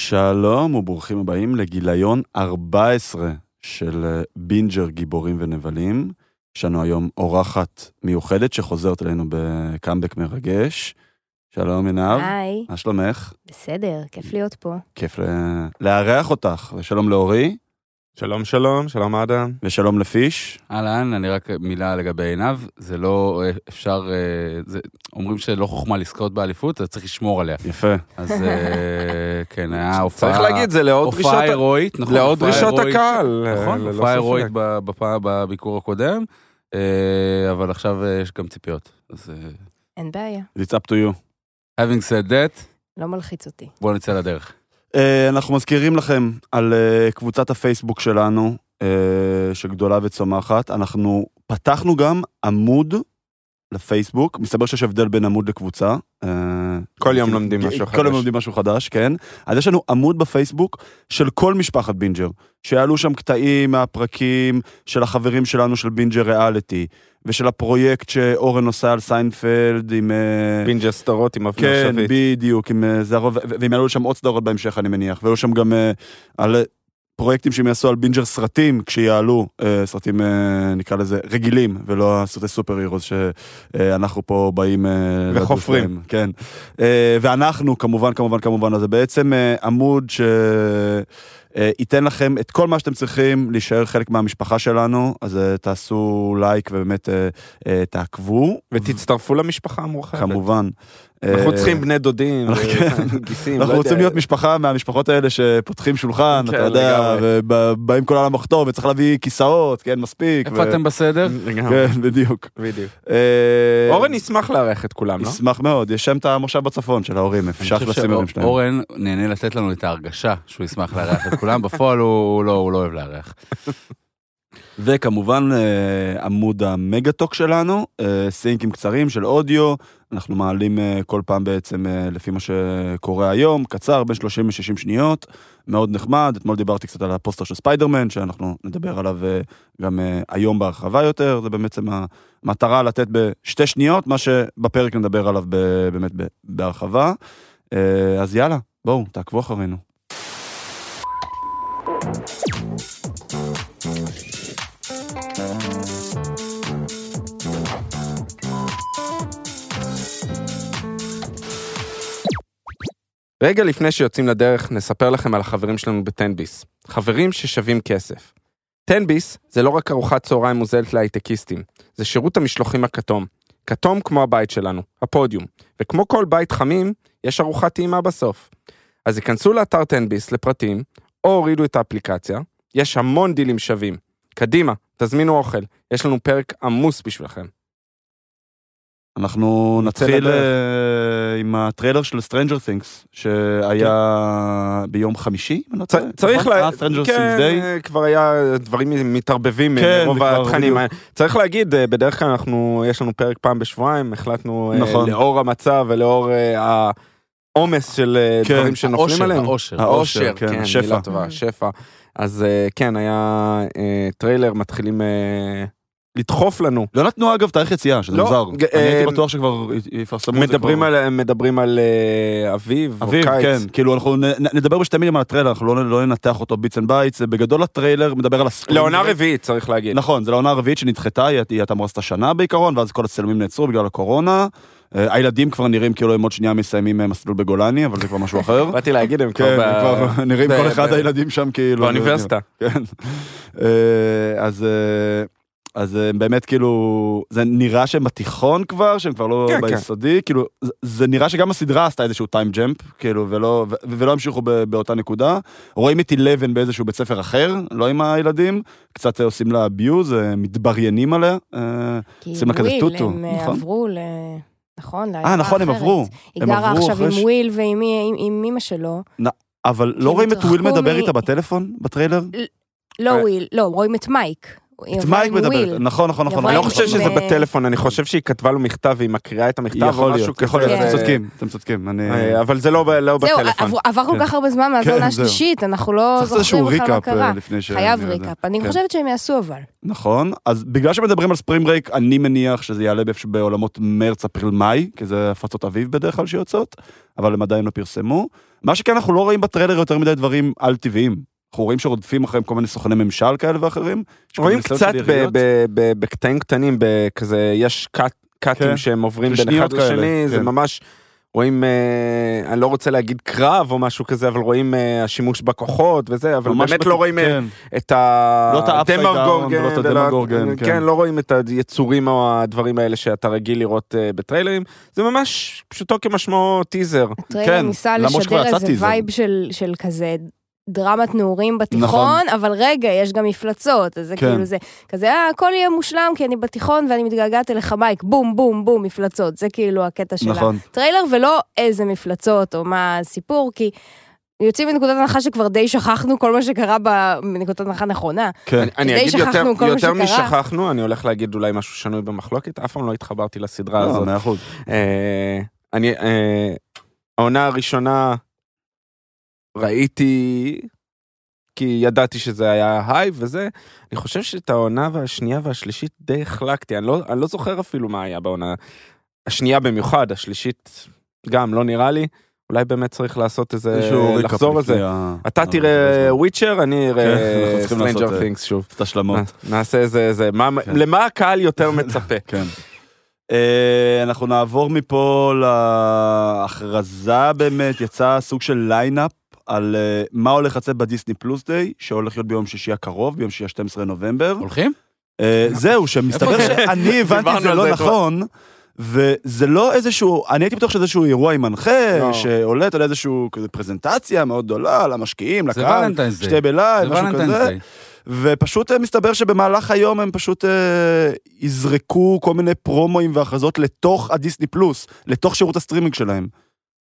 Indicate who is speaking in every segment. Speaker 1: שלום וברוכים הבאים לגיליון 14 של אה, בינג'ר גיבורים ונבלים. יש לנו היום אורחת מיוחדת שחוזרת אלינו בקאמבק מרגש. שלום עינב,
Speaker 2: היי,
Speaker 1: מה שלומך?
Speaker 2: בסדר, כיף להיות פה.
Speaker 1: כיף ל- לארח אותך. ושלום לאורי,
Speaker 3: שלום שלום, שלום אדם.
Speaker 1: ושלום לפיש.
Speaker 4: אהלן, אני רק מילה לגבי עינב, זה לא אה, אפשר, אה, זה, אומרים שלא חוכמה לזכות באליפות, אז צריך לשמור עליה.
Speaker 1: יפה.
Speaker 4: אז אה, כן, היה הופעה...
Speaker 3: צריך להגיד, זה לעוד דרישות,
Speaker 4: הופעה הירואית, נכון?
Speaker 3: לעוד
Speaker 4: הופעה
Speaker 3: דרישות
Speaker 4: הירואית,
Speaker 3: הקהל. אה,
Speaker 4: נכון,
Speaker 3: ללא
Speaker 4: הופעה
Speaker 3: ספק.
Speaker 4: הירואית ב- בפעם- בביקור הקודם, אה, אבל עכשיו אה, יש גם ציפיות. אז אה,
Speaker 2: אין בעיה,
Speaker 1: It's up to you.
Speaker 4: having said that,
Speaker 2: לא מלחיץ אותי.
Speaker 4: בואו נצא לדרך.
Speaker 1: אה, אנחנו מזכירים לכם על אה, קבוצת הפייסבוק שלנו, אה, שגדולה וצומחת. אנחנו פתחנו גם עמוד לפייסבוק, מסתבר שיש הבדל בין עמוד לקבוצה. אה,
Speaker 3: כל יום
Speaker 1: כאילו,
Speaker 3: לומדים
Speaker 1: ג-
Speaker 3: משהו
Speaker 1: כל יום
Speaker 3: חדש.
Speaker 1: לומדים משהו חדש, כן. אז יש לנו עמוד בפייסבוק של כל משפחת בינג'ר, שיעלו שם קטעים מהפרקים של החברים שלנו של בינג'ר ריאליטי, ושל הפרויקט שאורן עושה על סיינפלד עם... אה,
Speaker 3: בינג'ה סדרות עם אבנר
Speaker 1: כן,
Speaker 3: שביט.
Speaker 1: בדיוק, עם אה, זה הרוב, ו- ו- והם יעלו שם עוד סדרות בהמשך, אני מניח, ויעלו שם גם אה, על אה, פרויקטים שהם יעשו על בינג'ר סרטים, כשיעלו אה, סרטים, אה, נקרא לזה, רגילים, ולא הסרטי סופר הירוס שאנחנו פה באים... אה, לדון
Speaker 3: וחופרים.
Speaker 1: בהם, כן. אה, ואנחנו, כמובן, כמובן, כמובן, אז זה בעצם אה, עמוד ש... אה, ייתן לכם את כל מה שאתם צריכים להישאר חלק מהמשפחה שלנו, אז אה, תעשו לייק ובאמת אה, אה, תעקבו,
Speaker 3: ותצטרפו למשפחה המורחבת.
Speaker 1: כמובן.
Speaker 3: אנחנו
Speaker 1: אה,
Speaker 3: צריכים בני דודים, אה,
Speaker 1: כן.
Speaker 3: גיסים.
Speaker 1: אנחנו רוצים להיות משפחה מהמשפחות האלה שפותחים שולחן,
Speaker 3: כן,
Speaker 1: אתה יודע,
Speaker 3: לגמרי.
Speaker 1: ובאים כל העולם לחתור וצריך להביא כיסאות, כן, מספיק.
Speaker 4: איפה
Speaker 1: ו-
Speaker 4: אתם בסדר?
Speaker 3: משפחה.
Speaker 1: כן, בדיוק.
Speaker 3: אה, בדיוק.
Speaker 1: אה,
Speaker 3: אורן ישמח לארח את כולם, לא?
Speaker 1: נשמח מאוד, יש שם את המושב בצפון של ההורים, אפשר
Speaker 4: אני חושב
Speaker 1: לשים הורים שלהם.
Speaker 4: שאורן נהנה לתת לנו את ההרגשה שהוא ישמח לארח את כולם, בפועל הוא הוא לא הוא לא אוהב לארח.
Speaker 1: וכמובן אה, עמוד המגה-טוק שלנו, אה, סינקים קצרים של אודיו, אנחנו מעלים אה, כל פעם בעצם אה, לפי מה שקורה היום, קצר, בין 30 ל-60 שניות, מאוד נחמד. אתמול דיברתי קצת על הפוסטר של ספיידרמן, שאנחנו נדבר עליו אה, גם אה, היום בהרחבה יותר, זה בעצם המטרה לתת בשתי שניות, מה שבפרק נדבר עליו ב- באמת ב- בהרחבה. אה, אז יאללה, בואו, תעקבו אחרינו.
Speaker 3: רגע לפני שיוצאים לדרך, נספר לכם על החברים שלנו בטנביס. חברים ששווים כסף. טנביס זה לא רק ארוחת צהריים מוזלת להייטקיסטים, זה שירות המשלוחים הכתום. כתום כמו הבית שלנו, הפודיום. וכמו כל בית חמים, יש ארוחת טעימה בסוף. אז היכנסו לאתר טנביס לפרטים, או הורידו את האפליקציה, יש המון דילים שווים. קדימה, תזמינו אוכל, יש לנו פרק עמוס בשבילכם.
Speaker 1: אנחנו
Speaker 3: נצא
Speaker 1: נתחיל
Speaker 3: לדרך.
Speaker 1: אה, עם הטריילר של Stranger Things, שהיה ביום חמישי, אם אני לא
Speaker 3: כן. צ-
Speaker 1: טועה,
Speaker 3: צריך
Speaker 1: נכון?
Speaker 3: לה...
Speaker 1: אה, Stranger
Speaker 3: כן,
Speaker 1: Things Day.
Speaker 3: אה, כבר היה דברים מתערבבים
Speaker 1: כן,
Speaker 3: מרוב
Speaker 1: זה כבר
Speaker 3: התכנים. צריך להגיד, אה, בדרך כלל אנחנו, יש לנו פרק פעם בשבועיים, החלטנו אה,
Speaker 1: נכון.
Speaker 3: לאור המצב ולאור אה, העומס של אה,
Speaker 1: כן,
Speaker 3: דברים שנופלים
Speaker 4: האושר,
Speaker 3: עלינו.
Speaker 4: האושר,
Speaker 1: האושר, כן,
Speaker 3: כן,
Speaker 1: שפע.
Speaker 3: מילה טובה, שפע. אז אה, כן, היה אה, טריילר, מתחילים אה, לדחוף לנו.
Speaker 1: לא נתנו אגב תאריך יציאה, שזה
Speaker 3: לא,
Speaker 1: מוזר.
Speaker 3: ג-
Speaker 1: אני הייתי
Speaker 3: אה,
Speaker 1: בטוח שכבר י- יפרסמו את זה.
Speaker 3: מדברים
Speaker 1: כבר.
Speaker 3: על, מדברים על אה, אביב, או
Speaker 1: אביב,
Speaker 3: קיץ.
Speaker 1: כן, כאילו אנחנו נ- נ- נדבר בשתי מילים על הטריילר, אנחנו לא- לא ננתח אותו ביטס אנד בייטס, זה בגדול הטריילר מדבר על הספרינג.
Speaker 3: לעונה רביעית, צריך להגיד.
Speaker 1: נכון, זה לעונה הרביעית שנדחתה, היא היא הייתה אמורה לעשות השנה בעיקרון, ואז כל הצילומים נעצרו בגלל הקורונה. אה, הילדים כבר נראים כאילו הם עוד שנייה מסיימים אה, מסלול בגולני, אבל זה כבר משהו אחר.
Speaker 3: באתי להגיד, הם
Speaker 1: כן,
Speaker 3: כבר ב-
Speaker 1: הם כבר נראים
Speaker 3: ב-
Speaker 1: כל
Speaker 3: ב-
Speaker 1: אחד הילדים שם כאילו.
Speaker 3: באוניברסיטה.
Speaker 1: כן. אה, אז... אה, אז אה, באמת כאילו, זה נראה שהם בתיכון כבר, שהם כבר לא
Speaker 3: כן, כן.
Speaker 1: ביסודי, כאילו, זה- זה נראה שגם הסדרה עשתה איזשהו טיים ג'מפ, כאילו, ולא, ו- ולא המשיכו ב- באותה נקודה. רואים את אילבן באיזשהו בית ספר אחר, לא עם הילדים, קצת אה, עושים לה אביוז, מתבריינים עליה. אה,
Speaker 2: כי
Speaker 1: עושים לה כזה
Speaker 2: וויל,
Speaker 1: טוטו,
Speaker 2: הם אה,
Speaker 1: נכון.
Speaker 2: עברו ל... נכון, לעיירה
Speaker 1: אה, נכון, הם
Speaker 2: אחרת.
Speaker 1: עברו,
Speaker 2: היא
Speaker 1: הם
Speaker 2: גרה
Speaker 1: עברו
Speaker 2: עכשיו
Speaker 1: אחרי ש-
Speaker 2: עם וויל ועם מי- עם- עם אמא שלו.
Speaker 1: אבל לא
Speaker 2: הם
Speaker 1: רואים את וויל
Speaker 2: התרחקו
Speaker 1: מדבר
Speaker 2: כאילו מ-
Speaker 1: איתה בטלפון, בטריילר?
Speaker 2: לא
Speaker 3: אה.
Speaker 2: וויל, לא, רואים את מייק. היא
Speaker 1: את
Speaker 2: עברה
Speaker 1: מה היא
Speaker 2: עם וויל.
Speaker 1: מדברת? נכון, נכון, נכון.
Speaker 2: יבוא
Speaker 3: אני לא
Speaker 2: עם-
Speaker 3: חושב שזה
Speaker 2: עם-
Speaker 3: בטלפון, אני חושב שהיא כתבה לו מכתב והיא מקריאה את המכתב או
Speaker 1: יכול
Speaker 3: משהו
Speaker 1: להיות, יכול
Speaker 3: כזה.
Speaker 1: להיות,
Speaker 2: כן.
Speaker 1: אתם צודקים, אתם צודקים. אני...
Speaker 3: אה, אבל זה לא ב- לא
Speaker 2: זהו,
Speaker 3: בטלפון.
Speaker 2: עבר- עבר כל
Speaker 1: כן.
Speaker 2: כך הרבה זמן מאז
Speaker 1: כן,
Speaker 2: העונה
Speaker 1: זהו.
Speaker 2: השלישית, אנחנו לא
Speaker 1: צריך
Speaker 2: זוכרים
Speaker 1: איזשהו
Speaker 2: בכלל מה
Speaker 1: ריקאפ
Speaker 2: קרה.
Speaker 1: אה, לפני ש...
Speaker 2: חייב
Speaker 1: אני יודע.
Speaker 2: ריקאפ. אני
Speaker 1: כן.
Speaker 2: חושבת שהם יעשו אבל.
Speaker 1: נכון, אז בגלל שמדברים על ספרינג ברייק, אני מניח שזה יעלה באיפשהו בעולמות מרץ, אפריל, מאי, כי זה הפצות אביב בדרך כלל שיוצאות, אבל הם עדיין לא פרסמו. מה שכן, אנחנו לא רואים בטריילר יותר מדי דברים על-טבעיים. אנחנו רואים שרודפים אחריהם כל מיני סוכני ממשל כאלה ואחרים. יש כל מיני
Speaker 3: רואים
Speaker 1: ניסיון
Speaker 3: קצת
Speaker 1: של
Speaker 3: ב-
Speaker 1: יריות.
Speaker 3: ב- ב- בקטעים קטנים, בכזה, יש קאט-
Speaker 1: כן.
Speaker 3: קאטים שהם עוברים
Speaker 1: של
Speaker 3: בין אחד
Speaker 1: שניות כאלה,
Speaker 3: לשני, זה
Speaker 1: כן.
Speaker 3: ממש, רואים, אה, אני לא רוצה להגיד קרב או משהו כזה, אבל רואים אה, השימוש בכוחות וזה, אבל
Speaker 1: ממש
Speaker 3: באמת
Speaker 1: בת-
Speaker 3: לא רואים אה,
Speaker 1: כן.
Speaker 3: את ה...
Speaker 1: לא את ה-upside down
Speaker 3: דמרגורגן,
Speaker 1: ולא את
Speaker 3: ולא-
Speaker 1: הדמרגורגן, כן.
Speaker 3: כן, לא רואים את היצורים או הדברים האלה שאתה רגיל לראות אה, בטריילרים, זה ממש פשוטו כמשמעו טיזר.
Speaker 2: הטריילר
Speaker 1: כן,
Speaker 2: ניסה
Speaker 1: למרות שכבר
Speaker 2: לשדר
Speaker 1: יצא
Speaker 2: איזה
Speaker 1: טיזר.
Speaker 2: וייב של- של כזה דרמת נעורים בתיכון,
Speaker 1: נכון.
Speaker 2: אבל רגע, יש גם מפלצות, אז זה
Speaker 1: כן.
Speaker 2: כאילו זה, כזה, "אה, הכל יהיה מושלם כי אני בתיכון ואני מתגעגעת אליך מייק, בום, בום, בום, מפלצות, זה כאילו הקטע שלה.
Speaker 1: נכון.
Speaker 2: טריילר ולא איזה מפלצות או מה הסיפור, כי יוצאים מנקודת הנחה שכבר די שכחנו כל מה שקרה בנקודת הנחה נכונה.
Speaker 1: כן.
Speaker 3: אני- אני
Speaker 2: די
Speaker 3: אגיד יותר,
Speaker 2: שכחנו כל מה
Speaker 3: יותר
Speaker 2: שקרה.
Speaker 3: משכחנו, אני הולך להגיד אולי משהו שנוי במחלוקת, אף פעם לא התחברתי לסדרה
Speaker 1: לא,
Speaker 3: הזאת.
Speaker 1: מאה אחוז.
Speaker 3: אה, אני, אה, העונה הראשונה ראיתי, כי ידעתי שזה היה הייב וזה, אני חושב שאת העונה והשנייה והשלישית די החלקתי, אני לא, אני לא זוכר אפילו מה היה בעונה. השנייה במיוחד, השלישית גם, לא נראה לי. אולי באמת צריך לעשות איזה,
Speaker 1: איזשהו ריקאפ
Speaker 3: אה, לחזור
Speaker 1: לפני לא,
Speaker 3: לזה.
Speaker 1: ה-
Speaker 3: אתה
Speaker 1: ה-
Speaker 3: תראה וויצ'ר, אני אראה
Speaker 1: אנחנו צריכים לעשות,
Speaker 3: Stranger
Speaker 1: אה,
Speaker 3: Things שוב.
Speaker 1: את השלמות.
Speaker 3: נעשה איזה, איזה, מה,
Speaker 1: כן.
Speaker 3: למה הקהל יותר מצפה?
Speaker 1: כן. אה, אנחנו נעבור מפה להכרזה באמת, יצא סוג של ליינאפ על אה, מה הולך לצאת בדיסני פלוס דיי, שהולך להיות ביום שישי הקרוב, ביום שישי ה-12 לנובמבר.
Speaker 4: הולכים?
Speaker 1: אה, זהו, שמסתבר
Speaker 4: איפה זה?
Speaker 1: שאני הבנתי את
Speaker 4: דיברנו
Speaker 1: זה
Speaker 4: על
Speaker 1: לא
Speaker 4: זה
Speaker 1: נכון, וזה לא איזשהו, אני הייתי בטוח שזה איזשהו אירוע עם מנחה,
Speaker 3: לא.
Speaker 1: שעולט על איזשהו כזה פרזנטציה מאוד גדולה למשקיעים,
Speaker 4: זה
Speaker 1: לקהל,
Speaker 4: ולנטיינס דיי.
Speaker 1: שתי בלייב,
Speaker 4: זה
Speaker 1: משהו
Speaker 4: ולנטיינס
Speaker 1: כזה.
Speaker 4: דיי.
Speaker 1: ופשוט אה, מסתבר שבמהלך היום הם פשוט אה, יזרקו כל מיני פרומואים והכרזות לתוך הדיסני פלוס, לתוך שירות הסטרימינג שלהם.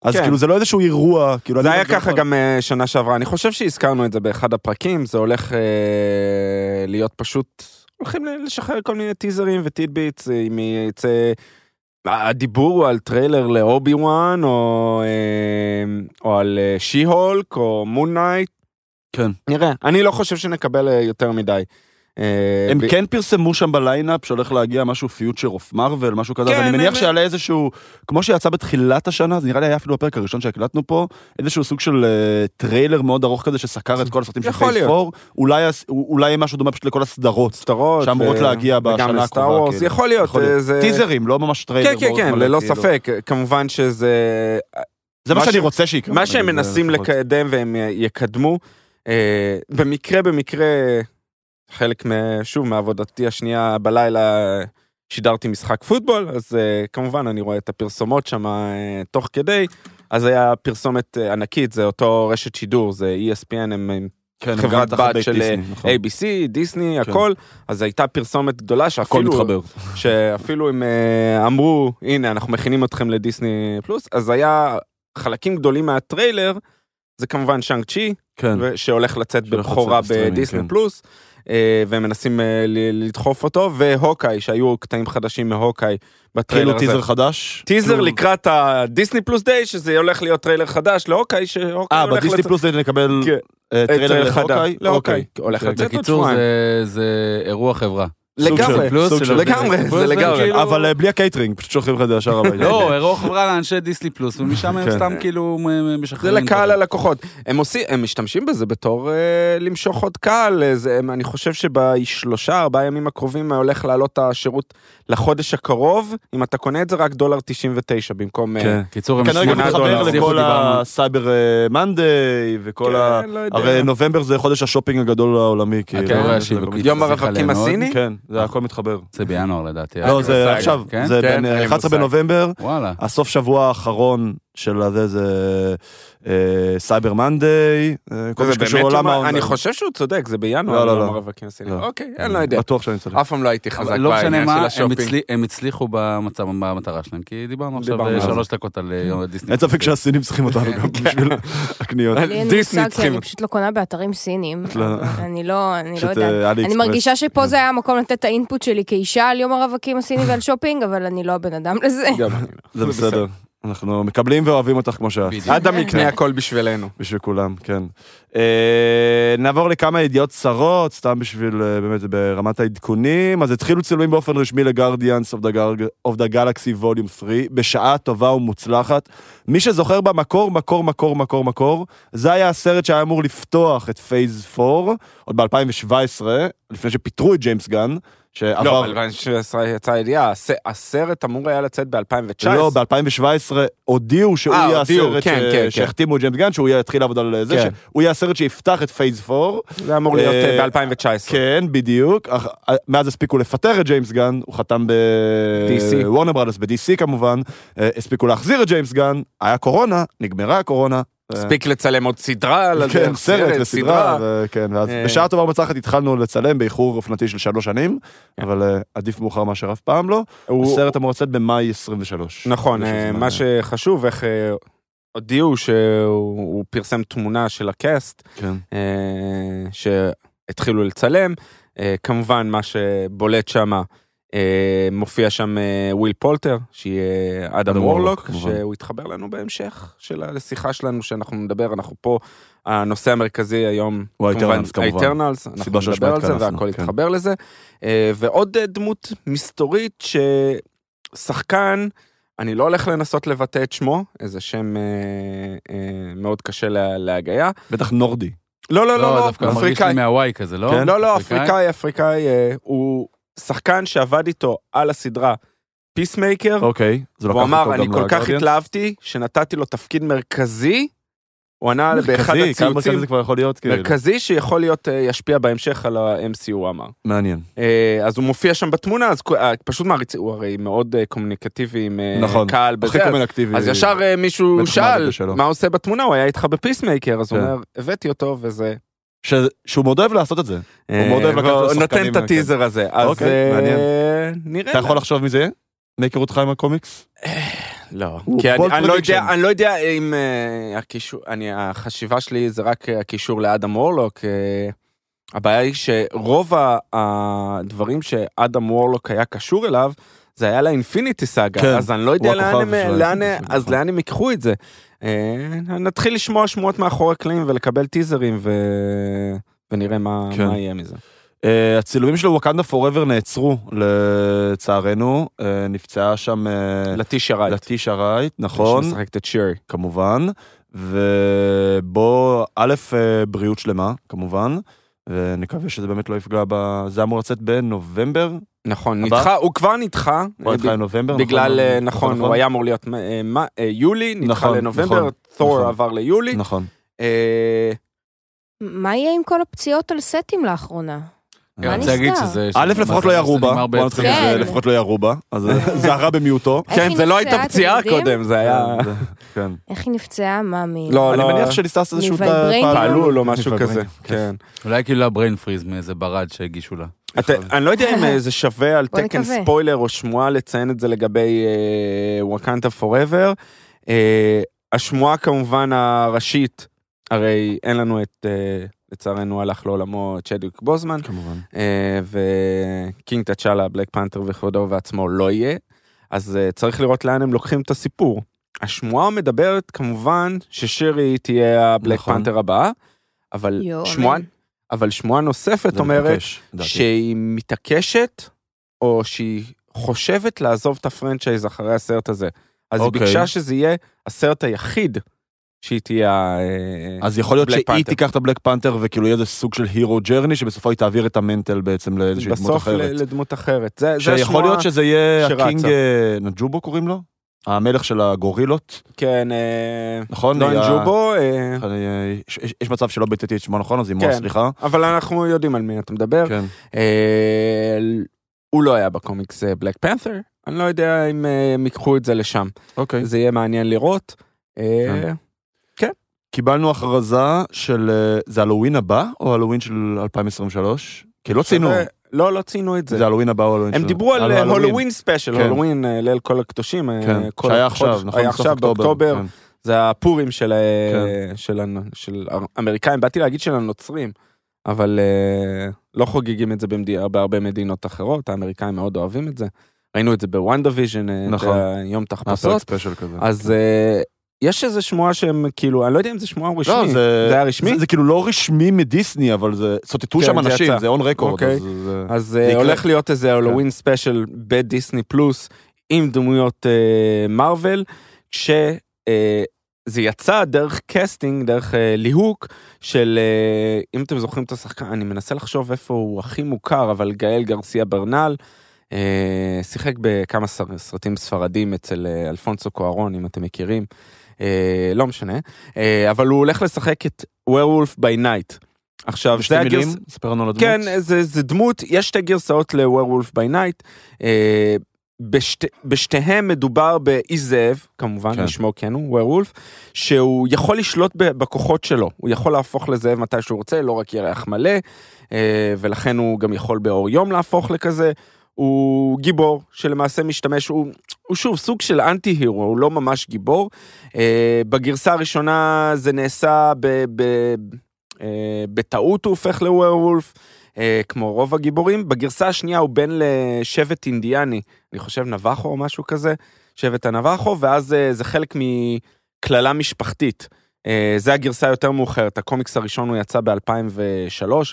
Speaker 1: אז
Speaker 3: כן.
Speaker 1: כאילו זה לא איזשהו אירוע, כאילו...
Speaker 3: זה
Speaker 1: אני-
Speaker 3: היה ככה גם אה, שנה שעברה, אני חושב שהזכרנו את זה באחד הפרקים, זה הולך אה, להיות פשוט, הולכים ל- לשחרר כל מיני טיזרים וטידביטס, אה, אם יצא, אה, הדיבור הוא על טריילר לאובי וואן, או, אה, או על שי הולק, או מון נייט,
Speaker 1: כן.
Speaker 3: נראה, אני לא חושב שנקבל אה, יותר מדי. אה,
Speaker 1: הם
Speaker 3: ב-
Speaker 1: כן פרסמו שם בליינאפ שהולך להגיע משהו פיוטר אוף מרוויל, משהו כזה,
Speaker 3: כן,
Speaker 1: אז אני מניח
Speaker 3: הם-
Speaker 1: שיעלה איזשהו, כמו שיצא בתחילת השנה, זה נראה לי היה אפילו הפרק הראשון שהקלטנו פה, איזשהו סוג של אה, טריילר מאוד ארוך כזה שסקר את כל הסרטים של
Speaker 3: יכול
Speaker 1: פייס
Speaker 3: להיות.
Speaker 1: 4, אולי הס- אולי יהיה משהו דומה פשוט לכל הסדרות.
Speaker 3: סדרות,
Speaker 1: שאמורות
Speaker 3: ו-
Speaker 1: להגיע בשנה
Speaker 3: וגם
Speaker 1: הקרובה,
Speaker 3: לסטאר וורס,
Speaker 1: כאילו.
Speaker 3: יכול להיות,
Speaker 1: יכול להיות.
Speaker 3: אה, זה...
Speaker 1: טיזרים, לא ממש טריילר.
Speaker 3: כן, כן,
Speaker 1: מאוד
Speaker 3: כן,
Speaker 1: מלא,
Speaker 3: ללא
Speaker 1: כאילו.
Speaker 3: ספק, כמובן שזה,
Speaker 1: זה מה
Speaker 3: מה
Speaker 1: שאני
Speaker 3: ש-
Speaker 1: רוצה שיקרה.
Speaker 3: מה שהם
Speaker 1: נגיד, זה
Speaker 3: מנסים
Speaker 1: לפחות.
Speaker 3: לקדם והם יקדמו, אה, במקרה, במקרה, חלק, מה- שוב, מעבודתי השנייה בלילה שידרתי משחק פוטבול, אז אה, כמובן אני רואה את הפרסומות שם אה, תוך כדי, אז היה פרסומת אה, ענקית, זה אותו רשת שידור, זה E ESPN, הם הם
Speaker 1: כן, הם
Speaker 3: חברת
Speaker 1: גם תחת
Speaker 3: בת
Speaker 1: בית
Speaker 3: של, אה,
Speaker 1: דיסני, נכון.
Speaker 3: ABC, דיסני,
Speaker 1: כן.
Speaker 3: הכל, אז הייתה פרסומת גדולה
Speaker 1: הכל
Speaker 3: שאפילו...
Speaker 1: מתחבר.
Speaker 3: שאפילו אם אה, אמרו הנה אנחנו מכינים אתכם לדיסני פלוס אז היה חלקים גדולים מהטריילר זה כמובן שאנג צ'י
Speaker 1: כן.
Speaker 3: ו- שהולך לצאת
Speaker 1: שהולך
Speaker 3: בבכורה
Speaker 1: לצאת בסטרימינג,
Speaker 3: בדיסני
Speaker 1: כן.
Speaker 3: פלוס אה, והם מנסים אה, ל- לדחוף אותו והוקאי שהיו קטעים חדשים מהוקאי בטריילר
Speaker 1: כאילו
Speaker 3: הזה.
Speaker 1: טיזר חדש.
Speaker 3: טיזר
Speaker 1: כאילו-
Speaker 3: לקראת הדיסני פלוס דיי שזה הולך להיות טריילר חדש להוקאי שהוקאי
Speaker 1: אה,
Speaker 3: הולך
Speaker 1: בדיסני
Speaker 3: לצאת-
Speaker 1: פלוס זה נקבל
Speaker 3: כן.
Speaker 1: אה, טריילר
Speaker 3: טריילר חדש.
Speaker 1: לחוקאי?
Speaker 3: להוקאי. הולך
Speaker 1: אוקיי.
Speaker 3: לצאת. עוד
Speaker 4: בקיצור,
Speaker 3: שבועיים.
Speaker 4: זה- זה אירוע חברה.
Speaker 1: סוג של-
Speaker 3: לגמרי
Speaker 4: פלוס
Speaker 1: סוג
Speaker 4: של
Speaker 1: של-
Speaker 4: עובדי
Speaker 3: לגמרי,
Speaker 4: דיסני
Speaker 3: זה
Speaker 4: פלוס,
Speaker 3: לגמרי.
Speaker 4: כאילו-
Speaker 1: אבל אה, בלי הקייטרינג, פשוט שולחים לך את זה ישר הביתה.
Speaker 3: כן.
Speaker 4: לא, אירוע חברה לאנשי דיסני פלוס, ומשם הם
Speaker 1: כן.
Speaker 4: סתם כאילו מ- מ-
Speaker 3: זה
Speaker 4: משחררים.
Speaker 3: לקהל
Speaker 4: דברים.
Speaker 3: הלקוחות. הם עושים, הם משתמשים בזה בתור אה, למשוך עוד קהל. אה, זה, הם, אני חושב שבשלושה, ארבעה ימים הקרובים הולך לעלות השירות לחודש הקרוב. אם אתה קונה את זה, רק דולר 99 במקום... אה,
Speaker 1: כן.
Speaker 4: קיצור, הם
Speaker 1: כנראה גם
Speaker 4: שמונה
Speaker 1: מתחבר
Speaker 4: דולר,
Speaker 1: לכל
Speaker 4: דיברנו.
Speaker 1: הסייבר אה, מנדיי וכל ה...
Speaker 3: כן, לא יודע.
Speaker 1: הרי נובמבר זה חודש השופינג הגדול העולמי, כאילו.
Speaker 4: התיאוריה
Speaker 1: זה
Speaker 4: שלי
Speaker 1: הכל-
Speaker 4: בקיצור.
Speaker 3: יום
Speaker 4: סליחה
Speaker 3: הרווקים
Speaker 4: עליהם מאוד.
Speaker 3: הסיני?
Speaker 1: כן, זה הכל מתחבר.
Speaker 4: זה בינואר לדעתי.
Speaker 1: לא,
Speaker 4: אה,
Speaker 1: זה
Speaker 3: מושג.
Speaker 1: עכשיו,
Speaker 4: כן?
Speaker 1: זה
Speaker 3: כן,
Speaker 1: בין
Speaker 3: אין לי
Speaker 1: 11
Speaker 3: מושג.
Speaker 1: בנובמבר,
Speaker 4: וואלה.
Speaker 1: הסוף שבוע האחרון של הזה, זה אה, סייבר מנדיי, אה, כל מה
Speaker 3: זה
Speaker 1: שקשור
Speaker 3: באמת
Speaker 1: לעולם
Speaker 3: לא...
Speaker 1: האונליין.
Speaker 3: אני חושב שהוא צודק, זה
Speaker 1: לא,
Speaker 3: בינואר,
Speaker 1: לא,
Speaker 3: יום
Speaker 1: לא.
Speaker 3: הרווקים הסיני.
Speaker 1: לא.
Speaker 3: אוקיי, אני לא יודע.
Speaker 1: בטוח שאני צודק.
Speaker 3: אף פעם לא הייתי
Speaker 4: אבל
Speaker 3: חזק
Speaker 4: לא משנה
Speaker 3: בעניין
Speaker 4: מה,
Speaker 3: של
Speaker 4: הם
Speaker 3: השופינג.
Speaker 4: הצלי- הם הצליחו במצב- במטרה שלהם, כי דיברנו עכשיו
Speaker 3: דיברנו על זה.
Speaker 4: שלוש דקות על אה, יום דיסני.
Speaker 1: אין ספק שהסינים צריכים אותנו גם
Speaker 3: כן.
Speaker 1: בשביל הקניות.
Speaker 2: לי אין
Speaker 3: דיסני
Speaker 2: מושג, כי
Speaker 3: צריכים-
Speaker 2: אני פשוט לא קונה באתרים סינים.
Speaker 1: לא-
Speaker 2: אבל אני לא, אני לא
Speaker 1: פשוט,
Speaker 2: יודעת.
Speaker 1: אה, AliExpress.
Speaker 2: אני מרגישה שפה זה היה המקום לתת את האינפוט שלי כאישה על יום הרווקים הסיני ועל שופינג, אבל אני לא הבן אדם לזה.
Speaker 3: גם אני
Speaker 1: זה
Speaker 3: לא.
Speaker 1: בסדר. כן. אנחנו מקבלים ואוהבים אותך כמו שאת.
Speaker 4: בדיוק.
Speaker 3: אדם יקנה הכל בשבילנו.
Speaker 1: בשביל כולם, כן. אה, נעבור לכמה ידיעות צרות, סתם בשביל, אה, באמת, זה ברמת העדכונים. אז התחילו צילומים באופן רשמי לגרדיאנס of the Galaxy Volume 3, בשעה טובה ומוצלחת. מי שזוכר במקור, מקור, מקור, מקור, מקור, זה היה הסרט שהיה אמור לפתוח את פייז 4, עוד ב-2017, לפני שפיטרו את ג'יימס גן, שעבר...
Speaker 3: לא, ב-2016 יצאה ידיעה, הס- הסרט אמור היה לצאת ב-2019.
Speaker 1: לא, ב-2017 הודיעו שהוא
Speaker 3: אה,
Speaker 1: יהיה
Speaker 3: הודיעו,
Speaker 1: הסרט
Speaker 3: כן,
Speaker 1: ש-
Speaker 3: כן, כן.
Speaker 1: שהחתימו את ג'יימס גן, שהוא יהיה- יתחיל לעבוד על זה,
Speaker 3: כן.
Speaker 1: שהוא יהיה הסרט שיפתח את פייז 4.
Speaker 3: זה אמור להיות
Speaker 1: אה,
Speaker 3: ב-2019.
Speaker 1: כן, בדיוק. אך- אה, מאז הספיקו לפטר את ג'יימס גן, הוא חתם ב...
Speaker 3: DC.
Speaker 1: וורנר ברדס, ב-DC כמובן. אה, הספיקו להחזיר את גיימס גן, היה קורונה, נגמרה הקורונה. אה,
Speaker 3: הספיק לצלם עוד סדרה על
Speaker 1: כן,
Speaker 3: הדרך,
Speaker 1: סרט וסדרה, ו- כן, ואז
Speaker 3: אה.
Speaker 1: בשעה טובה ומצחת התחלנו לצלם באיחור אופנתי של שלוש שנים,
Speaker 3: כן.
Speaker 1: אבל אה, עדיף מאוחר מאשר אף פעם לא.
Speaker 3: הוא-
Speaker 1: הסרט אמור לצאת במאי 23.
Speaker 3: נכון,
Speaker 1: יש
Speaker 3: אה,
Speaker 1: זמן,
Speaker 3: מה
Speaker 1: אה,
Speaker 3: שחשוב, איך אה, הודיעו שהוא הוא פרסם תמונה של הקאסט,
Speaker 1: כן.
Speaker 3: אה, שהתחילו לצלם. אה, כמובן, מה שבולט שם, אה, מופיע שם אה, וויל פולטר, שהיא אה, אדם
Speaker 1: אדם וורלוק,
Speaker 3: וורלוק,
Speaker 1: כמובן.
Speaker 3: שהוא יתחבר לנו בהמשך של השיחה שלנו, שאנחנו נדבר, אנחנו פה, הנושא המרכזי היום,
Speaker 1: הוא ה-Eternals, כמובן.
Speaker 3: ה-Eternals,
Speaker 1: סיבה
Speaker 3: אנחנו
Speaker 1: שלשמה
Speaker 3: נדבר על זה
Speaker 1: התכנסנו,
Speaker 3: והכל
Speaker 1: כן.
Speaker 3: יתחבר לזה. אה, ועוד אה, דמות מסתורית ששחקן, אני לא הולך לנסות לבטא את שמו, איזה שם אה, אה, מאוד קשה לה- להגייה.
Speaker 1: בטח נורדי.
Speaker 3: לא, לא, לא,
Speaker 4: דווקא
Speaker 3: לא,
Speaker 4: מרגיש לי
Speaker 3: אפריקאי.
Speaker 4: מהוואי כזה, לא?
Speaker 3: לא, לא, אפריקאי, אפריקאי, אה, הוא שחקן שעבד איתו על הסדרה פיסמייקר,
Speaker 1: אוקיי. זה
Speaker 3: והוא
Speaker 1: לקח אותו
Speaker 3: אמר, אני
Speaker 1: גם
Speaker 3: כל כך
Speaker 1: לגרדיאנס.
Speaker 3: התלהבתי, שנתתי לו תפקיד מרכזי, הוא ענה באחד
Speaker 1: מרכזי, כמה מרכזי
Speaker 3: הציוצים,
Speaker 1: זה כבר יכול להיות, כאילו.
Speaker 3: מרכזי שיכול להיות, אה, ישפיע בהמשך על ה-MCU, הוא אמר.
Speaker 1: מעניין.
Speaker 3: אה, אז הוא מופיע שם בתמונה, אז כו- אה, פשוט מעריץ, הוא הרי מאוד אה, קומוניקטיבי עם אה,
Speaker 1: נכון.
Speaker 3: קהל
Speaker 1: הכי
Speaker 3: בזה, אז-
Speaker 1: קומן אקטיבי.
Speaker 3: אז ישר אה, מישהו
Speaker 1: בטח
Speaker 3: שאל,
Speaker 1: מעריץ שלו.
Speaker 3: מה הוא עושה בתמונה, הוא היה איתך בפיסמייקר, אז הוא
Speaker 1: כן.
Speaker 3: אומר, הבאתי אותו וזה... אה,
Speaker 1: ש- שהוא מאוד אוהב לעשות את זה.
Speaker 3: כן.
Speaker 1: הוא מאוד אוהב לקחת
Speaker 3: והוא
Speaker 1: לשחקנים,
Speaker 3: נותן את
Speaker 1: כן.
Speaker 3: הטיזר הזה, אז
Speaker 1: אוקיי,
Speaker 3: אה,
Speaker 1: מעניין.
Speaker 3: נראה.
Speaker 1: אתה יכול לחשוב מי זה יהיה? מהיכרותך עם הקומיקס?
Speaker 3: לא,
Speaker 1: הוא
Speaker 3: כי
Speaker 1: bold
Speaker 3: אני- אני לא יודע-
Speaker 1: prediction.
Speaker 3: אני לא יודע אם אה, הקישור, אני- החשיבה שלי זה רק אה, הקישור לאדם וורלוק. אה, הבעיה היא שרוב ה- הדברים שאדם וורלוק היה קשור אליו, זה היה לאינפיניטי
Speaker 1: כן,
Speaker 3: סאגה, אז אני לא יודע
Speaker 1: הוא
Speaker 3: לאן
Speaker 1: הכוכב
Speaker 3: הם,
Speaker 1: של נכון.
Speaker 3: לאן-
Speaker 1: ה-Infinity
Speaker 3: אז
Speaker 1: Saga.
Speaker 3: לאן הם ייקחו את זה. אה, נתחיל לשמוע שמועות מאחורי הקלעים ולקבל טיזרים ו- ונראה מה
Speaker 1: כן.
Speaker 3: מה יהיה מזה.
Speaker 1: אה, הצילומים של וואקנדה פוראבר נעצרו, לצערנו. אה, נפצעה שם אה,
Speaker 3: לטישה רייט.
Speaker 1: לטישה רייט, נכון,
Speaker 3: שמשחקת את שירי.
Speaker 1: כמובן. ובו, א', אה, בריאות שלמה, כמובן. ונקווה שזה באמת לא יפגע ב... זה אמור לצאת בנובמבר?
Speaker 3: נכון,
Speaker 1: הבא?
Speaker 3: נדחה, הוא כבר נדחה.
Speaker 1: הוא
Speaker 3: אה,
Speaker 1: נדחה לנובמבר?
Speaker 3: בגלל, אה, נכון, הוא היה אמור להיות אה, מה- אה, יולי, נדחה
Speaker 1: נכון,
Speaker 3: לנובמבר,
Speaker 1: נכון, נכון.
Speaker 3: תור עבר ליולי.
Speaker 1: נכון.
Speaker 3: אה,
Speaker 2: מה יהיה עם כל הפציעות על סטים לאחרונה?
Speaker 4: אני
Speaker 3: אה,
Speaker 4: רוצה
Speaker 2: נסגר?
Speaker 4: להגיד שזה...
Speaker 1: א', לפחות לא ירו בה,
Speaker 4: נגמר
Speaker 1: בוא
Speaker 4: בעצם-
Speaker 1: נתחיל מזה,
Speaker 2: כן.
Speaker 1: לפחות לא ירו בה, אז
Speaker 4: כן.
Speaker 1: זה הרע במיעוטו.
Speaker 2: איך
Speaker 3: כן,
Speaker 2: היא
Speaker 3: זה לא
Speaker 2: נפצעה,
Speaker 3: הייתה
Speaker 2: אתם
Speaker 3: פציעה
Speaker 2: יודעים?
Speaker 3: קודם, זה היה...
Speaker 1: זה- כן.
Speaker 2: איך היא נפצעה? מה, מ...
Speaker 3: לא,
Speaker 1: אני
Speaker 3: לא,
Speaker 1: מניח שניסטס איזשהו
Speaker 2: מוויברניום?
Speaker 1: לא
Speaker 3: פעלול או משהו כזה, כן.
Speaker 4: אולי כאילו הבריין פריז מאיזה ברד שהגישו לה.
Speaker 1: כן.
Speaker 3: אתה- אני לא יודע אם אה, זה שווה על
Speaker 2: בוא
Speaker 3: תקן
Speaker 2: נקווה.
Speaker 3: ספוילר או שמועה לציין את זה לגבי וואקנטה פוראבר. אה, השמועה כמובן הראשית, הרי אין לנו את, אה, לצערנו הלך לעולמו צ'דוויק בוזמן.
Speaker 1: כן, כמובן.
Speaker 3: אה, וקינג תצ'אלה, בלק פנתר וכבודו ועצמו לא יהיה, אז אה, צריך לראות לאן הם לוקחים את הסיפור. השמועה מדברת כמובן ששירי תהיה הבלק
Speaker 1: נכון.
Speaker 3: פנתר הבאה, אבל
Speaker 2: יואו,
Speaker 3: שמועה,
Speaker 2: אמן.
Speaker 3: אבל שמועה נוספת
Speaker 1: זה
Speaker 3: אומרת
Speaker 1: מתבקש, לדעתי.
Speaker 3: שהיא מתעקשת, או שהיא חושבת לעזוב את הפרנצ'ייז אחרי הסרט הזה. אז היא
Speaker 1: אוקיי.
Speaker 3: ביקשה שזה יהיה הסרט היחיד שהיא תהיה... אה,
Speaker 1: אז יכול להיות
Speaker 3: בלק
Speaker 1: שהיא
Speaker 3: פנתר.
Speaker 1: תיקח את הבלק פנתר וכאילו יהיה איזה סוג של הירו ג'רני שבסופו היא תעביר את המנטל בעצם לאיזושהי אה, דמות
Speaker 3: בסוף ל-
Speaker 1: אחרת.
Speaker 3: לדמות אחרת. זה, זה
Speaker 1: שיכול
Speaker 3: השמועה,
Speaker 1: להיות שזה יהיה
Speaker 3: שרצה.
Speaker 1: הקינג אה, נג'ובו קוראים לו? המלך של הגורילות,
Speaker 3: כן, אה,
Speaker 1: נכון?
Speaker 3: לא
Speaker 1: היה-
Speaker 3: אנג'ובו, אה,
Speaker 1: אה, יש- יש- יש מצב שלא ביטאתי את שמו נכון, אז היא
Speaker 3: כן.
Speaker 1: סליחה.
Speaker 3: אבל אנחנו יודעים על מי אתה מדבר.
Speaker 1: כן.
Speaker 3: אה, הוא לא היה בקומיקס בלק פנת'ר, אני לא יודע אם אה, הם ייקחו את זה לשם.
Speaker 1: אוקיי.
Speaker 3: זה יהיה מעניין לראות. אה,
Speaker 1: כן. קיבלנו הכרזה של... אה, זה הלואוין הבא או הלואוין של 2023? כי לא ציינו,
Speaker 3: שווה- לא, לא ציינו את זה.
Speaker 1: זה הלואוין הבא או הלואוין של...
Speaker 3: הם דיברו על אה, הלואוין ספיישל,
Speaker 1: כן.
Speaker 3: הלואוין, אה, ליל כל הקדושים. אה,
Speaker 1: כן,
Speaker 3: כל
Speaker 1: שהיה
Speaker 3: החודש-
Speaker 1: עכשיו, נכון?
Speaker 3: היה
Speaker 1: בסוף
Speaker 3: עכשיו, באוקטובר.
Speaker 1: כן.
Speaker 3: זה הפורים של, כן. של, הנ- של האמריקאים, באתי להגיד של הנוצרים, אבל אה, לא חוגגים את זה במד... בהרבה מדינות אחרות, האמריקאים מאוד אוהבים את זה. ראינו את זה בוואן דיוויז'ן,
Speaker 1: נכון.
Speaker 3: נכון. יום
Speaker 1: היה פרק
Speaker 3: תחפושות,
Speaker 1: ספיישל כזה.
Speaker 3: אז אה, יש איזה שמועה שהם כאילו, אני לא יודע אם זה שמועה או רשמי,
Speaker 1: לא, זה...
Speaker 3: זה היה רשמי?
Speaker 1: זה, זה כאילו לא רשמי מדיסני, אבל זה... סוטטו
Speaker 3: כן,
Speaker 1: שם
Speaker 3: זה
Speaker 1: אנשים,
Speaker 3: יצא.
Speaker 1: זה און רקורד.
Speaker 3: אוקיי. אז אה,
Speaker 1: יקרה. כן.
Speaker 3: הולך להיות איזה הלואוין ספיישל בדיסני פלוס עם דמויות אה, מארוול, כשזה יצא דרך קסטינג, דרך אה, ליהוק של, אה, אם אתם זוכרים את השחקן, אני מנסה לחשוב איפה הוא הכי מוכר, אבל גאל גרסיה ברנל. אה, שיחק בכמה שר- סרטים ספרדים אצל אה, אלפונסו קוארון, אם אתם מכירים. אה, לא משנה. אה, אבל הוא הולך לשחק את Werewolf by Night. עכשיו,
Speaker 1: שתי
Speaker 3: זה
Speaker 1: מילים,
Speaker 3: הגרס...
Speaker 1: ספר לנו על הדמות.
Speaker 3: כן, זה, זה דמות, יש שתי גרסאות ל-Werewolf by Night. אה, בשת, בשתיהם מדובר באיש זאב, כמובן,
Speaker 1: כן.
Speaker 3: כן. שמו כן הוא, Werewolf, שהוא יכול לשלוט ב- בכוחות שלו. הוא יכול להפוך לזאב מתי שהוא רוצה, לא רק ירח מלא, אה, ולכן הוא גם יכול באור יום להפוך לכזה. הוא גיבור שלמעשה משתמש, הוא, הוא שוב סוג של אנטי הירו, הוא לא ממש גיבור. אה, בגרסה הראשונה זה נעשה ב, ב, אה, בטעות הוא הופך לווירולף, אה, כמו רוב הגיבורים. בגרסה השנייה הוא בן לשבט אינדיאני, אני חושב נבחו או משהו כזה, שבט הנבחו, ואז אה, זה חלק מקללה משפחתית. אה, זה הגרסה היותר מאוחרת, הקומיקס הראשון הוא יצא ב-2003,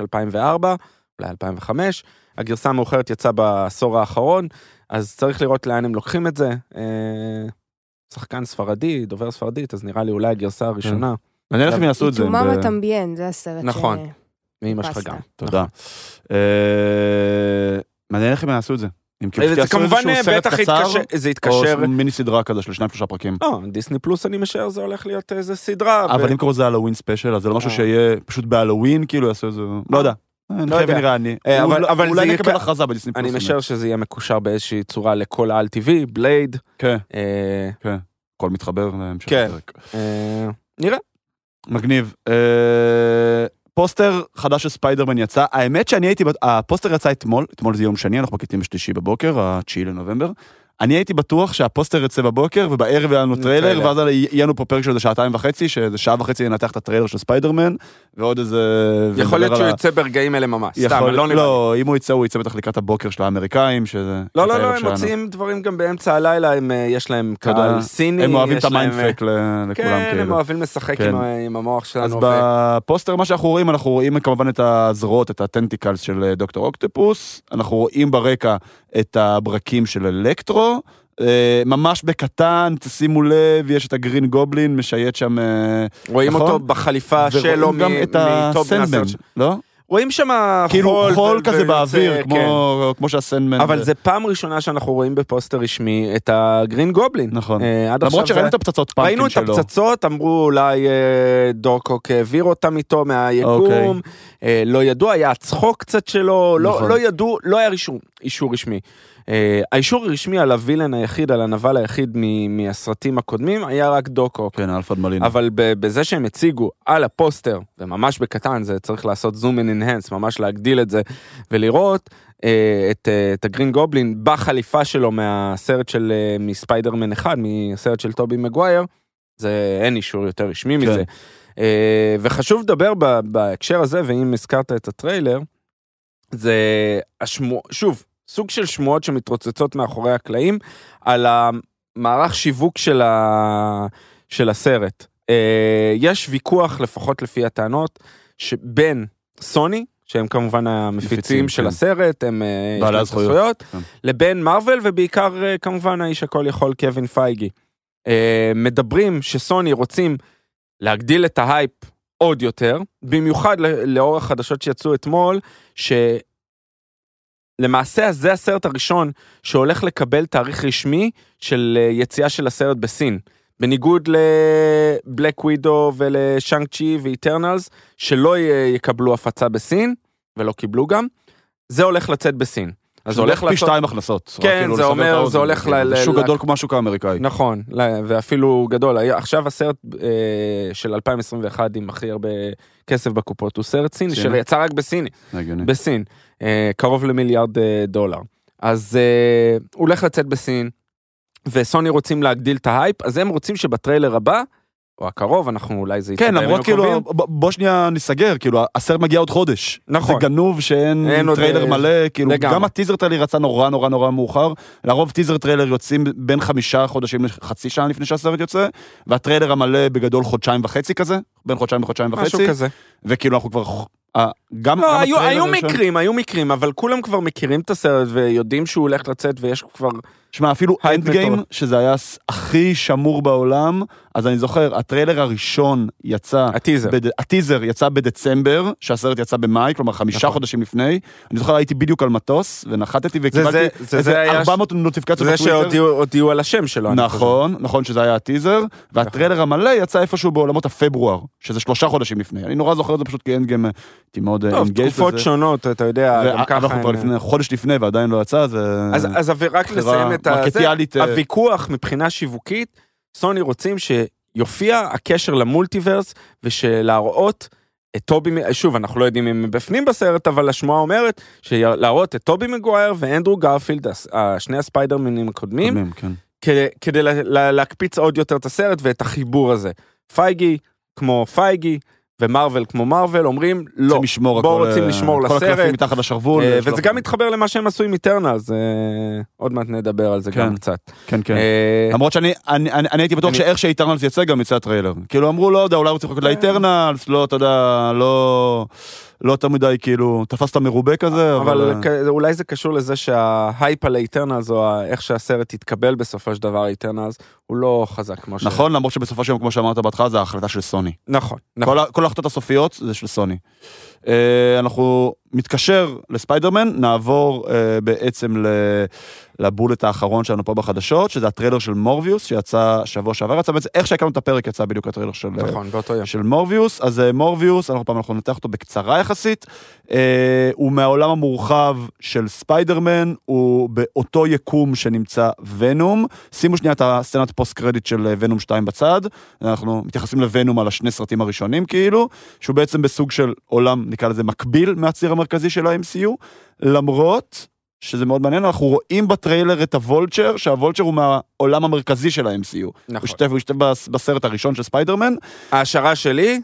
Speaker 3: 2004, אולי 2005, הגרסה המאוחרת יצאה בעשור האחרון, אז צריך לראות לאן הם לוקחים את זה. אה, שחקן ספרדי, דובר ספרדית, אז נראה לי אולי הגרסה הראשונה.
Speaker 1: מעניין איך הם יעשו את זה.
Speaker 2: עיצומם
Speaker 1: ב-
Speaker 2: הטמביין, זה הסרט
Speaker 3: נכון.
Speaker 2: ש...
Speaker 3: מאמא שלך
Speaker 2: פסטה.
Speaker 3: גם. נכון.
Speaker 1: תודה. אה, מעניין איך הם יעשו את זה. אם כאילו
Speaker 3: אה, זה
Speaker 1: יעשו
Speaker 3: כמובן
Speaker 1: איזשהו סרט
Speaker 3: בטח
Speaker 1: קצר,
Speaker 3: יתקשר, זה
Speaker 1: או
Speaker 3: יתקשר,
Speaker 1: מיני סדרה כזה של שניים שלושה פרקים.
Speaker 3: לא, דיסני פלוס אני משער זה הולך להיות איזה סדרה, ו-
Speaker 1: אבל אם קוראים לזה הלואוין ספיישל, אז זה לא משהו
Speaker 3: אה.
Speaker 1: שיהיה פשוט בהלואוין, כאילו יעשו איזה... לא יודע. נחיה
Speaker 3: יודע.
Speaker 1: ונראה אני.
Speaker 3: אה, אבל-
Speaker 1: אולי-
Speaker 3: אבל
Speaker 1: אולי
Speaker 3: זה
Speaker 1: נקבל
Speaker 3: יקרה-
Speaker 1: הכרזה בדיסני פלוס.
Speaker 3: אני
Speaker 1: באמת.
Speaker 3: משער שזה יהיה מקושר באיזושהי צורה לכל העל-טבעי, בלייד,
Speaker 1: כן,
Speaker 3: אה,
Speaker 1: הכל מתחבר להמשך
Speaker 3: כן.
Speaker 1: הפרק.
Speaker 3: אה, נראה.
Speaker 1: מגניב. אה, פוסטר חדש של ספיידרמן יצא, האמת שאני הייתי, בט- הפוסטר יצא אתמול, אתמול זה יום שני, אנחנו מקליטים בשלישי בבוקר, ה-9 לנובמבר. אני הייתי בטוח שהפוסטר יצא בבוקר, ובערב היה לנו טריילר,
Speaker 3: טריילר.
Speaker 1: ואז היה- יהיה לנו פה פרק של איזה שעתיים וחצי, שאיזה שעה וחצי ננתח את הטריילר של ספיידרמן, ועוד איזה... ונדבר
Speaker 3: יכול להיות שהוא
Speaker 1: על ה-
Speaker 3: יוצא ברגעים אלה ממש, סתם,
Speaker 1: יכול-
Speaker 3: לא נראה. לי.
Speaker 1: לא, אם הוא יצא, הוא יצא בטח לקראת הבוקר של האמריקאים, שזה...
Speaker 3: לא,
Speaker 1: את
Speaker 3: לא, לא,
Speaker 1: הערב
Speaker 3: הם
Speaker 1: שלנו.
Speaker 3: מוציאים דברים גם באמצע הלילה, הם, אה, יש להם
Speaker 1: אתה יודע,
Speaker 3: קהל סיני,
Speaker 1: הם אוהבים
Speaker 3: יש
Speaker 1: את
Speaker 3: להם,
Speaker 1: המיינדפק ל-
Speaker 3: אה,
Speaker 1: לכולם,
Speaker 3: כן, הם
Speaker 1: כאילו.
Speaker 3: אוהבים לשחק
Speaker 1: כן.
Speaker 3: עם ה- עם המוח
Speaker 1: אז
Speaker 3: שלנו, ו-
Speaker 1: בפוסטר מה שאנחנו רואים, אנחנו רואים כמובן את הזרועות, את הטנטיקלס של אה, דוקטור אוקטופוס, אנחנו רואים ברקע את הברקים של אלקטרו, אה, ממש בקטן, תשימו לב, יש את הגרין גובלין משייט שם, אה,
Speaker 3: רואים
Speaker 1: נכון.
Speaker 3: אותו בחליפה שלו
Speaker 1: ורואים
Speaker 3: מ-
Speaker 1: גם את
Speaker 3: מטוב
Speaker 1: הסנדמן,
Speaker 3: נאסר.
Speaker 1: לא?
Speaker 3: רואים שם
Speaker 1: כאילו
Speaker 3: חול
Speaker 1: חול
Speaker 3: ו-
Speaker 1: כזה
Speaker 3: ויוצא-
Speaker 1: באוויר,
Speaker 3: כן.
Speaker 1: כמו- כמו שהסנדמן...
Speaker 3: אבל זה פעם ראשונה שאנחנו רואים בפוסטר רשמי את הגרין גובלין.
Speaker 1: נכון.
Speaker 3: אה, עד
Speaker 1: למרות
Speaker 3: עכשיו
Speaker 1: שראינו
Speaker 3: זה-
Speaker 1: את הפצצות פאנקים שלו.
Speaker 3: ראינו את הפצצות, אמרו אולי אה, דורקוק העביר אותם איתו מהיקום,
Speaker 1: אוקיי.
Speaker 3: אה, לא ידעו, היה הצחוק קצת שלו,
Speaker 1: נכון.
Speaker 3: לא לא ידעו, לא היה אישור- אישור רשמי. אה, האישור הרשמי על הווילן היחיד, על הנבל היחיד מ- מהסרטים הקודמים, היה רק דורקוק.
Speaker 1: כן, אלפרד מלינו.
Speaker 3: אבל ב- בזה שהם הציגו על הפוסטר, וממש בקטן, זה צריך לעשות זום אין אינהנס, ממש להגדיל את זה, ולראות אה, את, אה, את הגרין גובלין בחליפה שלו מהסרט של אה, מספיידרמן 1, מהסרט של טובי מגווייר, זה אין אישור יותר רשמי
Speaker 1: כן.
Speaker 3: מזה. אה, וחשוב לדבר ב- בהקשר הזה, ואם הזכרת את הטריילר, זה השמוע... שוב, סוג של שמועות שמתרוצצות מאחורי הקלעים, על המערך שיווק של, ה... של הסרט. אה, יש ויכוח, לפחות לפי הטענות, שבין סוני, שהם כמובן
Speaker 1: מפיצים,
Speaker 3: המפיצים של
Speaker 1: כן.
Speaker 3: הסרט, הם אה, יש
Speaker 1: בעלי
Speaker 3: להם
Speaker 1: הזכויות.
Speaker 3: זכויות,
Speaker 1: כן.
Speaker 3: לבין מארוול, ובעיקר אה, כמובן האיש הכל יכול קווין פייגי. אה, מדברים שסוני רוצים להגדיל את ההייפ עוד יותר, במיוחד ל- לאור החדשות שיצאו אתמול, שלמעשה זה הסרט הראשון שהולך לקבל תאריך רשמי של אה, יציאה של הסרט בסין. בניגוד לבלק ווידו ולשאנג צ'י ואיטרנלס, אה, שלא י- יקבלו הפצה בסין, ולא קיבלו גם, זה הולך לצאת בסין. אז הולך
Speaker 1: פי
Speaker 3: לעשות...
Speaker 1: שתיים הכנסות. רק
Speaker 3: כן,
Speaker 1: כאילו
Speaker 3: זה
Speaker 1: לסבר את
Speaker 3: אומר,
Speaker 1: האוזן.
Speaker 3: זה הולך ל-
Speaker 1: זה שוק
Speaker 3: ל-
Speaker 1: גדול כמו השוק האמריקאי.
Speaker 3: נכון, ל- ואפילו גדול. היה- עכשיו הסרט אה, של 2021 עם הכי הרבה כסף בקופות הוא סרט סיני,
Speaker 4: סיני.
Speaker 3: שיצא רק בסיני,
Speaker 1: הגיוני.
Speaker 3: בסין, אה, קרוב למיליארד אה, דולר. אז אה, הוא הולך לצאת בסין, וסוני רוצים להגדיל את ההייפ, אז הם רוצים שבטריילר הבא, או הקרוב, אנחנו אולי זה יצא
Speaker 1: כן,
Speaker 3: בימים
Speaker 1: למרות כאילו,
Speaker 3: הקרובים.
Speaker 1: ב- בוא שנייה נסגר, כאילו, הסרט מגיע עוד חודש.
Speaker 3: נכון.
Speaker 1: זה גנוב שאין
Speaker 3: אין עוד,
Speaker 1: טריילר
Speaker 3: אה,
Speaker 1: מלא, כאילו,
Speaker 3: לגמרי.
Speaker 1: גם הטיזר טריילר יצא נורא נורא נורא מאוחר. לרוב טיזר טריילר יוצאים בין חמישה חודשים לחצי שנה לפני שהסרט יוצא, והטריילר המלא בגדול חודשיים וחצי כזה, בין חודשיים לחודשיים
Speaker 3: משהו
Speaker 1: וחצי,
Speaker 3: כזה.
Speaker 1: וכאילו אנחנו כבר... אה, גם גם
Speaker 3: לא, היו,
Speaker 1: הטריילר
Speaker 3: היו
Speaker 1: הראשון-
Speaker 3: מקרים, היו מקרים, אבל כולם כבר מכירים את הסרט ויודעים שהוא הולך לצאת ויש כבר...
Speaker 1: שמע, אפילו
Speaker 3: הייפ
Speaker 1: אנד גיים,
Speaker 3: מטורף.
Speaker 1: שזה היה הס- הכי שמור בעולם, אז אני זוכר, הטריילר הראשון יצא,
Speaker 3: הטיזר.
Speaker 1: בד... הטיזר יצא בדצמבר, שהסרט יצא במאי, כלומר חמישה
Speaker 3: נכון.
Speaker 1: חודשים לפני. אני זוכר, הייתי בדיוק על מטוס, ונחתתי וקיבלתי
Speaker 3: זה- זה- זה
Speaker 1: איזה
Speaker 3: היה-
Speaker 1: 400 נוטיפיקציות
Speaker 3: זה שהודיעו הודיעו על השם שלו. אני חושב. נכון.
Speaker 1: נכון, נכון שזה היה הטיזר, והטריילר המלא יצא איפשהו בעולמות הפברואר, שזה שלושה חודשים לפני. אני נורא זוכר את זה פשוט כי אנד גיים, הייתי מאוד אה,
Speaker 3: טוב,
Speaker 1: אינגייט
Speaker 3: תקופות שונות, אתה יודע, גם ככה.
Speaker 1: אה, אנחנו כבר
Speaker 3: אין-
Speaker 1: לפני, חודש לפני ועדיין לא יצא, זה...
Speaker 3: אז- אז אבל רק
Speaker 1: בחירה
Speaker 3: לסיים את ה- זה,
Speaker 1: מרקטיאלית, אה,
Speaker 3: הוויכוח מבחינה שיווקית, סוני רוצים שיופיע הקשר למולטיברס ושלהראות את טובי, מ- שוב, אנחנו לא יודעים אם הם בפנים בסרט, אבל השמועה אומרת שלהראות את טובי מגווייר ואנדרו גרפילד, הס- ה- שני הספיידרמנים הקודמים,
Speaker 1: קודמים, כן.
Speaker 3: כדי- כדי לה- לה- להקפיץ עוד יותר את הסרט ואת החיבור הזה. פייגי כמו פייגי ומרוויל כמו מרוויל אומרים לא.
Speaker 1: רוצים לשמור
Speaker 3: בואו
Speaker 1: הכל,
Speaker 3: רוצים
Speaker 1: אה,
Speaker 3: לשמור
Speaker 1: כל הקלפים
Speaker 3: לסרט.
Speaker 1: מתחת לשרוול.
Speaker 3: אה,
Speaker 1: יש
Speaker 3: וזה
Speaker 1: לו-
Speaker 3: גם מתחבר למה שהם עשו עם איטרנלס, אה, עוד מעט נדבר על זה
Speaker 1: כן.
Speaker 3: גם קצת.
Speaker 1: כן, כן.
Speaker 3: אה,
Speaker 1: למרות שאני אני, אני, אני הייתי בטוח
Speaker 3: אני- אה.
Speaker 1: שאיך שאיטרנלס יצא גם יצא הטריילר. כאילו אמרו לא יודע אולי הוא צריך לחכות לאיטרנלס לא אתה יודע לא לא יותר מדי כאילו תפסת מרובה כזה
Speaker 3: אה, אבל כן,
Speaker 1: אבל אה,
Speaker 3: כ- אולי זה קשור לזה שההייפ על האיטרנלס, או ה- איך שהסרט התקבל בסופו של דבר, האיטרנלס, הוא לא חזק כמו ש...
Speaker 1: נכון למרות שבסופו של יום כמו שאמרת בהתחלה זה ההחלטה של סוני.
Speaker 3: נכון, נכון.
Speaker 1: כל ה- כל ההחלטות הסופיות זה של סוני. אה, אנחנו מתקשר לספיידרמן נעבור אה, בעצם ל- לבולט האחרון שלנו פה בחדשות שזה הטריילר של מורביוס שיצא שבוע שעבר יצא בעצם איך שהקמנו את הפרק יצא בדיוק הטריילר של אה,
Speaker 3: נכון, באותו יום.
Speaker 1: של מורביוס, אז אה, מורביוס, אנחנו פעם אנחנו ננתח אותו בקצרה יחסית, אה, הוא מהעולם המורחב של ספיידרמן, הוא באותו יקום שנמצא ונום, שימו שנייה את הסצנת פוסט קרדיט של אה, ונום 2 בצד, אנחנו מתייחסים לוונום על השני סרטים הראשונים כאילו, שהוא בעצם בסוג של עולם, נקרא לזה מקביל מהציר המרכזי של ה-MCU, למרות... שזה מאוד מעניין, אנחנו רואים בטריילר את הוולצ'ר, שהוולצ'ר הוא מהעולם המרכזי של ה-MCU. הוא
Speaker 3: נכון.
Speaker 1: השתתף הוא השתתף בס- בסרט הראשון של ספיידרמן,
Speaker 3: ההשערה שלי,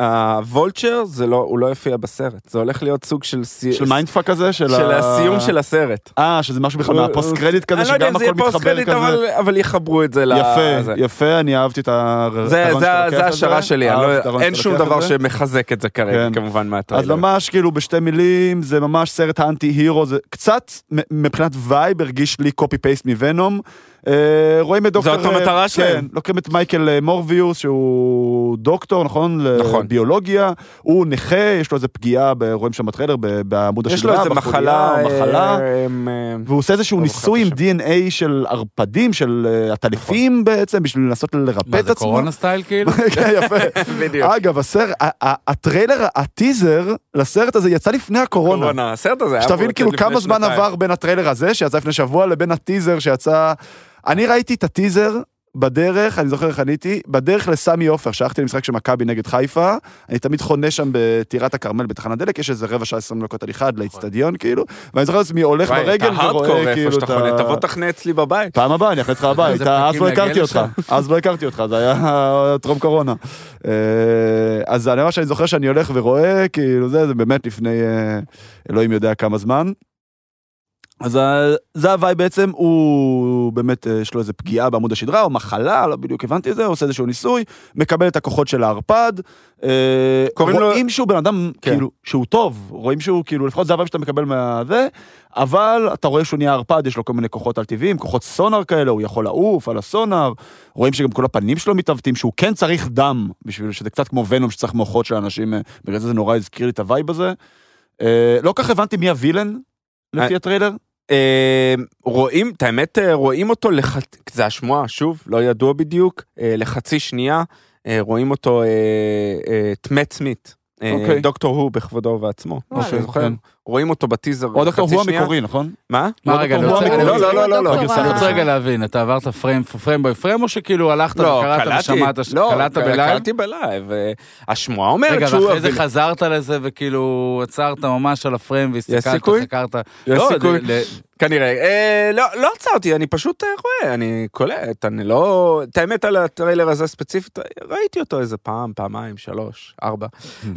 Speaker 3: הוולצ'ר, זה לא, הוא לא יופיע בסרט. זה הולך להיות סוג של... סי-
Speaker 1: של מיינדפאק הזה? של,
Speaker 3: של
Speaker 1: ה-
Speaker 3: הסיום של הסרט.
Speaker 1: אה, שזה משהו בכלל
Speaker 3: הוא-
Speaker 1: מהפוסט קרדיט כזה,
Speaker 3: אני לא יודע אם
Speaker 1: שגם
Speaker 3: זה
Speaker 1: הכל
Speaker 3: יהיה
Speaker 1: מתחבר
Speaker 3: פוסט קרדיט,
Speaker 1: כזה.
Speaker 3: אבל- אבל יחברו את זה ל...
Speaker 1: יפה,
Speaker 3: זה.
Speaker 1: יפה, אני אהבתי את הרעיון
Speaker 3: זה,
Speaker 1: שאתה
Speaker 3: זה,
Speaker 1: לוקח
Speaker 3: זה
Speaker 1: את
Speaker 3: השערה שלי, אני
Speaker 1: אהבתי את
Speaker 3: לא,
Speaker 1: הרעיון
Speaker 3: אין
Speaker 1: שאתה
Speaker 3: שום
Speaker 1: לוקח אה, את
Speaker 3: דבר
Speaker 1: זה.
Speaker 3: שמחזק את זה כרגע,
Speaker 1: כן.
Speaker 3: כמובן
Speaker 1: אז
Speaker 3: מהטריילר.
Speaker 1: ממש כאילו בשתי מילים, זה ממש סרט האנטי הירו, זה קצת מ- מבחינת וייב הרגיש לי קופי פייסט מוונום. אה, רואים את דוקטור...
Speaker 3: אותו
Speaker 1: אה,
Speaker 3: מטרה
Speaker 1: כן,
Speaker 3: שלהם.
Speaker 1: לוקחים את מייקל אה, מורביוס שהוא דוקטור, נכון?
Speaker 3: נכון.
Speaker 1: לביולוגיה. הוא נכה, יש לו איזה פגיעה, ב- רואים שם בטריילר, ב- בעמוד
Speaker 3: יש
Speaker 1: השדרה,
Speaker 3: לו איזה
Speaker 1: בחוליה,
Speaker 3: מחלה,
Speaker 1: מחלה.
Speaker 3: אה, אמ, אה,
Speaker 1: והוא עושה איזשהו
Speaker 3: לא
Speaker 1: ניסוי עם
Speaker 3: מחכה
Speaker 1: DNA של ערפדים, של אה, הטלפים בעצם, בשביל לנסות לרפא
Speaker 4: נכון. מה
Speaker 1: את
Speaker 4: זה
Speaker 1: עצמו.
Speaker 4: קורונה סטייל כאילו?
Speaker 1: כן, יפה.
Speaker 3: בדיוק.
Speaker 1: אגב, הסר- ה- ה- הטריילר, הטיזר לסרט הזה יצא לפני הקורונה.
Speaker 3: קורונה, הסרט הזה היה אמור
Speaker 1: שתבין
Speaker 3: לצאת
Speaker 1: כאילו
Speaker 3: לפני
Speaker 1: כמה זמן
Speaker 3: שנתיים.
Speaker 1: עבר בין הטריילר הזה, שיצא לפני שבוע, לבין הטיזר שיצא... אני ראיתי את הטיזר בדרך, אני זוכר איך עניתי, בדרך לסמי עופר, שהלכתי למשחק של מכבי נגד חיפה, אני תמיד חונה שם בטירת הכרמל בתחנת דלק, יש איזה רבע שעה עשרים דקות הליכה עד לאצטדיון, כאילו, ואני זוכר את עצמי הולך
Speaker 3: נכון. וואי,
Speaker 1: ברגל
Speaker 3: אתה hardcore
Speaker 1: ורואה
Speaker 3: איפה
Speaker 1: כאילו
Speaker 3: שאתה
Speaker 1: את
Speaker 3: חונה, תבוא
Speaker 1: ה...
Speaker 3: תחנה אצלי בבית.
Speaker 1: פעם הבאה אני אכניס לך הבית,
Speaker 4: איזה
Speaker 1: אז
Speaker 4: פרקים
Speaker 1: לא
Speaker 4: להגיע
Speaker 1: הכרתי אותך,
Speaker 4: לשם.
Speaker 1: אז לא הכרתי אותך, זה היה טרום קורונה. אה, אז אני ממש אני זוכר שאני הולך ורואה, כאילו זה, זה באמת לפני אה, אלוהים יודע כמה זמן. אז ה- זה הוואי בעצם, הוא באמת, אה, יש לו איזה פגיעה בעמוד השדרה, או מחלה, לא בדיוק הבנתי את זה, הוא עושה איזשהו ניסוי, מקבל את הכוחות של הערפד. אה,
Speaker 3: קוראים לו-
Speaker 1: רואים שהוא בן אדם,
Speaker 3: כן.
Speaker 1: כאילו, שהוא טוב, רואים שהוא, כאילו, לפחות זה הוואי שאתה מקבל מהזה, אבל אתה רואה שהוא נהיה ערפד, יש לו כל מיני כוחות על טבעיים, כוחות סונאר כאלה, הוא יכול לעוף על הסונאר, רואים שגם כל הפנים שלו מתעוותים, שהוא כן צריך דם, בשביל שזה קצת כמו ונום שצריך מוחות של אנשים, אה, בגלל זה זה נורא הזכיר לי את הווייב הזה. אה, לא כל כך הבנתי מי הווילן, לפי
Speaker 3: אה,
Speaker 1: הטריילר.
Speaker 3: אה, רואים, את האמת, אה, רואים אותו, לחצ- זה השמועה, שוב, לא ידוע בדיוק, אה, לחצי שנייה, אה, רואים אותו אה, אה, טמא צמית. אה,
Speaker 1: אוקיי.
Speaker 3: דוקטור הוא בכבודו ובעצמו,
Speaker 2: וואלה.
Speaker 3: זוכר?
Speaker 1: כן.
Speaker 3: רואים אותו בטיזר
Speaker 1: הוא הדוקטור
Speaker 3: חצי
Speaker 1: הוא
Speaker 3: שנייה.
Speaker 1: המקורי, נכון?
Speaker 3: מה?
Speaker 4: מה
Speaker 1: לא,
Speaker 4: רגע, אני
Speaker 1: דוקטור
Speaker 4: רוצה-
Speaker 1: הוא
Speaker 4: אני-
Speaker 1: המקורי.
Speaker 3: לא, לא, לא, לא,
Speaker 2: דוקטור
Speaker 4: אני רוצה
Speaker 2: ה-
Speaker 4: רגע להבין, אתה עברת פריים פריים ביי פריים, או שכאילו הלכת
Speaker 3: לא,
Speaker 4: וקראת
Speaker 3: קלעתי.
Speaker 4: ושמעת, ש-
Speaker 3: לא,
Speaker 4: קלעת
Speaker 3: קל-
Speaker 4: בלייב?
Speaker 3: קלעתי בלייב. אה, השמועה אומרת
Speaker 4: רגע,
Speaker 3: שהוא...
Speaker 4: ואחרי זה
Speaker 3: הוויל-
Speaker 4: חזרת לזה וכאילו עצרת ממש על הפריים והסתכלת,
Speaker 3: סיכוי?
Speaker 4: חקרת.
Speaker 3: יש
Speaker 4: לא,
Speaker 3: סיכוי?
Speaker 4: ל- ל-
Speaker 3: כנראה. אה, לא, לא עצרתי, אני פשוט אה, רואה, אני קולט, אני לא... את האמת על הטריילר הזה ספציפית, ראיתי אותו איזה פעם, פעמיים, שלוש, ארבע,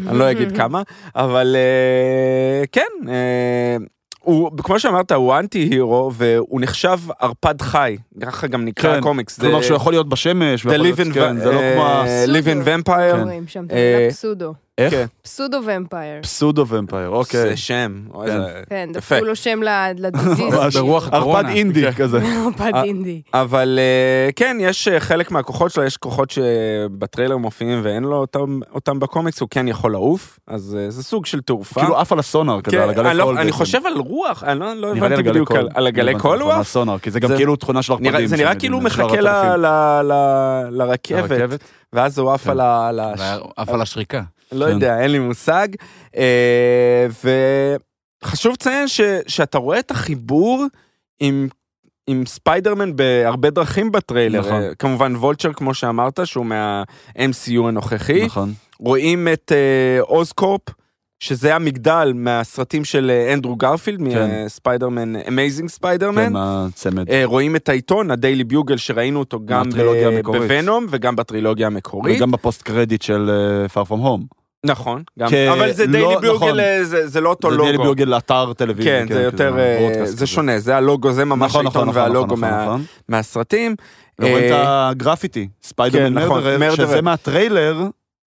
Speaker 3: אני לא אגיד כמה, אבל אה, כן, אה, הוא, כמו שאמרת, הוא אנטי הירו, והוא נחשב ערפד חי, ככה גם נקרא
Speaker 1: כן,
Speaker 3: הקומיקס. זה-
Speaker 1: כלומר שהוא יכול להיות בשמש,
Speaker 3: The
Speaker 1: ויכול להיות-
Speaker 3: Live in
Speaker 1: כן, זה לא
Speaker 3: אה,
Speaker 1: כמו כן,
Speaker 2: ה-
Speaker 3: Live in Vampire.
Speaker 2: רואים שם את
Speaker 3: אה,
Speaker 2: המילה פסודו.
Speaker 1: איך?
Speaker 3: כן.
Speaker 2: פסודו ומפייר.
Speaker 1: הפסודו ומפייר, אוקיי.
Speaker 3: זה שם. אוי,
Speaker 1: כן.
Speaker 3: זה-
Speaker 2: כן,
Speaker 3: יפה.
Speaker 2: דפקו לו שם ל- לא, לדיזיז.
Speaker 1: ממש. כן.
Speaker 4: ברוח
Speaker 1: ערפד
Speaker 4: הקורונה.
Speaker 1: אינדי כזה.
Speaker 2: מפת אינדי.
Speaker 3: אבל אה, כן, יש אה, חלק מהכוחות שלו, יש כוחות שבטריילר מופיעים ואין לו אותם, אותם בקומיקס, הוא כן יכול לעוף, אז אה, זה סוג של תעופה.
Speaker 1: כאילו עף על הסונאר כזה, על
Speaker 3: כן,
Speaker 1: הגלי
Speaker 3: אני, לא,
Speaker 1: קול.
Speaker 3: אני
Speaker 1: בעצם.
Speaker 3: חושב על רוח, אני לא, לא
Speaker 1: נראה לי
Speaker 3: הבנתי בדיוק על, על
Speaker 1: אני
Speaker 3: הגלי
Speaker 1: הבנתי
Speaker 3: קול
Speaker 1: נכון,
Speaker 3: הוא עף.
Speaker 1: הסונאר, כי זה גם
Speaker 3: זה-
Speaker 1: כאילו תכונה של
Speaker 3: נראה-
Speaker 1: ערפדים.
Speaker 3: זה נראה
Speaker 1: שהם
Speaker 3: כאילו הוא
Speaker 1: יודעים, של
Speaker 3: מחכה ל-
Speaker 1: הרטלפים.
Speaker 3: ל- ל- לרכבת,
Speaker 4: הרכבת?
Speaker 3: ואז הוא עף
Speaker 4: כן.
Speaker 3: על ה... על ה-
Speaker 4: אף על השריקה.
Speaker 3: לא
Speaker 4: כן.
Speaker 3: יודע, אין לי מושג. אה, וחשוב לציין ש- שאתה רואה את החיבור עם... עם ספיידרמן בהרבה דרכים בטריילר,
Speaker 1: נכון.
Speaker 3: אה, כמובן וולצ'ר כמו שאמרת שהוא מה-MCU הנוכחי,
Speaker 1: נכון.
Speaker 3: רואים את אה, אוזקורפ, שזה המגדל מהסרטים של אה, אנדרו גרפילד,
Speaker 1: כן.
Speaker 3: מספיידרמן, אמייזינג ספיידרמן,
Speaker 1: כן, הצמד.
Speaker 3: רואים את העיתון, הדיילי ביוגל, שראינו אותו גם
Speaker 1: מהטרילוגיה
Speaker 3: ב-
Speaker 1: המקורית.
Speaker 3: בוונום וגם בטרילוגיה המקורית.
Speaker 1: וגם בפוסט קרדיט של אה, Far From Home.
Speaker 3: נכון, גם,
Speaker 1: כ-
Speaker 3: אבל זה
Speaker 1: לא,
Speaker 3: דיילי
Speaker 1: נכון.
Speaker 3: ביוגל, אה, זה זה לא אותו
Speaker 1: זה דניאל
Speaker 3: לוגו.
Speaker 1: ביוגל כאילו, לאתר טלוויזיה.
Speaker 3: כן, זה יותר,
Speaker 1: כזה,
Speaker 3: אה,
Speaker 1: ברודקאסט
Speaker 3: זה
Speaker 1: כזה.
Speaker 3: שונה, זה הלוגו, זה ממש
Speaker 1: נכון, נכון,
Speaker 3: העיתון
Speaker 1: נכון,
Speaker 3: והלוגו
Speaker 1: נכון,
Speaker 3: מה-
Speaker 1: נכון.
Speaker 3: מהסרטים.
Speaker 1: ורואים את
Speaker 3: אה,
Speaker 1: הגרפיטי, ספיידרמן
Speaker 3: כן, נכון,
Speaker 1: מרדרר,
Speaker 3: מרדרר.
Speaker 1: שזה מהטריילר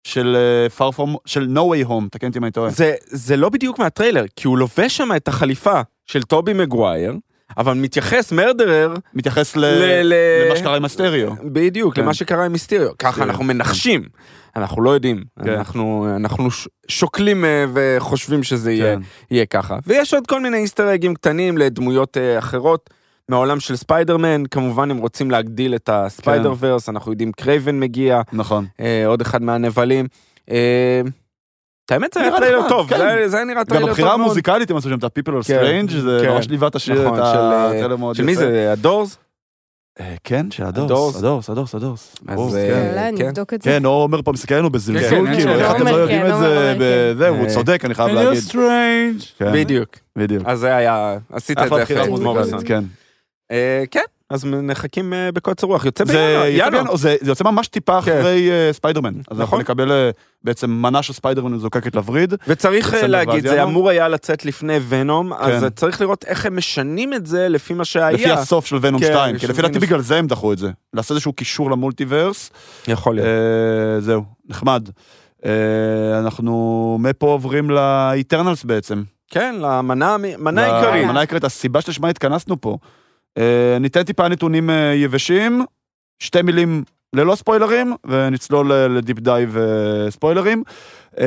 Speaker 1: של אה, Far From, של No Way Home, תקן אותי אם אני טועה.
Speaker 3: זה- זה לא בדיוק מהטריילר, כי הוא לובש שם את החליפה של טובי מגווייר, אבל מתייחס מרדרר
Speaker 1: מתייחס ל-
Speaker 3: ל- ל- אה,
Speaker 1: למה שקרה עם הסטריאו.
Speaker 3: בדיוק,
Speaker 1: כן.
Speaker 3: למה שקרה עם מיסטריו. ככה
Speaker 1: מיסטריו,
Speaker 3: אנחנו
Speaker 1: כן.
Speaker 3: מנחשים, אנחנו לא יודעים.
Speaker 1: כן.
Speaker 3: אנחנו אנחנו ש- שוקלים אה, וחושבים שזה יהיה.
Speaker 1: כן.
Speaker 3: יהיה ככה. ויש עוד כל מיני איסטר אגים קטנים לדמויות אה, אחרות מהעולם של ספיידרמן, כמובן אם רוצים להגדיל את הספיידר ורס,
Speaker 1: כן.
Speaker 3: אנחנו יודעים קרייבן מגיע,
Speaker 1: נכון.
Speaker 3: אה, עוד אחד מהנבלים. אה, את האמת זה היה
Speaker 1: נראה
Speaker 3: טריילר
Speaker 1: נחמד,
Speaker 3: טוב,
Speaker 1: כן.
Speaker 3: זה היה- זה היה נראה טריילר
Speaker 1: גם
Speaker 3: טוב
Speaker 1: הבחירה
Speaker 3: מאוד.
Speaker 1: המוזיקלית הם עשו שם את ה-People of
Speaker 3: כן,
Speaker 1: Strange, זה
Speaker 3: כן.
Speaker 1: ממש ליווה את השיר,
Speaker 3: נכון,
Speaker 1: את
Speaker 3: של, אה,
Speaker 1: הטריילר מאוד
Speaker 3: של מי
Speaker 1: יפה.
Speaker 3: זה? הדורס?
Speaker 1: אה, כן, של הדורס,
Speaker 3: הדורס.
Speaker 1: הדורס, הדורס, הדורס.
Speaker 3: אז,
Speaker 1: ברור,
Speaker 3: אה,
Speaker 1: כן.
Speaker 2: יאללה,
Speaker 3: כן.
Speaker 2: נבדוק את לא, זה.
Speaker 1: כן, נור עומר פה מסתכל עלינו
Speaker 4: כן,
Speaker 1: בזלזול,
Speaker 4: כן,
Speaker 1: כאילו,
Speaker 4: כן.
Speaker 1: איך אתם לא
Speaker 2: עומר,
Speaker 1: יודעים
Speaker 2: כן,
Speaker 1: את זה,
Speaker 2: עומר, כן.
Speaker 1: בזה, הוא
Speaker 3: אה,
Speaker 1: צודק, אני חייב
Speaker 4: And
Speaker 1: להגיד.
Speaker 4: you're strange.
Speaker 1: כן,
Speaker 3: בדיוק.
Speaker 1: בדיוק.
Speaker 3: אז זה היה, עשית את
Speaker 1: אחלה
Speaker 3: זה
Speaker 1: בחירה
Speaker 3: יפה,
Speaker 2: מוזיקלית.
Speaker 3: מוריסון.
Speaker 1: מוזיקלית, כן.
Speaker 3: אה, כן, אז מחכים אה, בקוצר רוח, יוצא
Speaker 1: זה
Speaker 3: בינואר.
Speaker 1: יוצא
Speaker 3: ינואר.
Speaker 1: בינואר, זה זה יוצא ממש טיפה
Speaker 3: כן.
Speaker 1: אחרי אה, ספיידרמן. אז אנחנו
Speaker 3: נכון.
Speaker 1: נקבל אה, בעצם מנה של ספיידרמן מזוקקת לווריד.
Speaker 3: וצריך
Speaker 1: דצמבר
Speaker 3: אה,
Speaker 1: ואז
Speaker 3: להגיד, זה
Speaker 1: ינואר?
Speaker 3: אמור היה לצאת לפני ונום, אז
Speaker 1: כן.
Speaker 3: צריך לראות איך הם משנים את זה לפי מה שהיה.
Speaker 1: לפי הסוף של ונום
Speaker 3: כן,
Speaker 1: 2, כי
Speaker 3: של
Speaker 1: לפי דעתי
Speaker 3: ונום
Speaker 1: בגלל זה הם דחו את זה. לעשות איזשהו קישור למולטיברס.
Speaker 3: יכול להיות.
Speaker 1: אה, זהו, נחמד. אה, אנחנו מפה עוברים לאיטרנלס בעצם.
Speaker 3: כן, למנה המ- מנה
Speaker 1: ל-
Speaker 3: עיקרית.
Speaker 1: המנה העיקרית, הסיבה שלשמה התכנסנו פה. אה, ניתן טיפה נתונים אה, יבשים, שתי מילים ללא ספוילרים, ונצלול אה, לדיפ דייב אה, ספוילרים. אה,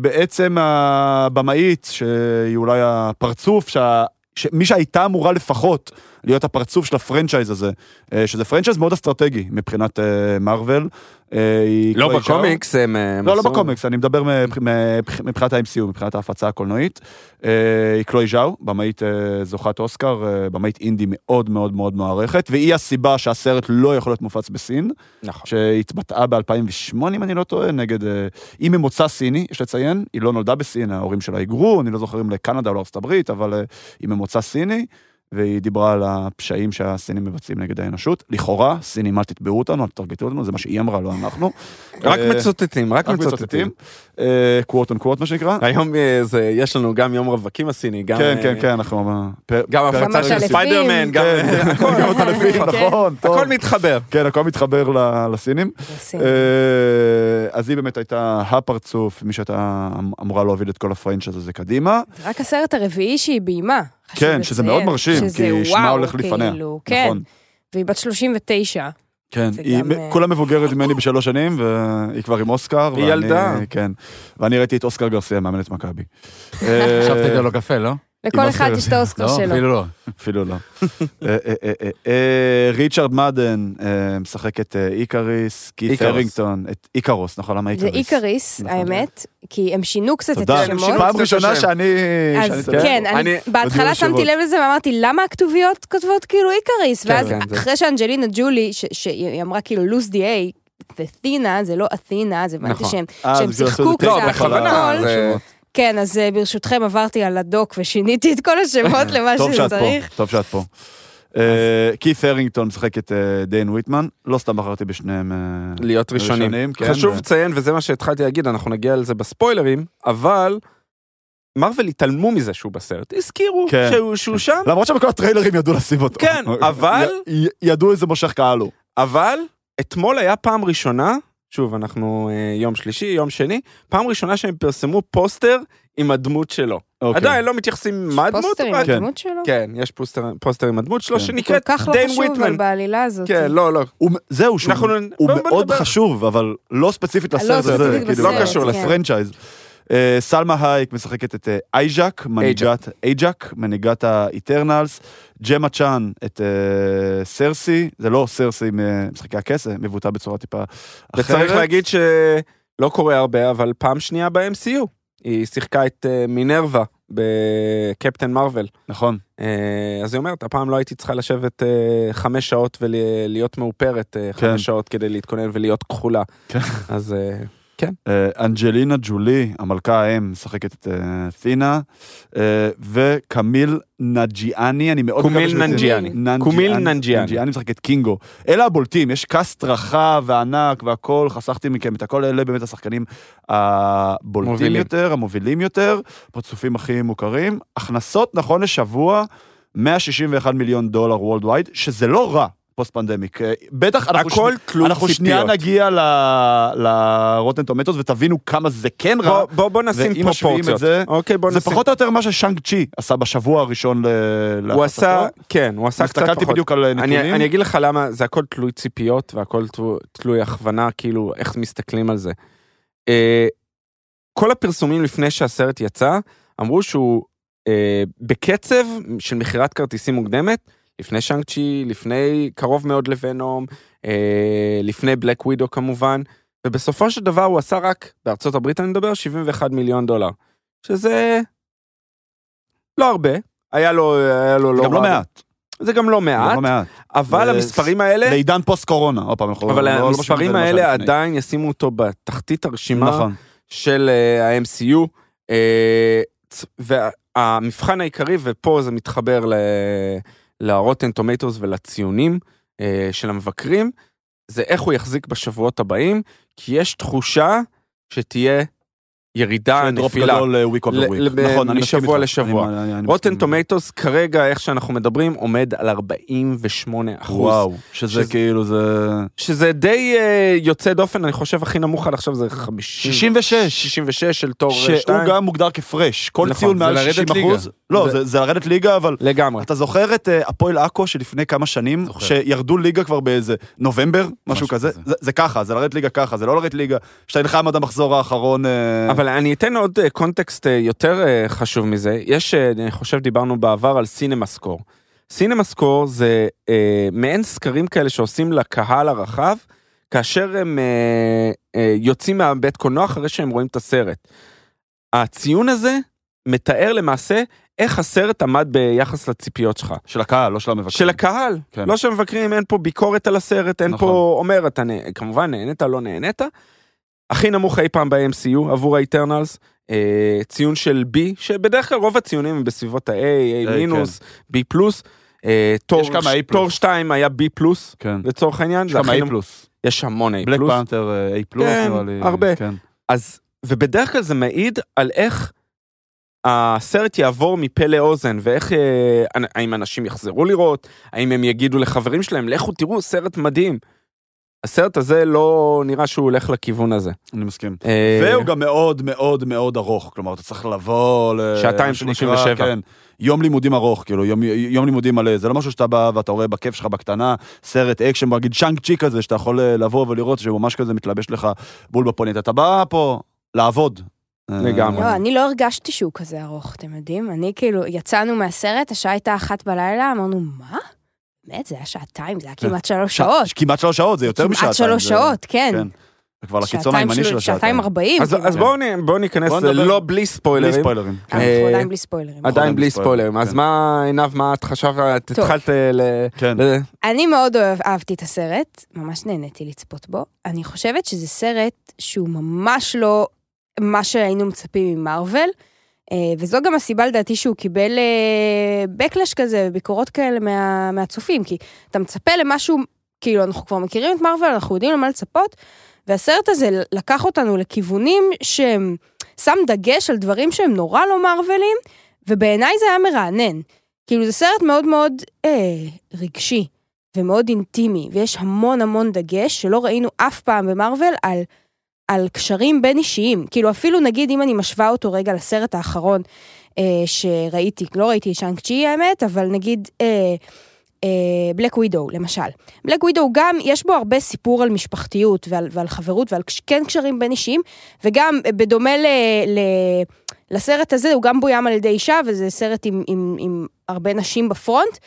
Speaker 1: בעצם הבמאית, שהיא אולי הפרצוף, שה... ש... מי שהייתה אמורה לפחות להיות הפרצוף של הפרנצ'ייז הזה, אה, שזה פרנצ'ייז מאוד אסטרטגי מבחינת אה, מארוול. אה, היא
Speaker 3: לא
Speaker 1: כבר אישה-
Speaker 3: בקומיקס הם... אה,
Speaker 1: לא, לא
Speaker 3: מסרו.
Speaker 1: בקומיקס, אני מדבר מבח- מבח- מבחינת ה-MCU, מבחינת ההפצה הקולנועית. אה, היא קלוי ז'או, במאית אה, זוכת אוסקר, אה, במאית אינדי מאוד מאוד מאוד מוערכת, והיא הסיבה שהסרט לא יכול להיות מופץ בסין,
Speaker 3: נכון.
Speaker 1: שהתבטאה ב-2008, אם אני לא טועה, נגד... אה, היא ממוצא סיני, יש לציין, היא לא נולדה בסין, ההורים שלה היגרו, אני לא זוכר אם לקנדה או לארצות הברית, אבל אה, היא ממוצא סיני. והיא דיברה על הפשעים שהסינים מבצעים נגד האנושות. לכאורה, סינים אל תתבעו אותנו, אל תרגטו אותנו, זה מה שהיא אמרה, לא אנחנו.
Speaker 3: רק
Speaker 1: אה,
Speaker 3: מצוטטים, רק
Speaker 1: רק מצטטים,
Speaker 3: מצוטטים.
Speaker 1: קוואט און קוואט אה, מה שנקרא.
Speaker 3: היום אה, זה- יש לנו גם יום רווקים הסיני, גם...
Speaker 1: כן,
Speaker 3: אה,
Speaker 1: כן, כן, אנחנו... פר-
Speaker 3: גם
Speaker 1: פרק
Speaker 3: הפצה
Speaker 2: ממש
Speaker 3: של
Speaker 2: אלפים.
Speaker 3: ספיידרמן, גם...
Speaker 1: כן,
Speaker 3: הכל-
Speaker 1: גם
Speaker 3: הכל-
Speaker 1: עטלפים,
Speaker 2: כן.
Speaker 1: נכון, טוב.
Speaker 3: הכל כן. מתחבר.
Speaker 1: כן, הכל מתחבר ל- לסינים.
Speaker 2: בסדר.
Speaker 1: אה, אז היא באמת הייתה הפרצוף, מי שהייתה אמ- אמורה להוביל את כל הפרנצ'אז הזה קדימה.
Speaker 2: רק הסרט הרביעי שהיא ביימה. חשוב
Speaker 1: כן, שזה
Speaker 2: לציין,
Speaker 1: מאוד מרשים,
Speaker 2: שזה
Speaker 1: כי שמה
Speaker 2: וואו,
Speaker 1: הולך לפניה.
Speaker 2: כאילו, כן.
Speaker 1: נכון.
Speaker 2: והיא בת 39.
Speaker 1: כן,
Speaker 2: זה
Speaker 1: היא
Speaker 2: גם, אה,
Speaker 1: כולה מבוגרת ממני בשלוש שנים, והיא כבר עם אוסקר.
Speaker 3: היא
Speaker 1: ואני-
Speaker 3: ילדה.
Speaker 1: כן. ואני ראיתי את אוסקר גרסיה, מאמנת מכבי. אה,
Speaker 4: עכשיו תגיד לו קפה, לא?
Speaker 2: לכל אחד
Speaker 1: אוסקר.
Speaker 2: יש את האוסקר
Speaker 4: לא,
Speaker 2: שלו.
Speaker 4: אפילו לא.
Speaker 1: אפילו לא. אה, אה, אה, אה, אה, ריצ'רד מדן אה, משחק את אה, איקריס, קית'
Speaker 3: איקרוס.
Speaker 1: הרינגטון, את איקרוס, נכון? למה
Speaker 2: זה
Speaker 1: איקריס?
Speaker 2: איקריס,
Speaker 1: נכון.
Speaker 2: האמת, כי הם שינו קצת את
Speaker 1: תודה.
Speaker 2: השמות.
Speaker 1: פעם
Speaker 3: זה
Speaker 1: ראשונה
Speaker 3: השם.
Speaker 1: שאני...
Speaker 2: אז
Speaker 1: שאני-
Speaker 2: כן, אני
Speaker 3: אני-
Speaker 1: בדיון
Speaker 2: בהתחלה שמתי
Speaker 1: השמות.
Speaker 2: לב לזה ואמרתי, למה הכתוביות כותבות כאילו איקריס?
Speaker 3: כן,
Speaker 2: ואז
Speaker 3: כן, זה-
Speaker 2: אחרי שאנג'לינה ג'ולי, ש- שהיא אמרה כאילו לוז די איי, ת'ינה זה לא את'ינה, אז הבנתי
Speaker 3: נכון.
Speaker 2: שהם,
Speaker 1: אה,
Speaker 2: שהם
Speaker 1: אז כאילו
Speaker 2: שיחקו
Speaker 1: עשו את זה
Speaker 2: קצת.
Speaker 3: לא, בכוונה,
Speaker 2: הכל.
Speaker 3: זה-
Speaker 2: כן, אז אה, ברשותכם עברתי על הדוק ושיניתי את כל השמות למה
Speaker 1: טוב שאת
Speaker 2: שצריך.
Speaker 1: פה, טוב שאת פה. אה, כית' הרינגטון משחק את אה, דיין וויטמן, לא סתם בחרתי בשניהם. אה,
Speaker 3: להיות ראשונים.
Speaker 1: ראשונים, כן,
Speaker 3: חשוב
Speaker 1: ו-
Speaker 3: לציין, וזה מה שהתחלתי להגיד, אנחנו נגיע לזה בספוילרים, אבל מרוויל התעלמו מזה שהוא בסרט. הזכירו
Speaker 1: כן.
Speaker 3: שהוא- שהוא שם,
Speaker 1: למרות שבכל הטריילרים ידעו לשים אותו.
Speaker 3: כן, אבל-
Speaker 1: י- י- ידעו איזה מושך קהל הוא.
Speaker 3: אבל אתמול היה פעם ראשונה, שוב, אנחנו אה, יום שלישי, יום שני, פעם ראשונה שהם פרסמו פוסטר עם הדמות שלו.
Speaker 1: אוקיי.
Speaker 3: עדיין לא מתייחסים מה הדמות,
Speaker 2: פוסטר עם
Speaker 3: אבל...
Speaker 1: כן.
Speaker 2: הדמות שלו?
Speaker 3: כן, יש פוסטר- פוסטר עם הדמות שלו
Speaker 1: כן.
Speaker 2: כל
Speaker 3: שנקראת
Speaker 2: כך לא
Speaker 3: דיין
Speaker 2: חשוב
Speaker 3: וויטמן.
Speaker 2: אבל בעלילה הזאת.
Speaker 3: כן, לא, לא,
Speaker 1: הוא- זהו, שהוא
Speaker 3: אנחנו-
Speaker 1: הוא
Speaker 3: בוא- בוא
Speaker 1: מאוד
Speaker 3: נדבר.
Speaker 1: חשוב, אבל לא ספציפית
Speaker 2: לא
Speaker 1: לסרט הזה,
Speaker 2: ספציפית
Speaker 1: כאילו,
Speaker 3: לא קשור
Speaker 2: כן.
Speaker 1: לפרנצ'ייז. אה, סלמה הייק משחקת את אה, אייג'ק, מנהיגת אייג'ק, מנהיגת האיטרנלס. ג'מה צ'אן את אה, סרסי, זה לא סרסי ממשחקי הכסף, מבוטא בצורה טיפה אחרת.
Speaker 3: וצריך להגיד שלא קורה הרבה, אבל פעם שנייה ב-MCU. היא שיחקה את אה, מינרווה בקפטן מרוויל.
Speaker 1: נכון.
Speaker 3: אה, אז היא אומרת, הפעם לא הייתי צריכה לשבת אה, חמש שעות ולהיות מאופרת אה,
Speaker 1: כן.
Speaker 3: חמש שעות כדי להתכונן ולהיות כחולה.
Speaker 1: כן.
Speaker 3: אז אה,
Speaker 1: אה, אנג'לינה ג'ולי, המלכה האם, משחקת את אה, תינה, אה, וקמיל נג'יאני, אני מאוד
Speaker 3: קומיל
Speaker 1: מקווה שזה-
Speaker 3: ננג'יאני. קומיל ננג'יאני.
Speaker 1: ננג'יאני משחק את קינגו. אלה הבולטים, יש קאסט רחב וענק והכל, חסכתי מכם את הכל, אלה באמת השחקנים הבולטים
Speaker 3: מובילים.
Speaker 1: יותר, המובילים יותר, פרצופים הכי מוכרים. הכנסות נכון לשבוע, 161 מיליון דולר וולד וייד, שזה לא רע. פוסט פנדמיק, אה, בטח אנחנו
Speaker 3: הכל תלות
Speaker 1: אנחנו שנייה
Speaker 3: ציפיות.
Speaker 1: נגיע לרוטן טומטוס ותבינו כמה זה כן רע.
Speaker 3: בוא- בוא בוא נשים
Speaker 1: ואם משווים את
Speaker 3: פרופורציות.
Speaker 1: זה,
Speaker 3: אוקיי, בוא
Speaker 1: זה
Speaker 3: נשים.
Speaker 1: פחות או יותר מה ששאנג צ'י עשה בשבוע הראשון ל- להחלטתו.
Speaker 3: הוא עשה, כן, הוא עשה קצת
Speaker 1: הסתכלתי
Speaker 3: פחות.
Speaker 1: בדיוק על אה, נתונים.
Speaker 3: אני, אני אגיד לך למה זה הכל תלוי ציפיות והכל תלו- תלוי הכוונה כאילו איך מסתכלים על זה. אה, כל הפרסומים לפני שהסרט יצא אמרו שהוא אה, בקצב של מכירת כרטיסים מוקדמת לפני שאנג צ'י לפני קרוב מאוד לוונום אה, לפני בלק ווידו כמובן ובסופו של דבר הוא עשה רק בארצות הברית אני מדבר 71 מיליון דולר שזה לא הרבה היה לו היה לו
Speaker 1: זה גם לא
Speaker 3: רע.
Speaker 1: מעט.
Speaker 3: זה גם לא
Speaker 1: זה
Speaker 3: מעט,
Speaker 1: לא מעט.
Speaker 3: אבל
Speaker 1: זה-
Speaker 3: המספרים האלה,
Speaker 1: לעידן פוסט קורונה, עוד פעם, אנחנו
Speaker 3: אבל
Speaker 1: לא- לא משווים
Speaker 3: המספרים
Speaker 1: את זה למה
Speaker 3: האלה
Speaker 1: שהיה לפני.
Speaker 3: עדיין ישימו אותו בתחתית הרשימה
Speaker 1: נכון.
Speaker 3: של אה, ה-MCU. אה, צ- והמבחן העיקרי, ופה זה מתחבר ל-Rotten Tomatoes ולציונים אה, של המבקרים, זה איך הוא יחזיק בשבועות הבאים, כי יש תחושה שתהיה ירידה,
Speaker 1: דרופ
Speaker 3: נפילה.
Speaker 1: גדול אה, week over
Speaker 3: ל-
Speaker 1: week.
Speaker 3: ל-
Speaker 1: נכון, אני מסכים
Speaker 3: משבוע
Speaker 1: איתך.
Speaker 3: לשבוע.
Speaker 1: אני- אני- אני מסכים.
Speaker 3: רוטן טומטוס כרגע, איך שאנחנו מדברים, עומד על 48 אחוז.
Speaker 1: וואו, שזה
Speaker 3: שזה-
Speaker 1: כאילו זה...
Speaker 3: שזה די אה, יוצא דופן, אני חושב הכי נמוך עד עכשיו זה 50.
Speaker 1: 66.
Speaker 3: 66 של תור 2.
Speaker 1: שהוא גם מוגדר כפרש, כל
Speaker 3: נכון,
Speaker 1: ציון
Speaker 3: זה
Speaker 1: מעל
Speaker 4: לרדת
Speaker 1: 60
Speaker 4: ליגה.
Speaker 1: אחוז. לא,
Speaker 3: זה-
Speaker 1: זה- זה לרדת ליגה, אבל
Speaker 3: לגמרי.
Speaker 1: אתה זוכר את אה, הפועל עכו שלפני כמה שנים,
Speaker 4: זוכר.
Speaker 1: שירדו ליגה כבר באיזה נובמבר, משהו
Speaker 4: משהו
Speaker 1: כזה?
Speaker 4: כזה.
Speaker 1: זה- זה ככה, זה לרדת ליגה ככה, זה לא לרדת ליגה, שאתה נלחם עד המחזור האחרון. אה,
Speaker 3: אבל אני אתן עוד אה, קונטקסט אה, יותר אה, חשוב מזה. יש, אה, אני חושב דיברנו בעבר על סינמה סקור. סינמה סקור זה אה, מעין סקרים כאלה שעושים לקהל הרחב, כאשר הם אה, אה, יוצאים מהבית קולנוע אחרי שהם רואים את הסרט. הציון הזה מתאר למעשה איך הסרט עמד ביחס לציפיות שלך.
Speaker 1: של הקהל, לא של המבקרים.
Speaker 3: של הקהל,
Speaker 1: כן.
Speaker 3: לא של המבקרים, אין פה ביקורת על הסרט, אין
Speaker 1: נכון.
Speaker 3: פה אומר, אתה נה- כמובן נהנית, לא נהנית. הכי נמוך אי פעם ב-MCU עבור ה-Eternals, אה, ציון של B, שבדרך כלל רוב הציונים הם בסביבות ה-A, A
Speaker 1: כן.
Speaker 3: מינוס, B פלוס. אה, תור-
Speaker 1: יש כמה A+.
Speaker 3: תור 2 היה B פלוס,
Speaker 1: כן.
Speaker 3: לצורך העניין.
Speaker 1: יש
Speaker 3: זה
Speaker 1: כמה
Speaker 3: הכי
Speaker 1: A
Speaker 3: נמ-
Speaker 1: פלוס.
Speaker 3: יש המון A
Speaker 1: בלק
Speaker 3: פלוס.
Speaker 1: פנתר אה, A פלוס,
Speaker 3: כן,
Speaker 1: נראה לי.
Speaker 3: הרבה.
Speaker 1: כן.
Speaker 3: אז, ובדרך כלל זה מעיד על איך הסרט יעבור מפה לאוזן, ואיך, אה, אנ- האם אנשים יחזרו לראות, האם הם יגידו לחברים שלהם, לכו תראו, סרט מדהים. הסרט הזה לא נראה שהוא הולך לכיוון הזה.
Speaker 1: אני מסכים.
Speaker 3: אה,
Speaker 1: והוא גם מאוד מאוד מאוד ארוך, כלומר אתה צריך לבוא ל...
Speaker 3: שעתיים
Speaker 1: מה שנקרא,
Speaker 3: 37.
Speaker 1: כן, יום לימודים ארוך, כאילו יום, יום לימודים מלא, זה לא משהו שאתה בא ואתה רואה בכיף שלך בקטנה, סרט אקשן, בוא נגיד שאנק צ'י כזה, שאתה יכול אה, לבוא ולראות שממש כזה מתלבש לך בול בפונט, אתה בא פה לעבוד. אה,
Speaker 3: לגמרי.
Speaker 2: לא, אני לא הרגשתי שהוא כזה ארוך, אתם יודעים? אני כאילו, יצאנו מהסרט, השעה הייתה אחת בלילה, אמרנו, מה? באמת, זה היה שעתיים, זה היה כמעט שלוש שעות.
Speaker 1: ש- כמעט שלוש שעות, זה יותר משעתיים.
Speaker 2: כמעט שלוש
Speaker 1: זה-
Speaker 2: שעות, כן.
Speaker 1: כן, זה כבר לקיצון הימני של השעתיים.
Speaker 2: שעתיים ארבעים. כאילו.
Speaker 3: אז אז בואו נ- בואו ניכנס
Speaker 1: בואו נדבר.
Speaker 3: ללא בלי
Speaker 1: בלי
Speaker 3: ספוילרים.
Speaker 1: ספוילרים. כן.
Speaker 2: אנחנו
Speaker 3: אה,
Speaker 2: עדיין בלי ספוילרים.
Speaker 3: עדיין בלי
Speaker 1: בלי ספוילרים,
Speaker 3: ספוילרים. אז
Speaker 1: כן.
Speaker 3: מה, עינב, מה את חשבת? את
Speaker 2: טוב.
Speaker 3: התחלת ל...
Speaker 1: כן.
Speaker 3: ל-
Speaker 2: אני מאוד אוהב, אהבתי את הסרט, ממש נהניתי לצפות בו. אני חושבת שזה סרט שהוא ממש לא מה שהיינו מצפים ממארוול, אה, וזו גם הסיבה לדעתי שהוא קיבל אה, backlash כזה, ביקורות כאלה מה, מהצופים, כי אתה מצפה למשהו, כאילו, אנחנו כבר מכירים את מארוול, אנחנו יודעים למה לצפות, והסרט הזה לקח אותנו לכיוונים שהם, שם דגש על דברים שהם נורא לא מארוולים, ובעיניי זה היה מרענן. כאילו, זה סרט מאוד מאוד אה, רגשי. ומאוד אינטימי, ויש המון המון דגש שלא ראינו אף פעם במרוויל על, על קשרים בין אישיים. כאילו אפילו נגיד אם אני משווה אותו רגע לסרט האחרון אה, שראיתי, לא ראיתי את שאנק צ'י האמת, אבל נגיד אה, אה, בלק ווידו למשל. בלק ווידו גם יש בו הרבה סיפור על משפחתיות ועל, ועל חברות ועל קש- כן קשרים בין אישיים, וגם אה, בדומה ל... ל לסרט הזה הוא גם בוים על ידי אישה, וזה סרט עם, עם, עם הרבה נשים בפרונט,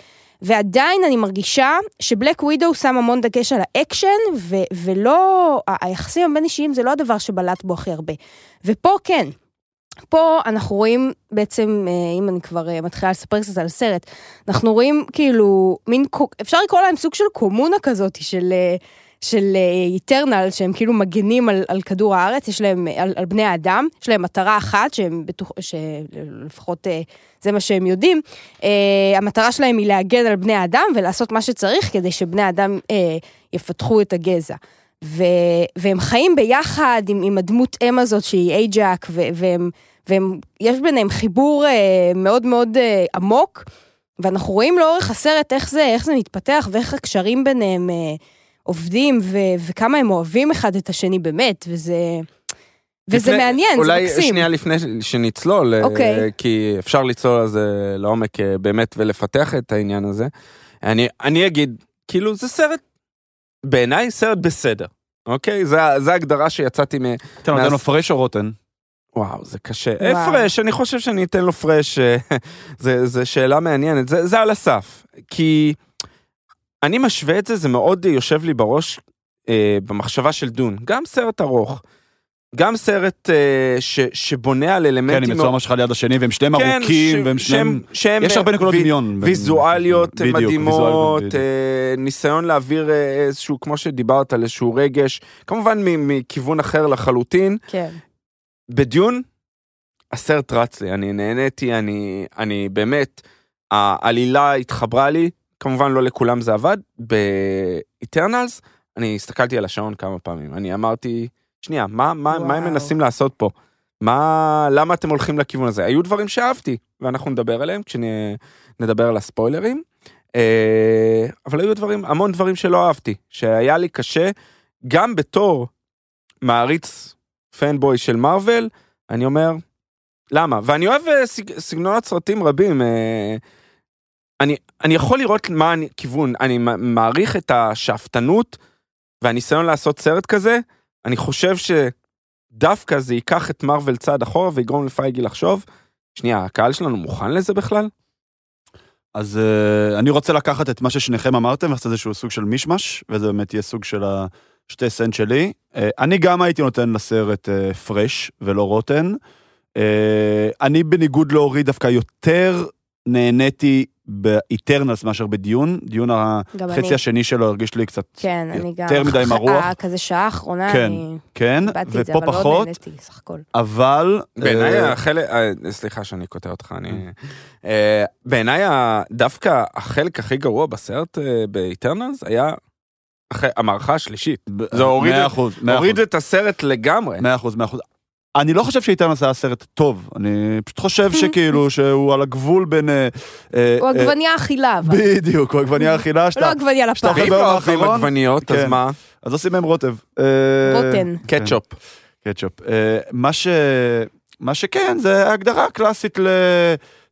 Speaker 2: ועדיין אני מרגישה שבלק ווידו שם המון דגש על האקשן, ו- ולא, ה- היחסים הבין אישיים זה לא הדבר שבלט בו הכי הרבה. ופה כן. פה אנחנו רואים בעצם, אה, אם אני כבר אה, מתחילה לספר קצת על סרט, אנחנו רואים כאילו מין, קו- אפשר לקרוא להם סוג של קומונה כזאת של... אה, של איטרנל, שהם כאילו מגנים על, על כדור הארץ, יש להם, אה, על, על בני האדם, יש להם מטרה אחת, שהם בטוח, שלפחות אה, זה מה שהם יודעים, אה, המטרה שלהם היא להגן על בני האדם ולעשות מה שצריך כדי שבני האדם אה, יפתחו את הגזע. ו, והם חיים ביחד עם, עם הדמות אם הזאת שהיא אייג'אק, ו, והם, והם, יש ביניהם חיבור אה, מאוד מאוד אה, עמוק, ואנחנו רואים לאורך הסרט איך זה, איך זה מתפתח ואיך הקשרים ביניהם אה, עובדים, ו, וכמה הם אוהבים אחד את השני באמת, וזה... וזה
Speaker 3: לפני-
Speaker 2: מעניין, זה מקסים.
Speaker 3: אולי שנייה לפני ש- שנצלול, אה,
Speaker 2: אוקיי.
Speaker 3: כי אפשר לצלול על זה לעומק אה, באמת ולפתח את העניין הזה. אני, אני אגיד, כאילו זה סרט, בעיניי סרט בסדר, אוקיי? זו ההגדרה שיצאתי מ...
Speaker 1: אתה נותן לו
Speaker 3: מאז-
Speaker 1: פרש או רוטן?
Speaker 3: וואו, זה קשה.
Speaker 2: וואו.
Speaker 3: הפרש, אני חושב שאני אתן לו פרש. אה, זה, זה שאלה מעניינת, זה, זה על הסף. כי אני משווה את זה, זה מאוד יושב לי בראש, אה, במחשבה של דון. גם סרט ארוך, גם סרט אה, ש, שבונה על אלמנטים...
Speaker 1: כן, עם הצום שלך ליד השני, והם שניהם
Speaker 3: כן,
Speaker 1: ארוכים,
Speaker 3: ש-
Speaker 1: והם שניהם...
Speaker 3: שהם- שהם,
Speaker 1: יש הרבה
Speaker 3: אה,
Speaker 1: נקודות
Speaker 3: וי-
Speaker 1: דמיון. בין-
Speaker 3: ויזואליות
Speaker 1: בדיוק,
Speaker 3: מדהימות,
Speaker 1: ויזואליות, בדיוק.
Speaker 3: אה, ניסיון להעביר אה, איזשהו, כמו שדיברת, על איזשהו רגש, כמובן מ- מכיוון אחר לחלוטין.
Speaker 2: כן.
Speaker 3: בדיון, הסרט רץ לי, אני נהניתי, אני, אני באמת, העלילה התחברה לי, כמובן לא לכולם זה עבד, ב-Eternals, אני הסתכלתי על השעון כמה פעמים, אני אמרתי, שנייה, מה, מה, מה הם
Speaker 2: וואו.
Speaker 3: מנסים לעשות פה? מה, למה אתם הולכים לכיוון הזה? היו דברים שאהבתי, ואנחנו נדבר עליהם כשנדבר על הספוילרים, אה, אבל היו דברים, המון דברים שלא אהבתי, שהיה לי קשה, גם בתור מעריץ פנבוי של מארוול, אני אומר, למה? ואני אוהב אה, סג- סגנונות סרטים רבים. אה, אני, אני יכול לראות מה הכיוון, אני מ- מעריך את השאפתנות והניסיון לעשות סרט כזה, אני חושב שדווקא זה ייקח את מארוול צעד אחורה ויגרום לפייגי לחשוב, שנייה, הקהל שלנו מוכן לזה בכלל?
Speaker 1: אז אה, אני רוצה לקחת את מה ששניכם אמרתם, לעשות איזשהו סוג של מישמש, וזה באמת יהיה סוג של השתי סנט שלי. אה, אני גם הייתי נותן לסרט אה, פרש ולא רוטן. אה, אני בניגוד לאורי דווקא יותר נהניתי באיטרנלס מאשר בדיון. דיון
Speaker 2: גם אני.
Speaker 1: החצי השני שלו הרגיש לי קצת,
Speaker 2: כן, אני גם.
Speaker 1: יותר מדי עם
Speaker 2: ח-
Speaker 1: הרוח.
Speaker 2: ה- כזה שעה האחרונה,
Speaker 1: כן,
Speaker 2: אני
Speaker 1: כן,
Speaker 2: איבדתי את זה,
Speaker 1: ופה
Speaker 2: אבל מאוד
Speaker 1: פחות,
Speaker 2: נהניתי, סך הכל.
Speaker 1: אבל...
Speaker 3: בעיניי
Speaker 1: אה,
Speaker 3: החלק, אה, סליחה שאני קוטע אותך, אני... אה, בעיניי ה- דווקא החלק הכי גרוע בסרט באיטרנלס היה אחרי המערכה השלישית.
Speaker 1: ב-
Speaker 3: זה הוריד
Speaker 1: מאה
Speaker 3: את-
Speaker 1: אחוז, מאה אחוז.
Speaker 3: הוריד את הסרט לגמרי.
Speaker 1: מאה אחוז, מאה אחוז. אני לא חושב שאיתרנס היה סרט טוב, אני פשוט חושב שכאילו שהוא על הגבול בין... אה, אה,
Speaker 2: הוא עגבניה אכילה, אבל.
Speaker 1: אה, בדיוק, הוא עגבניה אכילה
Speaker 2: לא
Speaker 1: שאתה...
Speaker 2: עגבניה לפח.
Speaker 1: שאתה-
Speaker 3: ואם
Speaker 1: ביום
Speaker 3: לא אוהבים
Speaker 1: האחרון-
Speaker 3: עגבניות, אז
Speaker 1: כן.
Speaker 3: מה?
Speaker 1: אז עושים מהם רוטב. אה,
Speaker 2: רוטן.
Speaker 1: כן,
Speaker 3: קטשופ.
Speaker 1: קטשופ. אה, מה ש... מה שכן, זה ההגדרה הקלאסית ל...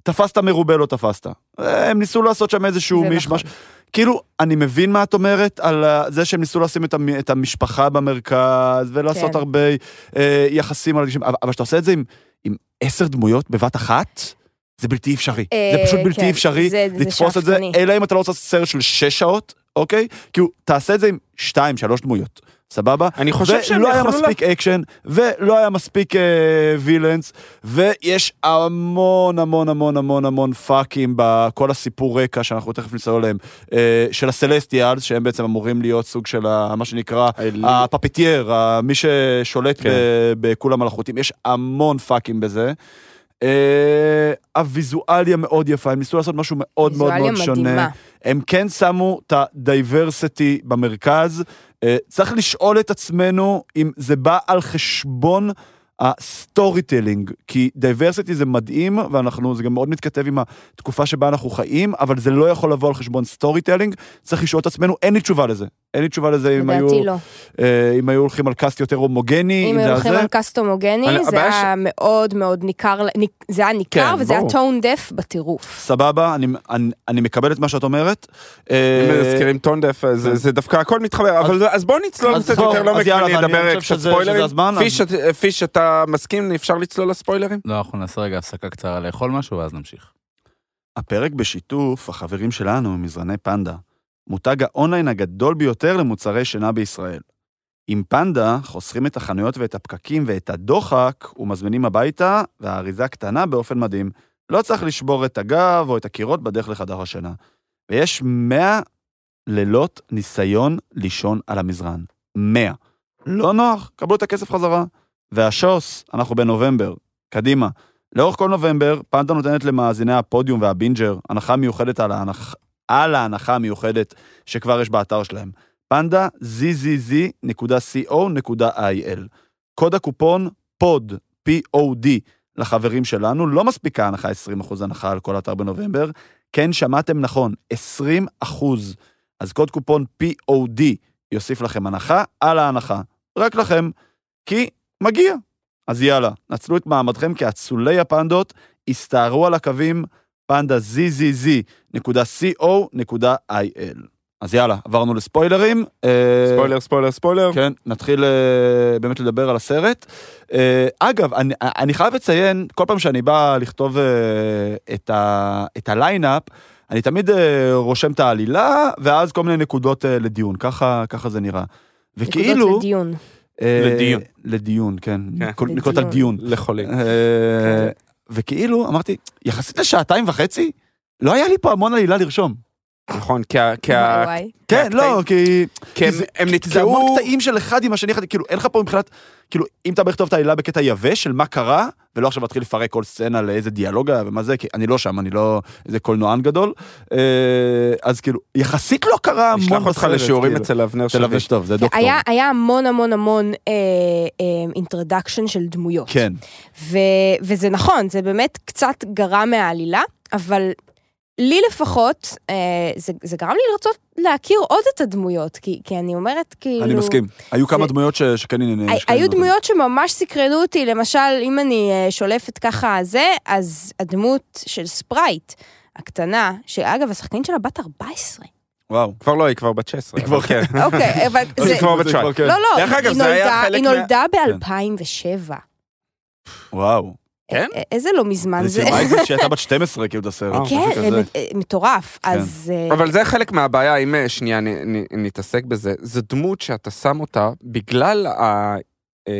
Speaker 1: תפסת מרובה לא תפסת. אה, הם ניסו לעשות שם איזשהו
Speaker 2: זה
Speaker 1: מישמש.
Speaker 2: נכון.
Speaker 1: כאילו, אני מבין מה את אומרת על ה- זה שהם ניסו לשים את המ- את המשפחה במרכז, ולעשות
Speaker 2: כן.
Speaker 1: הרבה אה, יחסים על הגשם, אבל אבל כשאתה עושה את זה עם- עם עשר דמויות בבת אחת, זה בלתי אפשרי. זה
Speaker 2: אה,
Speaker 1: פשוט
Speaker 2: כן,
Speaker 1: בלתי אפשרי
Speaker 2: זה- זה
Speaker 1: לתפוס את זה,
Speaker 2: שאפתני.
Speaker 1: אלא אם אתה לא רוצה לעשות סרט של שש שעות, אוקיי? כאילו, תעשה את זה עם שתיים, שלוש דמויות, סבבה?
Speaker 2: אה,
Speaker 3: אני חושב שהם
Speaker 1: ולא לא היה
Speaker 3: יכלו לה-
Speaker 1: מספיק אקשן, ולא היה מספיק אה, וילנס, ויש המון המון המון המון המון פאקים בכל הסיפור רקע שאנחנו תכף נצטרך עליהם, אה, של הסלסטיאלס, שהם בעצם אמורים להיות סוג של ה- מה שנקרא הפפטייר, ה- מי ששולט
Speaker 3: כן.
Speaker 1: ב- בכולם מלאכותיים, יש המון פאקים בזה. אה, הוויזואליה מאוד יפה, הם ניסו לעשות משהו מאוד מאוד
Speaker 2: ויזואליה
Speaker 1: מאוד שונה.
Speaker 2: מדהימה.
Speaker 1: הם כן שמו את הדייברסיטי במרכז. אה, צריך לשאול את עצמנו אם זה בא על חשבון הסטורי טלינג, כי דייברסיטי זה מדהים, ואנחנו, זה גם מאוד מתכתב עם התקופה שבה אנחנו חיים, אבל זה לא יכול לבוא על חשבון סטורי טלינג. צריך לשאול את עצמנו, אין לי תשובה לזה. אין לי תשובה לזה אם היו,
Speaker 2: לדעתי לא.
Speaker 1: אה, אם היו הולכים על קאסט יותר הומוגני,
Speaker 2: אם
Speaker 1: זה
Speaker 2: היו
Speaker 1: היה
Speaker 2: הולכים
Speaker 1: זה.
Speaker 2: על קאסט הומוגני,
Speaker 3: אבל
Speaker 2: זה
Speaker 3: הבעיה ש-
Speaker 2: היה מאוד מאוד ניכר, ניק- זה היה ניכר
Speaker 3: כן,
Speaker 2: וזה היה
Speaker 3: ברור.
Speaker 2: טון דף בטירוף.
Speaker 1: סבבה, אני, אני, אני מקבל את מה שאת אומרת. אה,
Speaker 3: אם מזכירים טון דף, אז
Speaker 1: כן.
Speaker 3: זה דווקא הכל מתחבר, אבל אז בואו נצלול
Speaker 1: אז
Speaker 3: קצת
Speaker 1: בואו,
Speaker 3: יותר
Speaker 1: אז
Speaker 3: לעומק
Speaker 1: יאללה, ואני
Speaker 3: ונדבר
Speaker 1: חושב
Speaker 3: קצת
Speaker 1: שזה-
Speaker 3: ספוילרים.
Speaker 1: שזה הזמן, אז-
Speaker 3: פיש, את- פיש, אתה מסכים? אפשר לצלול לספוילרים?
Speaker 4: לא, אנחנו נעשה רגע הפסקה קצרה לאכול משהו ואז נמשיך.
Speaker 1: הפרק בשיתוף החברים שלנו מזרני פנדה, מותג האונליין הגדול ביותר למוצרי שינה בישראל. עם פנדה חוסכים את החנויות ואת הפקקים ואת הדוחק ומזמינים הביתה, והאריזה קטנה באופן מדהים. לא צריך לשבור את הגב או את הקירות בדרך לחדר השינה. ויש 100 לילות ניסיון לישון על המזרן. 100. לא נוח, קבלו את הכסף חזרה. והשוס, אנחנו בנובמבר. קדימה. לאורך כל נובמבר, פנדה נותנת למאזיני הפודיום והבינג'ר הנחה מיוחדת על, ההנח... על ההנחה המיוחדת שכבר יש באתר שלהם. פנדה zzz.co.il. קוד הקופון פוד, POD, לחברים שלנו, לא מספיקה הנחה 20% הנחה על כל אתר בנובמבר. כן, שמעתם נכון, 20%. אז קוד קופון POD יוסיף לכם הנחה על ההנחה. רק לכם, כי מגיע. אז יאללה, נצלו את מעמדכם כאצולי הפנדות, הסתערו על הקווים פנדה zzz.co.il. אז יאללה, עברנו לספוילרים. אה,
Speaker 3: ספוילר, ספוילר, ספוילר.
Speaker 1: כן, נתחיל אה, באמת לדבר על הסרט. אה, אגב, אני, אני חייב לציין, כל פעם שאני בא לכתוב אה, את, ה, את הליינאפ, אני תמיד אה, רושם את העלילה, ואז כל מיני נקודות אה, לדיון, ככה, ככה זה נראה.
Speaker 2: נקודות
Speaker 1: וכאילו...
Speaker 2: לדיון.
Speaker 1: אה,
Speaker 3: לדיון.
Speaker 1: לדיון, כן.
Speaker 3: כן.
Speaker 1: נקוד- נקודות על דיון.
Speaker 3: לחולים.
Speaker 2: כן.
Speaker 1: אה, וכאילו, אמרתי, יחסית לשעתיים וחצי, לא היה לי פה המון עלילה לרשום.
Speaker 3: נכון, כי ה- כי ה-
Speaker 2: וואי, וואי.
Speaker 1: כן, לא,
Speaker 3: הקטעים-
Speaker 1: כי...
Speaker 3: כי הם-
Speaker 1: זה-
Speaker 3: הם
Speaker 1: זה המון
Speaker 3: נתקעו...
Speaker 1: קטעים של אחד עם השני, אחד- כאילו אין לך פה מבחינת, כאילו אם אתה בערך תכתוב את העלילה בקטע יבש של מה קרה, ולא עכשיו להתחיל לפרק כל סצנה לאיזה דיאלוג היה ומה זה, כי אני לא שם, אני לא איזה קולנוען גדול. אה, אז כאילו, יחסית לא קרה המון בסרט.
Speaker 3: נשלח אותך לשיעורים
Speaker 1: כאילו.
Speaker 3: אצל אבנר
Speaker 1: תל
Speaker 3: שביט.
Speaker 1: אביב טוב, זה דוקטור.
Speaker 2: היה- היה המון המון המון אינטרדקשן של דמויות.
Speaker 1: כן,
Speaker 2: ו- וזה נכון, זה באמת קצת גרע מהעלילה, אבל לי לפחות, אה, זה, זה גרם לי לרצות להכיר עוד את הדמויות, כי, כי אני אומרת, כאילו...
Speaker 1: אני מסכים. היו כמה דמויות ש- שכן לא, עניינים.
Speaker 2: הי- היו דמויות שממש סקרנו אותי, למשל, אם אני אה, שולפת ככה זה, אז הדמות של ספרייט, הקטנה, שאגב, השחקנית שלה בת 14.
Speaker 1: וואו.
Speaker 3: כבר לא, היא כבר בת 16.
Speaker 1: היא כבר-
Speaker 3: אבל כן.
Speaker 2: אוקיי, אבל זה...
Speaker 3: היא כבר בת
Speaker 1: זה
Speaker 3: 17.
Speaker 1: כן.
Speaker 2: לא, לא,
Speaker 3: דרך אגב,
Speaker 2: היא
Speaker 3: זה היה
Speaker 2: נולדה-
Speaker 3: חלק
Speaker 2: היא
Speaker 3: מה-
Speaker 2: נולדה ב-2007.
Speaker 1: וואו.
Speaker 3: כן?
Speaker 2: איזה לא מזמן
Speaker 1: זה
Speaker 2: זה.
Speaker 1: כאילו אייזק שהייתה בת 12, כאילו, את הסרט.
Speaker 3: אה,
Speaker 1: משהו
Speaker 2: כן,
Speaker 1: כזה.
Speaker 2: מט- אה, מטורף. אז... אה,
Speaker 3: אבל זה חלק מהבעיה, אם אה, שנייה נ- נ- נתעסק בזה, זו דמות שאתה שם אותה בגלל ה... אה,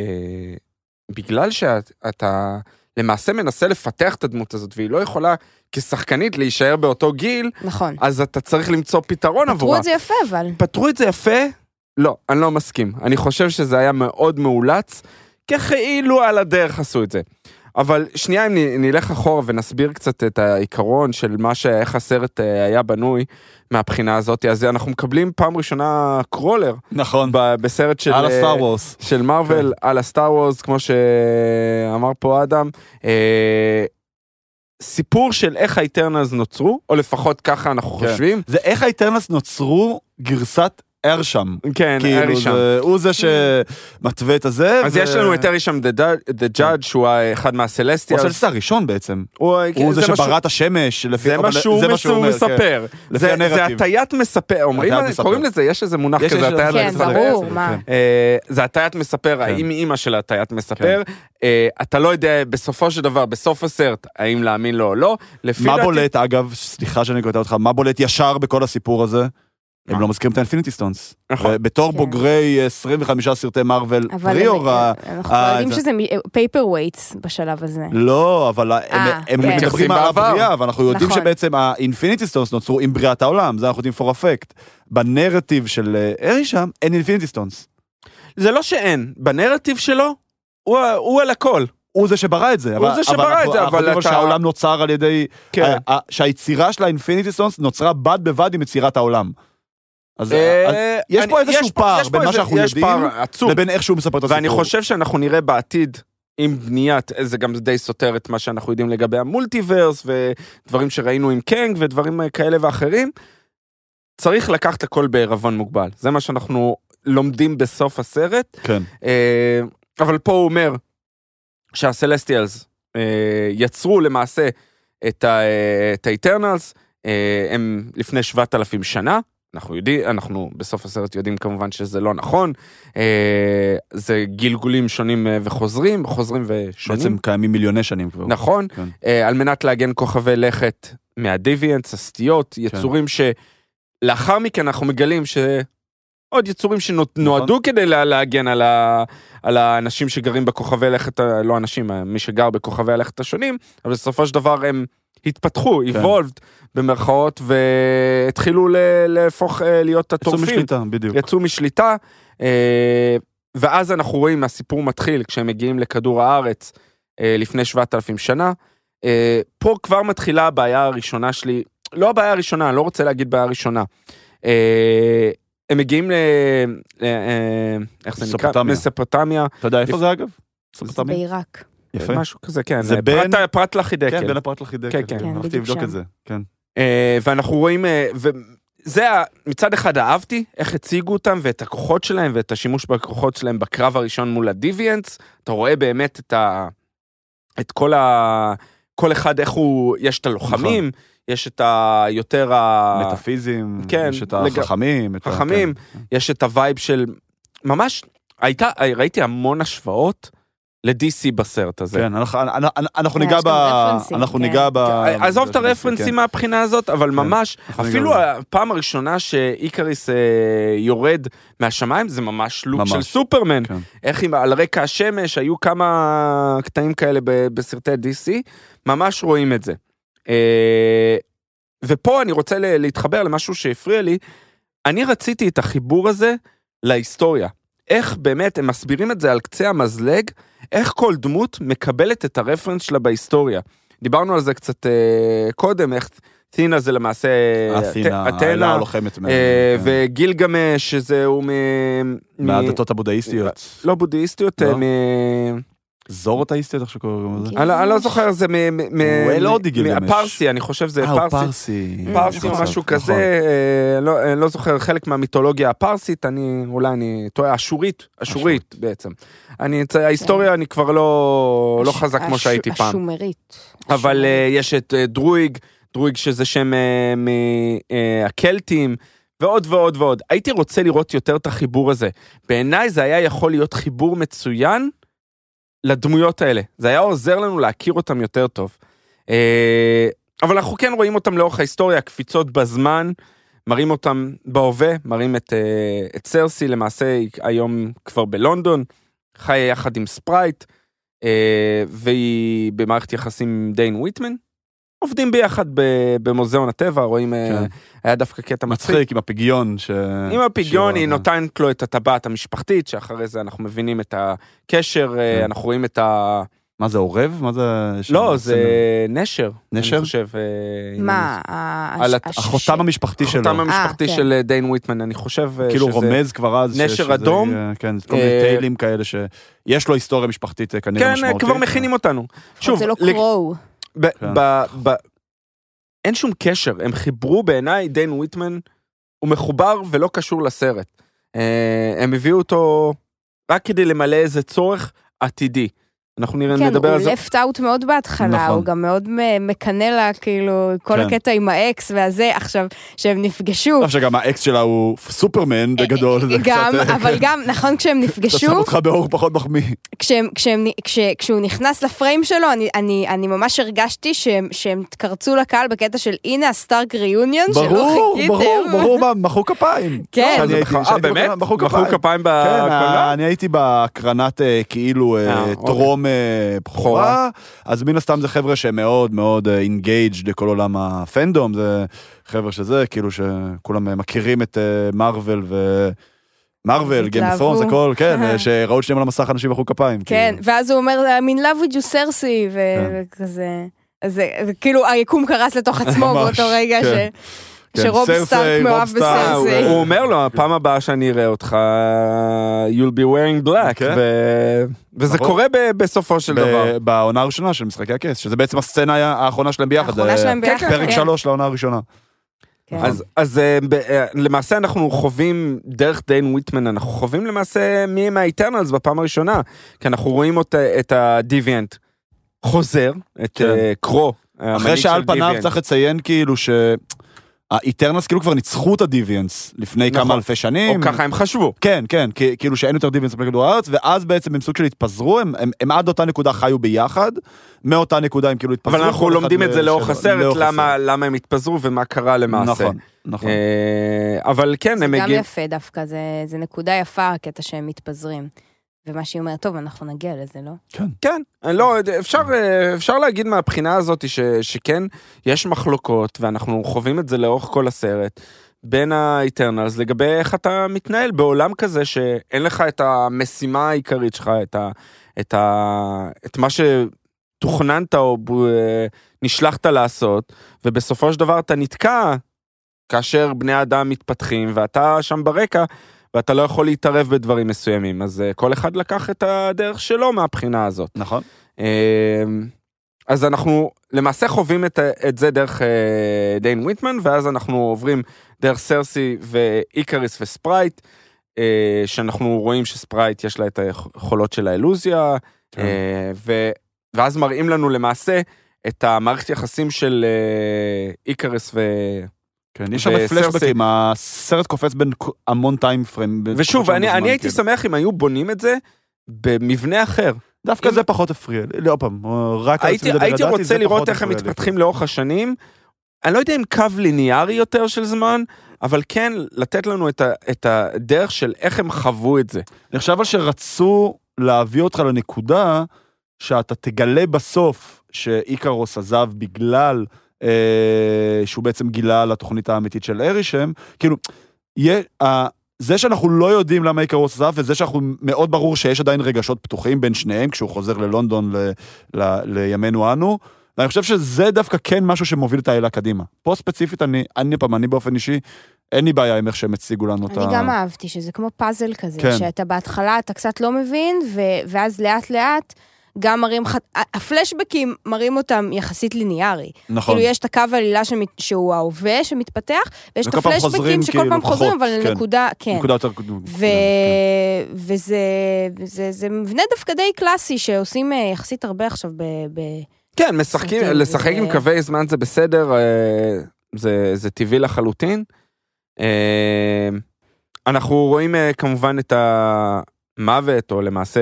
Speaker 3: בגלל שאתה למעשה מנסה לפתח את הדמות הזאת, והיא לא יכולה כשחקנית להישאר באותו גיל,
Speaker 2: נכון.
Speaker 3: אז אתה צריך למצוא פתרון
Speaker 2: פתרו
Speaker 3: עבורה.
Speaker 2: את זה יפה, אבל.
Speaker 3: פתרו את זה יפה? לא, אני לא מסכים. אני חושב שזה היה מאוד מאולץ, כאילו על הדרך עשו את זה. אבל שנייה, אם נ- נלך אחורה ונסביר קצת את העיקרון של מה ש... איך הסרט אה, היה בנוי מהבחינה הזאת, אז אנחנו מקבלים פעם ראשונה קרולר
Speaker 1: נכון.
Speaker 3: ב- בסרט של...
Speaker 1: על כן.
Speaker 3: אה,
Speaker 1: הסטאר וורס.
Speaker 3: של מארוול על הסטאר וורס, כמו שאמר פה אדם, אה, סיפור של איך האיטרנלס נוצרו, או לפחות ככה אנחנו
Speaker 1: כן.
Speaker 3: חושבים.
Speaker 1: זה איך האיטרנלס נוצרו גרסת ארשם.
Speaker 3: כן,
Speaker 1: כאילו,
Speaker 3: ארי שם.
Speaker 1: זה- הוא זה שמתווה את הזה.
Speaker 3: אז
Speaker 1: ו-
Speaker 3: יש לנו את ארי שם, The Judge- The Judge, שהוא האחד
Speaker 1: הוא
Speaker 3: מהסלסטיאל.
Speaker 1: הסלסט הראשון בעצם. הוא
Speaker 3: הוא כן,
Speaker 1: זה שברא את השמש, לפי...
Speaker 3: זה מה
Speaker 1: אבל
Speaker 3: שהוא מס- הוא
Speaker 1: אומר, כן.
Speaker 3: מספר.
Speaker 1: לפי
Speaker 3: זה- זה
Speaker 1: הנרטיב.
Speaker 3: הטיית מספר, אומרים,
Speaker 1: הטיית מספר.
Speaker 3: קוראים לזה, יש איזה מונח
Speaker 1: יש-
Speaker 3: כזה,
Speaker 1: יש-
Speaker 3: הטיית
Speaker 1: כן,
Speaker 2: כן,
Speaker 3: מספר.
Speaker 2: ברור,
Speaker 1: כן.
Speaker 2: מה.
Speaker 3: אה, זה הטיית מספר, האם אימא של הטיית מספר,
Speaker 1: כן.
Speaker 3: אה, אתה לא יודע בסופו של דבר, בסוף הסרט, האם להאמין לו או לא. לפי
Speaker 1: כן. מה
Speaker 3: דעתי-
Speaker 1: בולט, אגב, סליחה שאני קוטע אותך, מה בולט ישר בכל הסיפור הזה?
Speaker 3: מה?
Speaker 1: הם לא מזכירים את האינפיניטי סטונס.
Speaker 3: נכון.
Speaker 1: בתור
Speaker 2: כן.
Speaker 1: בוגרי אה, 25 סרטי מארוול
Speaker 2: אבל
Speaker 1: פריאור, ה-
Speaker 2: הם- אנחנו
Speaker 1: אה,
Speaker 2: יודעים
Speaker 1: זה-
Speaker 2: שזה פייפר ווייטס בשלב הזה.
Speaker 1: לא, אבל ה- הם-
Speaker 2: אה,
Speaker 1: הם
Speaker 2: כן.
Speaker 1: מדברים
Speaker 3: מתייחסים
Speaker 1: על
Speaker 3: בעבר.
Speaker 1: הבריאה, ואנחנו יודעים
Speaker 2: נכון.
Speaker 1: שבעצם האינפיניטי סטונס נוצרו עם בריאת העולם, זה אנחנו יודעים for a fact. בנרטיב של אה, ארי שם, אין אינפיניטי סטונס.
Speaker 3: זה לא שאין, בנרטיב שלו, הוא ה- הוא על הכל.
Speaker 1: הוא זה שברא את זה.
Speaker 3: הוא
Speaker 1: אבל-
Speaker 3: זה שברא
Speaker 1: אנחנו-
Speaker 3: את זה,
Speaker 1: אנחנו
Speaker 3: אבל
Speaker 1: יודעים
Speaker 3: אתה-
Speaker 1: שהעולם נוצר על ידי...
Speaker 3: כן.
Speaker 1: ה- ה- שהיצירה של האינפיניטי סטונס נוצרה בד בבד עם יצירת העולם. אז אז
Speaker 3: אה,
Speaker 1: יש
Speaker 3: אני-
Speaker 1: פה איזשהו פער
Speaker 3: יש פה
Speaker 1: בין מה
Speaker 3: איזה-
Speaker 1: שאנחנו
Speaker 3: יש
Speaker 1: יודעים
Speaker 3: פער עצום.
Speaker 1: לבין איך שהוא מספר את הסיפור.
Speaker 3: ואני חושב שאנחנו נראה בעתיד, עם בניית, זה גם די סותר את מה שאנחנו יודעים לגבי המולטיברס, ודברים שראינו עם קנג, ודברים כאלה ואחרים, צריך לקחת הכל בעירבון מוגבל. זה מה שאנחנו לומדים בסוף הסרט.
Speaker 1: כן.
Speaker 3: אה, אבל פה הוא אומר שהסלסטיאלס אה, יצרו למעשה את ה- אה, את ה-Eternals, אה, הם לפני 7,000 שנה. אנחנו יודעים, אנחנו בסוף הסרט יודעים כמובן שזה לא נכון, אה, זה גלגולים שונים אה, וחוזרים, חוזרים ושונים,
Speaker 1: בעצם קיימים מיליוני שנים כבר.
Speaker 3: נכון,
Speaker 1: כן.
Speaker 3: אה, על מנת להגן כוכבי לכת מהדיביאנס, הסטיות,
Speaker 1: כן.
Speaker 3: יצורים שלאחר מכן אנחנו מגלים ש... עוד יצורים
Speaker 1: נכון.
Speaker 3: שנועדו כדי לה- להגן על, ה... על האנשים שגרים בכוכבי לכת, ה- לא אנשים, מי שגר בכוכבי הלכת השונים, אבל בסופו של דבר הם התפתחו,
Speaker 1: כן.
Speaker 3: evolved במרכאות, והתחילו ל... להפוך, אה, להיות
Speaker 1: יצאו
Speaker 3: הטורפים.
Speaker 1: משליטה, בדיוק.
Speaker 3: יצאו משליטה, אה, ואז אנחנו רואים, הסיפור מתחיל כשהם מגיעים לכדור הארץ אה, לפני 7,000 שנה. אה, פה כבר מתחילה הבעיה הראשונה שלי, לא הבעיה הראשונה, אני לא רוצה להגיד בעיה ראשונה. אה, הם מגיעים ל... ל- אה, איך זה נקרא?
Speaker 1: מסופוטמיה.
Speaker 3: מספוטמיה,
Speaker 1: אתה יודע איפה זה אגב?
Speaker 2: זה
Speaker 1: סופרטמי?
Speaker 2: בעיראק.
Speaker 1: יפה.
Speaker 3: משהו כזה, כן.
Speaker 1: זה
Speaker 3: פרט-
Speaker 1: בין-
Speaker 3: פרט לחידקל.
Speaker 1: כן, בין הפרט לחידקל.
Speaker 3: כן, כן.
Speaker 2: כן,
Speaker 1: הלכתי
Speaker 2: בדיוק
Speaker 1: לבדוק
Speaker 2: שם.
Speaker 1: את זה. כן.
Speaker 3: אה, ואנחנו רואים, אה, וזה ה- מצד אחד אהבתי, איך הציגו אותם ואת הכוחות שלהם ואת השימוש בכוחות שלהם בקרב הראשון מול הדיביאנס, אתה רואה באמת את ה... את כל ה... כל אחד איך הוא, יש את הלוחמים, יש את היותר ה...
Speaker 1: מטאפיזים,
Speaker 3: כן,
Speaker 1: יש את
Speaker 3: לג-
Speaker 1: החכמים. את ה-
Speaker 3: חכמים.
Speaker 1: כן.
Speaker 3: יש את הווייב של... ממש, הייתה, ראיתי המון השוואות ל-DC בסרט הזה.
Speaker 1: כן, אנחנו- אנ- אנ- אנחנו
Speaker 2: כן,
Speaker 1: ניגע
Speaker 2: יש
Speaker 1: ב...
Speaker 2: גם רפרנסים,
Speaker 1: אנחנו
Speaker 2: כן.
Speaker 1: ניגע ב...
Speaker 3: אה, עזוב את
Speaker 1: כן.
Speaker 3: הרפרנסים מהבחינה הזאת, אבל ממש,
Speaker 1: אנחנו
Speaker 3: אפילו
Speaker 1: לגמרי.
Speaker 3: הפעם הראשונה שאיקריס אה, יורד מהשמיים, זה ממש לוק
Speaker 1: ממש.
Speaker 3: של סופרמן.
Speaker 1: כן.
Speaker 3: איך עם, על רקע השמש, היו כמה קטעים כאלה ב- בסרטי DC, ממש רואים את זה. אה, ופה אני רוצה ל- להתחבר למשהו שהפריע לי, אני רציתי את החיבור הזה להיסטוריה. איך באמת, הם מסבירים את זה על קצה המזלג, איך כל דמות מקבלת את הרפרנס שלה בהיסטוריה. דיברנו על זה קצת אה, קודם, איך תינה זה למעשה...
Speaker 1: אתינה,
Speaker 3: אה,
Speaker 1: לא,
Speaker 3: אתנה,
Speaker 1: האלה הלוחמת. מה-
Speaker 3: אה,
Speaker 1: כן.
Speaker 3: וגילגמש, שזה הוא מ... מ-
Speaker 1: מהדתות הבודהיסטיות.
Speaker 3: לא בודהיסטיות,
Speaker 1: לא?
Speaker 3: אה, מ-
Speaker 1: זורותאיסטיות, איך שקוראים לזה?
Speaker 2: כן.
Speaker 3: אני לא- אני לא זוכר, זה מ- מ- מ-
Speaker 1: הוא אלוהודי גילגמש.
Speaker 3: מהפרסי, אני חושב שזה
Speaker 1: אה, הוא
Speaker 3: פרסי.
Speaker 1: פרסי.
Speaker 3: פרסי או
Speaker 1: נכון,
Speaker 3: משהו
Speaker 1: נכון.
Speaker 3: כזה, אה, לא- אה, לא זוכר, חלק מהמיתולוגיה הפרסית, אני אולי אני טועה, אשורית, אשורית בעצם. אני, צ- ההיסטוריה אני כבר לא לא
Speaker 2: הש-
Speaker 3: חזק כמו
Speaker 2: הש-
Speaker 3: שהייתי פעם.
Speaker 2: השומרית.
Speaker 3: אבל אה,
Speaker 2: השומרית.
Speaker 3: יש את אה, דרויג, דרויג שזה שם אה, מהקלטים, ועוד ועוד ועוד. הייתי רוצה לראות יותר את החיבור הזה. בעיניי זה היה יכול להיות חיבור מצוין לדמויות האלה. זה היה עוזר לנו להכיר אותם יותר טוב. אה, אבל אנחנו כן רואים אותם לאורך ההיסטוריה, קפיצות בזמן, מראים אותם בהווה, מראים את, אה, את סרסי, למעשה היא היום כבר בלונדון, חיה יחד עם ספרייט, אה, והיא במערכת יחסים עם דיין וויטמן. עובדים ביחד ב- במוזיאון הטבע, רואים, כן.
Speaker 1: כן.
Speaker 3: היה דווקא קטע מצחיק.
Speaker 1: מצחיק אה, עם הפיגיון ש...
Speaker 3: עם הפיגיון
Speaker 1: שהוא-
Speaker 3: היא נותנת לו את הטבעת המשפחתית, שאחרי זה אנחנו מבינים את הקשר, אה,
Speaker 1: כן.
Speaker 3: אנחנו רואים את ה...
Speaker 1: מה זה עורב? מה זה... יש
Speaker 3: לא,
Speaker 1: שם
Speaker 3: זה נשר.
Speaker 1: נשר?
Speaker 3: אני חושב. אה,
Speaker 2: מה?
Speaker 3: על
Speaker 2: הש-
Speaker 3: הת-
Speaker 1: סמל. החותם המשפחתי שלו.
Speaker 3: החותם המשפחתי
Speaker 2: כן.
Speaker 3: של אה, דיין וויטמן, אני חושב אה,
Speaker 1: כאילו רומז כבר אז. ש-
Speaker 3: נשר
Speaker 1: שזה
Speaker 3: אדום.
Speaker 1: יהיה- כן, זה כל מיני
Speaker 3: אה,
Speaker 1: טיילים כאלה שיש לו היסטוריה משפחתית אה, כנראה
Speaker 3: כן,
Speaker 1: משמעותית.
Speaker 3: אה, כבר מכינים אותנו. שוב,
Speaker 2: זה לא
Speaker 3: לג-
Speaker 2: קרואו.
Speaker 3: ב-
Speaker 1: כן.
Speaker 3: ב- ב- אין שום קשר, הם חיברו בעיניי, דיין וויטמן הוא מחובר ולא קשור לסרט. אה, הם הביאו אותו רק כדי למלא איזה צורך עתידי. אנחנו נראה,
Speaker 2: כן,
Speaker 3: נדבר
Speaker 2: הוא
Speaker 3: על זה.
Speaker 2: left out מאוד בהתחלה,
Speaker 1: נכון.
Speaker 2: הוא גם מאוד מ- מקנא לה, כאילו, כל
Speaker 1: כן.
Speaker 2: הקטע עם האקס והזה, עכשיו, שהם נפגשו.
Speaker 1: עכשיו שגם האקס שלה הוא סופרמן בגדול, זה
Speaker 2: גם,
Speaker 1: קצת... אה,
Speaker 3: כן.
Speaker 2: אבל גם, נכון, כשהם
Speaker 1: אתה שם
Speaker 2: נפגשו,
Speaker 1: אותך באור פחות מחמיא.
Speaker 2: כשהם, כשהם, כש, כשהוא נכנס לפריים שלו, אני, אני, אני ממש הרגשתי שהם, שהם התקרצו לקהל בקטע של הנה הסטארק ריאיוניון שלא חיכיתם.
Speaker 1: ברור, ברור, ברור, מה, מחאו כפיים.
Speaker 2: כן.
Speaker 1: לא,
Speaker 3: אז
Speaker 1: אני הייתי-
Speaker 3: מחא- אה,
Speaker 1: כשהייתי
Speaker 3: באמת?
Speaker 1: בקולנוע, מחאו
Speaker 3: מחאו
Speaker 1: כפיים.
Speaker 3: כפיים
Speaker 1: כן, ה-
Speaker 3: בקולנוע?
Speaker 1: אני הייתי בהקרנת אה, כאילו אה,
Speaker 3: אה, אוקיי.
Speaker 1: טרום אה, בכורה,
Speaker 3: בכורה.
Speaker 1: אז מן הסתם זה חבר'ה שהם מאוד מאוד אינגייג'ד לכל עולם הפנדום, זה חבר'ה שזה, כאילו שכולם אה, מכירים את אה, מארוול ו... מארוול, גיים
Speaker 2: התלהבו.
Speaker 1: פרונס, הכל, כן,
Speaker 2: אהה.
Speaker 1: אה, שראו את שניהם על המסך, אנשים מחאו כפיים.
Speaker 2: כן,
Speaker 1: כאילו.
Speaker 2: ואז הוא אומר לה, I'm in love with you סרסי,
Speaker 1: כן.
Speaker 2: וכזה. אז זה, וכאילו היקום קרס לתוך עצמו
Speaker 1: ממש,
Speaker 2: באותו רגע ש...
Speaker 1: כן. כן,
Speaker 2: שרוב
Speaker 1: סרסי,
Speaker 2: סטארק
Speaker 1: רוב
Speaker 2: מאוהב
Speaker 1: סטארק,
Speaker 3: אה, הוא-
Speaker 2: בסרסי.
Speaker 1: זה-
Speaker 3: הוא אומר לו, הפעם הבאה שאני אראה אותך, אה, you'll be wearing black,
Speaker 1: כן.
Speaker 3: ו- וזה
Speaker 1: נכון.
Speaker 3: קורה ב- בסופו של דבר.
Speaker 1: ב- בעונה הראשונה של משחקי הכס, שזה בעצם הסצנה האחרונה שלהם ביחד.
Speaker 2: האחרונה
Speaker 1: אה,
Speaker 2: שלהם ביחד,
Speaker 1: פרק
Speaker 2: כן.
Speaker 1: שלוש לעונה הראשונה.
Speaker 2: כן.
Speaker 3: אז, אז אה, ב- אה, למעשה אנחנו חווים, דרך דיין וויטמן, אנחנו חווים למעשה מי הם האיטרנלס בפעם הראשונה, כי אנחנו רואים אותה, את הדיוויאנט חוזר, את
Speaker 1: כן.
Speaker 3: אה, קרו,
Speaker 1: אחרי שעל פניו צריך לציין כאילו ש... האיטרנס כאילו כבר ניצחו את הדיוויאנס לפני
Speaker 3: נכון.
Speaker 1: כמה אלפי
Speaker 3: או
Speaker 1: שנים.
Speaker 3: ככה הם חשבו.
Speaker 1: כן, כן, כי- כאילו שאין יותר דיוויאנס בכדור הארץ, ואז בעצם הם סוג של התפזרו, הם, הם, הם עד אותה נקודה חיו ביחד, מאותה נקודה הם כאילו התפזרו.
Speaker 3: אבל אנחנו
Speaker 1: כל אחד
Speaker 3: לומדים את זה
Speaker 1: לשלו-
Speaker 3: לאורך הסרט,
Speaker 1: לאורך
Speaker 3: למה, למה הם התפזרו ומה קרה למעשה.
Speaker 1: נכון, נכון.
Speaker 3: אה, אבל כן,
Speaker 2: זה
Speaker 3: הם
Speaker 2: גם
Speaker 3: מגיעים...
Speaker 2: יפה דווקא, זה, זה נקודה יפה, הקטע שהם מתפזרים. ומה שהיא אומרת, טוב, אנחנו נגיע לזה, לא?
Speaker 3: כן, אני לא, יודע, אפשר, אה, אפשר להגיד מהבחינה הזאת ש, שכן, יש מחלוקות, ואנחנו חווים את זה לאורך כל הסרט, בין ה-Eternals לגבי איך אתה מתנהל בעולם כזה שאין לך את המשימה העיקרית שלך, את, ה, את, ה, את מה שתוכננת או ב, אה, נשלחת לעשות, ובסופו של דבר אתה נתקע כאשר בני אדם מתפתחים, ואתה שם ברקע. ואתה לא יכול להתערב בדברים מסוימים, אז אה, כל אחד לקח את הדרך שלו מהבחינה הזאת.
Speaker 1: נכון.
Speaker 3: אמ, אז אנחנו למעשה חווים את, ה- את זה דרך אה, דיין וויטמן, ואז אנחנו עוברים דרך סרסי ואיקריס וספרייט, אה, שאנחנו רואים שספרייט יש לה את היכולות של האלוזיה,
Speaker 1: כן.
Speaker 3: אה, ו, ואז מראים לנו למעשה את המערכת יחסים של אה, איקריס ו...
Speaker 1: כן, יש הרבה
Speaker 3: וסרסי-
Speaker 1: פלשבקים, הסרט קופץ בין כ- המון טיים פריים.
Speaker 3: ושוב, אני, אני
Speaker 1: כן. כאילו.
Speaker 3: הייתי שמח אם היו בונים את זה במבנה אחר.
Speaker 1: דווקא
Speaker 3: אם-
Speaker 1: זה פחות הפריע לי, לא, עוד פעם, רק על
Speaker 3: הייתי,
Speaker 1: עצמי לדבר,
Speaker 3: הייתי
Speaker 1: ידעתי,
Speaker 3: רוצה
Speaker 1: זה פחות
Speaker 3: לראות איך הם
Speaker 1: הפריע לי.
Speaker 3: מתפתחים לאורך השנים. אני לא יודע אם קו ליניארי יותר של זמן, אבל כן לתת לנו את, ה, את הדרך של איך הם חוו את זה.
Speaker 1: אני חושב אבל שרצו להביא אותך לנקודה שאתה תגלה בסוף שאיקרוס עזב בגלל אה, שהוא בעצם גילה על התוכנית האמיתית של ארישם, כאילו, יה, ה, זה שאנחנו לא יודעים למה איקרוס עזב, וזה שאנחנו מאוד ברור שיש עדיין רגשות פתוחים בין שניהם כשהוא חוזר ללונדון ל, ל, לימינו אנו, ואני חושב שזה דווקא כן משהו שמוביל את העילה קדימה. פה ספציפית, אני, אני פעם, אני באופן אישי, אין לי בעיה עם איך שהם הציגו לנו את ה...
Speaker 2: אני גם אהבתי שזה כמו פאזל כזה,
Speaker 1: כן.
Speaker 2: שאתה בהתחלה אתה קצת לא מבין, ו- ואז לאט לאט גם מראים לך, הפלשבקים מראים אותם יחסית ליניארי.
Speaker 1: נכון.
Speaker 2: כאילו יש את הקו העלילה שמת- שהוא ההווה שמתפתח, ויש את
Speaker 1: וכל פעם חוזרים,
Speaker 2: הפלשבקים שכל
Speaker 1: כאילו,
Speaker 2: פעם חוזרים,
Speaker 1: פחות,
Speaker 2: אבל
Speaker 1: כן.
Speaker 2: לנקודה, כן.
Speaker 1: נקודה כן. יותר קודמת.
Speaker 2: ו... וזה זה, זה מבנה דווקא די קלאסי שעושים אה, יחסית הרבה עכשיו ב... ב...
Speaker 3: כן, משחקים,
Speaker 2: סרטים,
Speaker 3: לשחק עם
Speaker 2: זה-
Speaker 3: קווי זמן זה בסדר, אה, זה, זה טבעי לחלוטין. אה, אנחנו רואים אה, כמובן את המוות, או למעשה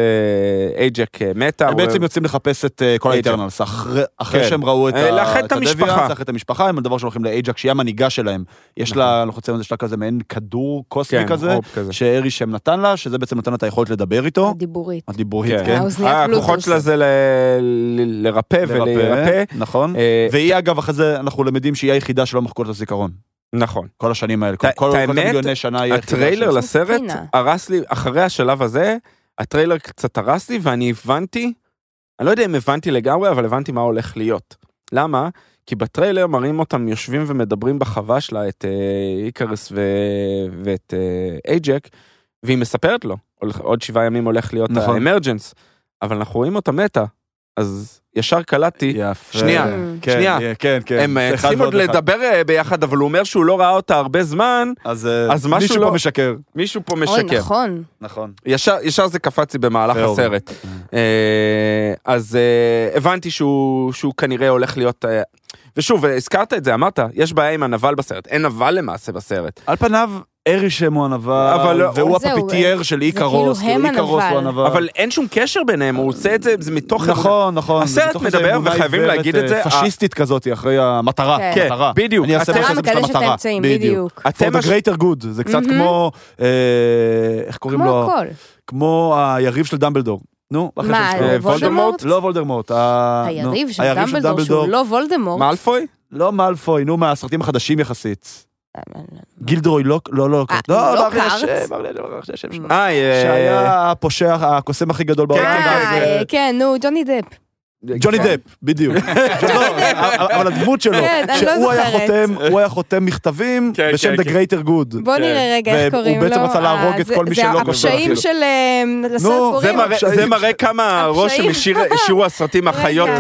Speaker 3: אייג'ק אה, מתה.
Speaker 1: הם
Speaker 3: הוא-
Speaker 1: בעצם יוצאים לחפש את אה, כל
Speaker 3: אייג'ק.
Speaker 1: האיטרנלס, אחרי אחרי
Speaker 3: כן.
Speaker 1: שהם ראו את
Speaker 3: אה,
Speaker 1: ה-
Speaker 3: לאחד את
Speaker 1: את הדביאנס,
Speaker 3: המשפחה.
Speaker 1: לאחד את המשפחה, הם הדבר שהולכים לאייג'ק, שהיא המנהיגה שלהם. יש
Speaker 3: נכון.
Speaker 1: לה, אנחנו חושבים על זה, יש לה כזה מעין כדור קוסמי
Speaker 3: כן,
Speaker 1: כזה,
Speaker 3: אורב כזה.
Speaker 1: שארי שם נתן לה, שזה בעצם נתן לה את היכולת לדבר איתו,
Speaker 2: הדיבורית.
Speaker 1: הדיבורית,
Speaker 3: כן.
Speaker 1: כן.
Speaker 2: האוזניית
Speaker 3: אה, הכוחות
Speaker 2: בלוטוס.
Speaker 3: שלה זה ל- ל- לרפא אוקיי. ולרפא.
Speaker 1: נכון.
Speaker 3: אה,
Speaker 1: והיא אגב, אחרי זה אנחנו למדים שהיא היחידה שלא מחקו את הזיכרון.
Speaker 3: נכון.
Speaker 1: כל השנים האלה, כל
Speaker 3: את
Speaker 1: כל
Speaker 3: האמת,
Speaker 1: מיליוני שנה היא היחידה
Speaker 3: הטריילר
Speaker 1: של-
Speaker 3: לסרט
Speaker 2: פינה.
Speaker 3: הרס לי, אחרי השלב הזה, הטריילר קצת הרס לי ואני הבנתי, אני לא יודע אם הבנתי לגמרי, אבל הבנתי מה הולך להיות. למה? כי בטריילר מראים אותם יושבים ומדברים בחווה שלה, את אה, איקרס ו... ואת אה, אייג'ק, והיא מספרת לו, "הולך- עוד שבעה ימים הולך להיות
Speaker 1: נכון.
Speaker 3: האמרג'נס, אבל אנחנו רואים אותה מתה. אז ישר קלטתי,
Speaker 1: יפה.
Speaker 3: שנייה,
Speaker 1: כן,
Speaker 3: שנייה.
Speaker 1: אה, כן, כן.
Speaker 3: הם אה,
Speaker 1: זה אחד
Speaker 3: צריכים עוד
Speaker 1: ועוד אחד.
Speaker 3: לדבר אה, ביחד, אבל הוא אומר שהוא לא ראה אותה הרבה זמן,
Speaker 1: אז אה,
Speaker 3: אז משהו
Speaker 1: מישהו
Speaker 3: לא-
Speaker 1: פה משקר.
Speaker 3: מישהו פה
Speaker 2: אוי,
Speaker 3: משקר.
Speaker 2: נכון.
Speaker 1: נכון.
Speaker 3: ישר, ישר זה קפץ לי במהלך
Speaker 1: תיאוריה.
Speaker 3: הסרט. אה, אז אה, הבנתי שהוא, שהוא כנראה הולך להיות... אה, ושוב, אה, הזכרת את זה, אמרת, יש בעיה עם הנבל בסרט. אין נבל למעשה בסרט.
Speaker 1: על פניו, ארישם הוא הנבל,
Speaker 3: אבל-
Speaker 1: והוא
Speaker 2: זהו,
Speaker 1: הפפיטייר של איקרוס,
Speaker 2: כאילו הם
Speaker 1: כאילו איקרוס הוא הנבל.
Speaker 3: אבל אין שום קשר ביניהם, הוא עושה את זה, זה מתוך... אמונה.
Speaker 1: נכון, נכון.
Speaker 3: הסרט
Speaker 1: זה מתוך איזה
Speaker 3: מדבר,
Speaker 1: אמונה
Speaker 3: וחייבים
Speaker 1: עיוורת,
Speaker 3: להגיד את
Speaker 1: אה,
Speaker 3: זה, ה-
Speaker 1: פשיסטית כזאת, אחרי המטרה.
Speaker 2: כן.
Speaker 3: כן,
Speaker 1: המטרה.
Speaker 3: בדיוק.
Speaker 1: אני אעשה
Speaker 3: אתה-
Speaker 1: מה
Speaker 2: המטרה
Speaker 1: שזה בשביל
Speaker 2: מקדשת את
Speaker 1: המטרה.
Speaker 2: האמצעים, בדיוק.
Speaker 1: for
Speaker 3: אתם
Speaker 1: the
Speaker 3: הש-
Speaker 1: greater good, זה קצת
Speaker 2: מהמם.
Speaker 1: כמו, אה, איך קוראים
Speaker 2: כמו
Speaker 1: לו?
Speaker 2: הכל.
Speaker 1: כמו היריב של דמבלדור. נו, איך
Speaker 2: מה,
Speaker 1: השם שלו?
Speaker 2: אה,
Speaker 1: אה,
Speaker 2: וולדמורט?
Speaker 1: לא וולדמורט. ה- נו,
Speaker 2: היריב של דמבלדור, שהוא לא וולדמורט.
Speaker 3: מאלפוי?
Speaker 1: לא מאלפוי, נו, מהסרטים החדשים יחסית. גילדרוי לוק, לא, לא,
Speaker 2: אה,
Speaker 1: לא,
Speaker 2: לוקהרט?
Speaker 1: ברח לי השם, ברח לי- ברח לי השם שלו.
Speaker 3: אה, אה,
Speaker 1: שהיה הפושע, הקוסם הכי גדול בעולם.
Speaker 2: אה,
Speaker 1: זה-
Speaker 2: אה, כן, נו, ג'וני דפ.
Speaker 1: ג'וני
Speaker 3: כן.
Speaker 1: דפ, בדיוק. לא, אבל אבל הדמות שלו,
Speaker 2: כן, אני לא
Speaker 1: שהוא היה
Speaker 2: זוכרת.
Speaker 1: חותם, הוא היה חותם מכתבים
Speaker 3: כן,
Speaker 1: בשם
Speaker 3: כן,
Speaker 1: The
Speaker 3: כן.
Speaker 1: Greater Good.
Speaker 2: בוא נראה רגע איך
Speaker 1: והוא
Speaker 2: קוראים לו.
Speaker 1: בעצם רצה להרוג
Speaker 2: אה,
Speaker 1: את
Speaker 2: זה-
Speaker 1: כל מי שלא
Speaker 2: זה
Speaker 1: גובר,
Speaker 2: הפשעים
Speaker 1: כאילו.
Speaker 2: של אה, לסרט
Speaker 1: נו,
Speaker 2: קוראים.
Speaker 3: זה מראה- זה מראה כמה
Speaker 2: הפשעים.
Speaker 3: רושם השאיר- השאירו הסרטים החיות אה,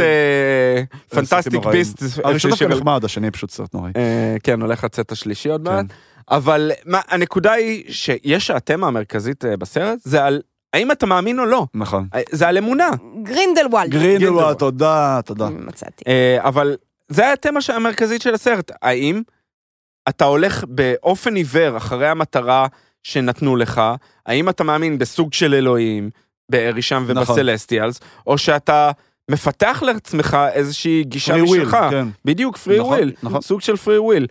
Speaker 2: רגע.
Speaker 3: פנטסטיק
Speaker 1: נוראים.
Speaker 3: ביסט.
Speaker 1: הראשון
Speaker 3: אוקיי,
Speaker 1: דווקא נחמד, השני פשוט סרט נוראי.
Speaker 3: אה, כן, הולך לצאת השלישי עוד
Speaker 1: כן.
Speaker 3: מעט. אבל מה, הנקודה היא שיש התמה המרכזית אה, בסרט, זה על האם אתה מאמין או לא.
Speaker 1: נכון.
Speaker 3: אה, זה על אמונה.
Speaker 2: גרינדלוולד.
Speaker 1: גרינדלווה,
Speaker 3: גרינדלוולד.
Speaker 1: תודה, תודה.
Speaker 2: כן. מצאתי.
Speaker 3: אה, אבל זה התמה ש- המרכזית של הסרט. האם אתה הולך באופן עיוור אחרי המטרה שנתנו לך, האם אתה מאמין בסוג של אלוהים, בארישם
Speaker 1: נכון.
Speaker 3: ובסלסטיאלס, או שאתה מפתח לעצמך איזושהי גישה
Speaker 1: Free will,
Speaker 3: משלך.
Speaker 1: כן.
Speaker 3: בדיוק, פרי
Speaker 1: נכון,
Speaker 3: וויל.
Speaker 1: נכון.
Speaker 3: סוג של אה, פרי וויל.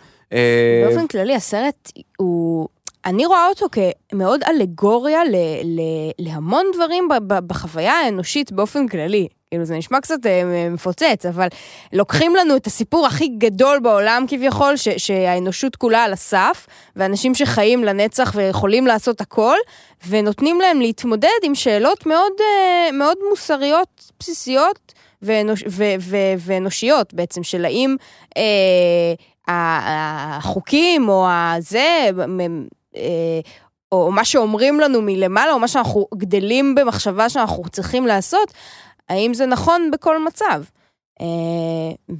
Speaker 2: באופן כללי הסרט הוא... אני רואה אותו כמאוד אלגוריה ל, ל, להמון דברים ב, ב, בחוויה האנושית באופן כללי. כאילו זה נשמע קצת אה, מ- מפוצץ, אבל לוקחים לנו את הסיפור הכי גדול בעולם כביכול, ש, שהאנושות כולה על הסף, ואנשים שחיים לנצח ויכולים לעשות הכל, ונותנים להם להתמודד עם שאלות מאוד, אה, מאוד מוסריות, בסיסיות ואנוש, ו, ו, ואנושיות בעצם, של האם... אה, ה- החוקים או הזה, מ- אה, או מה שאומרים לנו מלמעלה, או מה שאנחנו גדלים במחשבה שאנחנו צריכים לעשות, האם זה נכון בכל מצב? אה,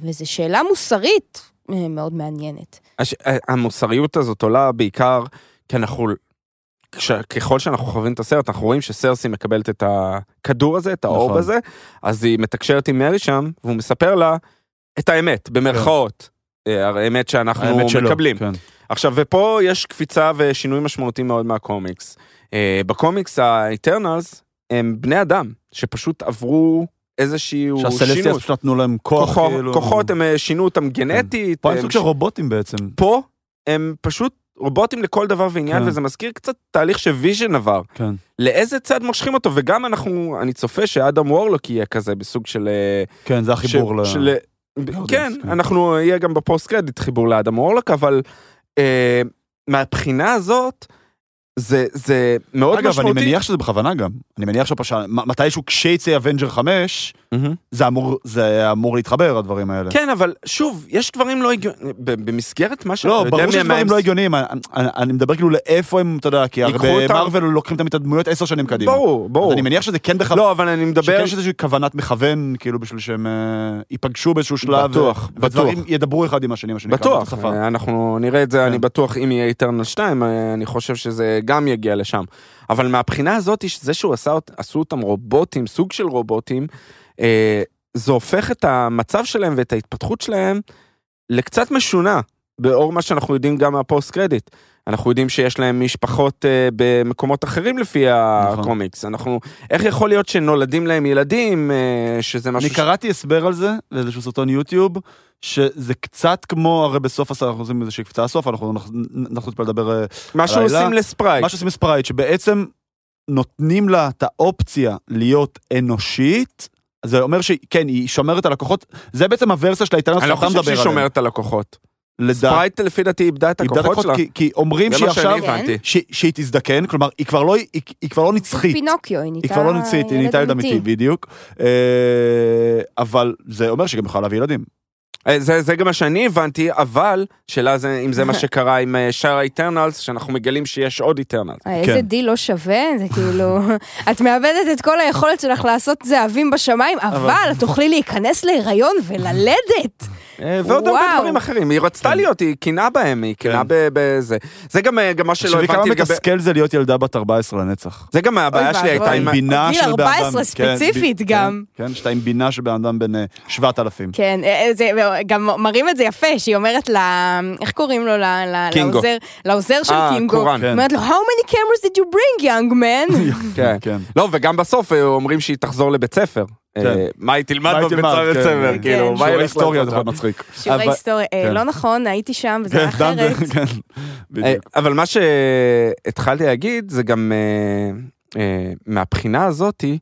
Speaker 2: וזו שאלה מוסרית אה, מאוד מעניינת.
Speaker 3: הש... אה, המוסריות הזאת עולה בעיקר כי אנחנו, כש... ככל שאנחנו חווים את הסרט, אנחנו רואים שסרסי מקבלת את הכדור הזה, את האורב
Speaker 1: נכון.
Speaker 3: הזה, אז היא מתקשרת עם מרי שם, והוא מספר לה את האמת, במרכאות. אה, האמת שאנחנו
Speaker 1: כן. האמת שלא.
Speaker 3: מקבלים.
Speaker 1: כן.
Speaker 3: עכשיו, ופה יש קפיצה ושינוי משמעותי מאוד מהקומיקס. אה, בקומיקס האיטרנלס הם בני אדם שפשוט עברו איזשהו שינוי.
Speaker 1: שהסלסיאס פשוט נתנו להם כוח,
Speaker 3: כוחו-
Speaker 1: כאילו. כן.
Speaker 3: כוחות, הם אה, שינו אותם גנטית.
Speaker 1: פה הם
Speaker 3: הם
Speaker 1: סוג של רובוטים בעצם.
Speaker 3: פה הם פשוט רובוטים לכל דבר ועניין,
Speaker 1: כן.
Speaker 3: וזה מזכיר קצת תהליך שוויז'ן עבר.
Speaker 1: כן.
Speaker 3: לאיזה צד מושכים אותו, וגם אנחנו, אני צופה שאדם וורלוק יהיה כזה בסוג של... אה,
Speaker 1: כן, זה החיבור ל...
Speaker 3: ש- של- אה, כן,
Speaker 1: כן.
Speaker 3: אנחנו, יהיה גם בפוסט קרדיט חיבור לאדם וורלוק, אבל אה, מהבחינה הזאת, זה, זה מאוד
Speaker 1: אגב, אני
Speaker 3: משמעותי.
Speaker 1: מניח שזה בכוונה גם. אני מניח שפשוט, מתישהו כשיצא אבנג'ר 5,
Speaker 3: מניח...
Speaker 1: זה אמור- זה אמור להתחבר, הדברים האלה.
Speaker 3: Mhm. כן, אבל שוב, יש דברים לא הגיוניים, במסגרת מה שאתה
Speaker 1: לא,
Speaker 3: יודע
Speaker 1: ברור
Speaker 3: מי
Speaker 1: שדברים
Speaker 3: המאמס-
Speaker 1: לא הגיוניים, אני- אני אני מדבר כאילו לאיפה הם, אתה יודע, כי
Speaker 3: ייקחו
Speaker 1: הרבה
Speaker 3: אותם-
Speaker 1: מרוויל לוקחים תמיד את הדמויות עשר שנים קדימה.
Speaker 3: ברור, ברור.
Speaker 1: אז אני מניח שזה כן בכוונה,
Speaker 3: לא, אבל אני מדבר...
Speaker 1: שכן יש איזושהי כוונת מכוון, כאילו בשביל שהם אה, ייפגשו באיזשהו שלב.
Speaker 3: בטוח,
Speaker 1: ו- ודברים
Speaker 3: בטוח.
Speaker 1: ידברו אחד עם השני, מה שנקרא.
Speaker 3: בטוח, אה,
Speaker 1: בשפה.
Speaker 3: אנחנו נראה
Speaker 1: כן.
Speaker 3: את זה, אני בטוח אם יהיה איטרנל 2, אה, אני חושב שזה גם יגיע לשם. אבל מהבחינה הזאת, זה שהוא עשה, אות- עשו אותם רובוטים, סוג של רובוטים, אה, זה הופך את המצב שלהם ואת ההתפתחות שלהם לקצת משונה, באור מה שאנחנו יודעים גם מהפוסט קרדיט. אנחנו יודעים שיש להם משפחות אה, במקומות אחרים לפי
Speaker 1: נכון.
Speaker 3: הקומיקס. אנחנו, איך יכול להיות שנולדים להם ילדים, אה, שזה משהו...
Speaker 1: אני קראתי הסבר על זה, באיזשהו סרטון יוטיוב, שזה קצת כמו, הרי בסוף הסרט אנחנו עושים איזושהי קפיצה סוף, אנחנו לא נח- נחזור טיפה לדבר אה,
Speaker 3: מה שעושים לספרייט.
Speaker 1: מה שעושים בספרייט, שבעצם נותנים לה את האופציה להיות אנושית, אז זה אומר שכן, היא שומרת על הכוחות, זה בעצם הוורסיה של האיטלנס
Speaker 3: אני לא
Speaker 1: שאתה
Speaker 3: חושב
Speaker 1: מדבר
Speaker 3: שהיא
Speaker 1: עליהם.
Speaker 3: שומרת על הכוחות.
Speaker 1: לדעת,
Speaker 3: ספרייט לפי דעתי איבדה את
Speaker 1: היא איבדה את
Speaker 3: הכוחות שלה.
Speaker 1: הכוחות, כי- כי אומרים
Speaker 3: זה
Speaker 1: שהיא
Speaker 3: מה
Speaker 1: עכשיו,
Speaker 3: שאני הבנתי.
Speaker 2: כן.
Speaker 1: ש- שהיא תזדקן, כלומר, היא כבר לא- היא- היא כבר לא נצחית.
Speaker 2: פינוקיו, היא
Speaker 1: היא
Speaker 2: נהייתה
Speaker 1: כבר לא נצחית, היא נהייתה ילד אמיתי, בדיוק. אה, אבל זה אומר שהיא גם יכולה להביא ילדים.
Speaker 3: אה, זה, זה גם מה שאני הבנתי, אבל שאלה זה אם זה מה שקרה עם אה, שאר האיטרנלס, שאנחנו מגלים שיש עוד איטרנלס.
Speaker 2: אה, איזה
Speaker 1: כן.
Speaker 2: דיל לא שווה, זה כאילו... את מאבדת את כל היכולת שלך לעשות זהבים בשמיים, אבל את תוכלי להיכנס להיריון וללדת.
Speaker 3: ועוד הרבה
Speaker 2: וואו.
Speaker 3: דברים אחרים, היא רצתה להיות, היא קינאה בהם, היא קינאה
Speaker 1: כן.
Speaker 3: ב- בזה. זה גם אה, גם מה שלא
Speaker 1: תחשבי כמה
Speaker 3: הבנתי לגבי...
Speaker 1: מתסכל זה להיות ילדה בת 14 לנצח.
Speaker 3: זה גם הבעיה שלי
Speaker 2: ואבוי.
Speaker 3: הייתה עם... ה-
Speaker 1: בינה
Speaker 2: גיל
Speaker 1: של בן אדם.
Speaker 2: 14
Speaker 1: כן,
Speaker 2: ספציפית
Speaker 1: ב-
Speaker 2: גם.
Speaker 1: כן, כן, שאתה עם בינה של בן אדם בן אה, 7,000.
Speaker 2: כן, אה, אה, זה, גם מראים את זה יפה, שהיא אומרת לה, איך קוראים לו, ל- ל-
Speaker 3: קינגו.
Speaker 2: לעוזר, לעוזר של
Speaker 3: אה,
Speaker 2: קינגו,
Speaker 3: קוראן.
Speaker 1: כן.
Speaker 2: אומרת לו, How many cameras did you bring, young man?
Speaker 3: כן.
Speaker 1: כן.
Speaker 3: לא, וגם בסוף אה, אומרים שהיא תחזור לבית ספר.
Speaker 1: כן.
Speaker 3: אה, מה היא תלמד
Speaker 1: מה היא
Speaker 3: בבית
Speaker 1: תלמד, כן.
Speaker 3: ספר,
Speaker 2: כן.
Speaker 3: כאילו, מה
Speaker 1: שיעורי
Speaker 3: היא הולכת
Speaker 1: היסטוריה זה
Speaker 3: לעשות?
Speaker 1: מאוד מצחיק.
Speaker 2: שיעורי
Speaker 3: אבל-
Speaker 2: היסטוריה, אה,
Speaker 1: כן.
Speaker 2: לא נכון, הייתי שם וזה
Speaker 1: כן,
Speaker 2: היה
Speaker 1: דן,
Speaker 2: אחרת.
Speaker 1: כן,
Speaker 3: אה,
Speaker 1: בדיוק.
Speaker 3: אבל מה שהתחלתי להגיד זה גם אה, אה, מהבחינה הזאתי,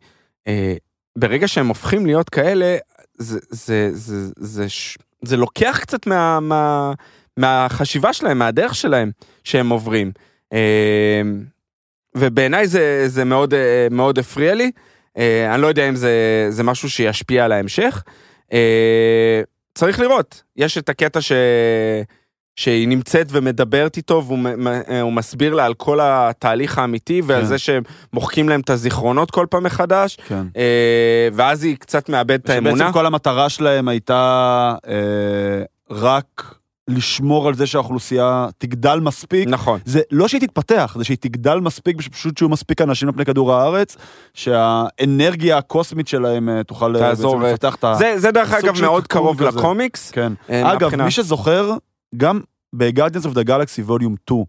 Speaker 3: אה, ברגע שהם הופכים להיות כאלה, זה- זה- זה- זה ש- זה לוקח קצת מה- מה- מהחשיבה שלהם, מהדרך שלהם שהם עוברים. אה, ובעיניי זה, זה מאוד, אה, מאוד הפריע לי. אה, אני לא יודע אם זה, זה משהו שישפיע על ההמשך. אה, צריך לראות, יש את הקטע ש... שהיא נמצאת ומדברת איתו והוא מ- מ- אה, הוא מסביר לה על כל התהליך האמיתי ועל
Speaker 1: כן.
Speaker 3: זה שהם מוחקים להם את הזיכרונות כל פעם מחדש,
Speaker 1: כן.
Speaker 3: אה, ואז היא קצת מאבדת את האמונה.
Speaker 1: שבעצם כל המטרה שלהם הייתה אה, רק לשמור על זה שהאוכלוסייה תגדל מספיק.
Speaker 3: נכון.
Speaker 1: זה לא שהיא תתפתח, זה שהיא תגדל מספיק, פשוט שיהיו מספיק אנשים על פני כדור הארץ, שהאנרגיה הקוסמית שלהם אה, תוכל אה,
Speaker 3: תעזור,
Speaker 1: בעצם
Speaker 3: אה,
Speaker 1: לפתח את ה...
Speaker 3: זה, זה דרך
Speaker 1: סוג
Speaker 3: אגב
Speaker 1: של
Speaker 3: מאוד
Speaker 1: קקון
Speaker 3: קרוב
Speaker 1: כזה.
Speaker 3: לקומיקס.
Speaker 1: כן.
Speaker 3: אה,
Speaker 1: אגב,
Speaker 3: מהבחינה-
Speaker 1: מי שזוכר, גם ב-Guardians of the Galaxy Volume 2,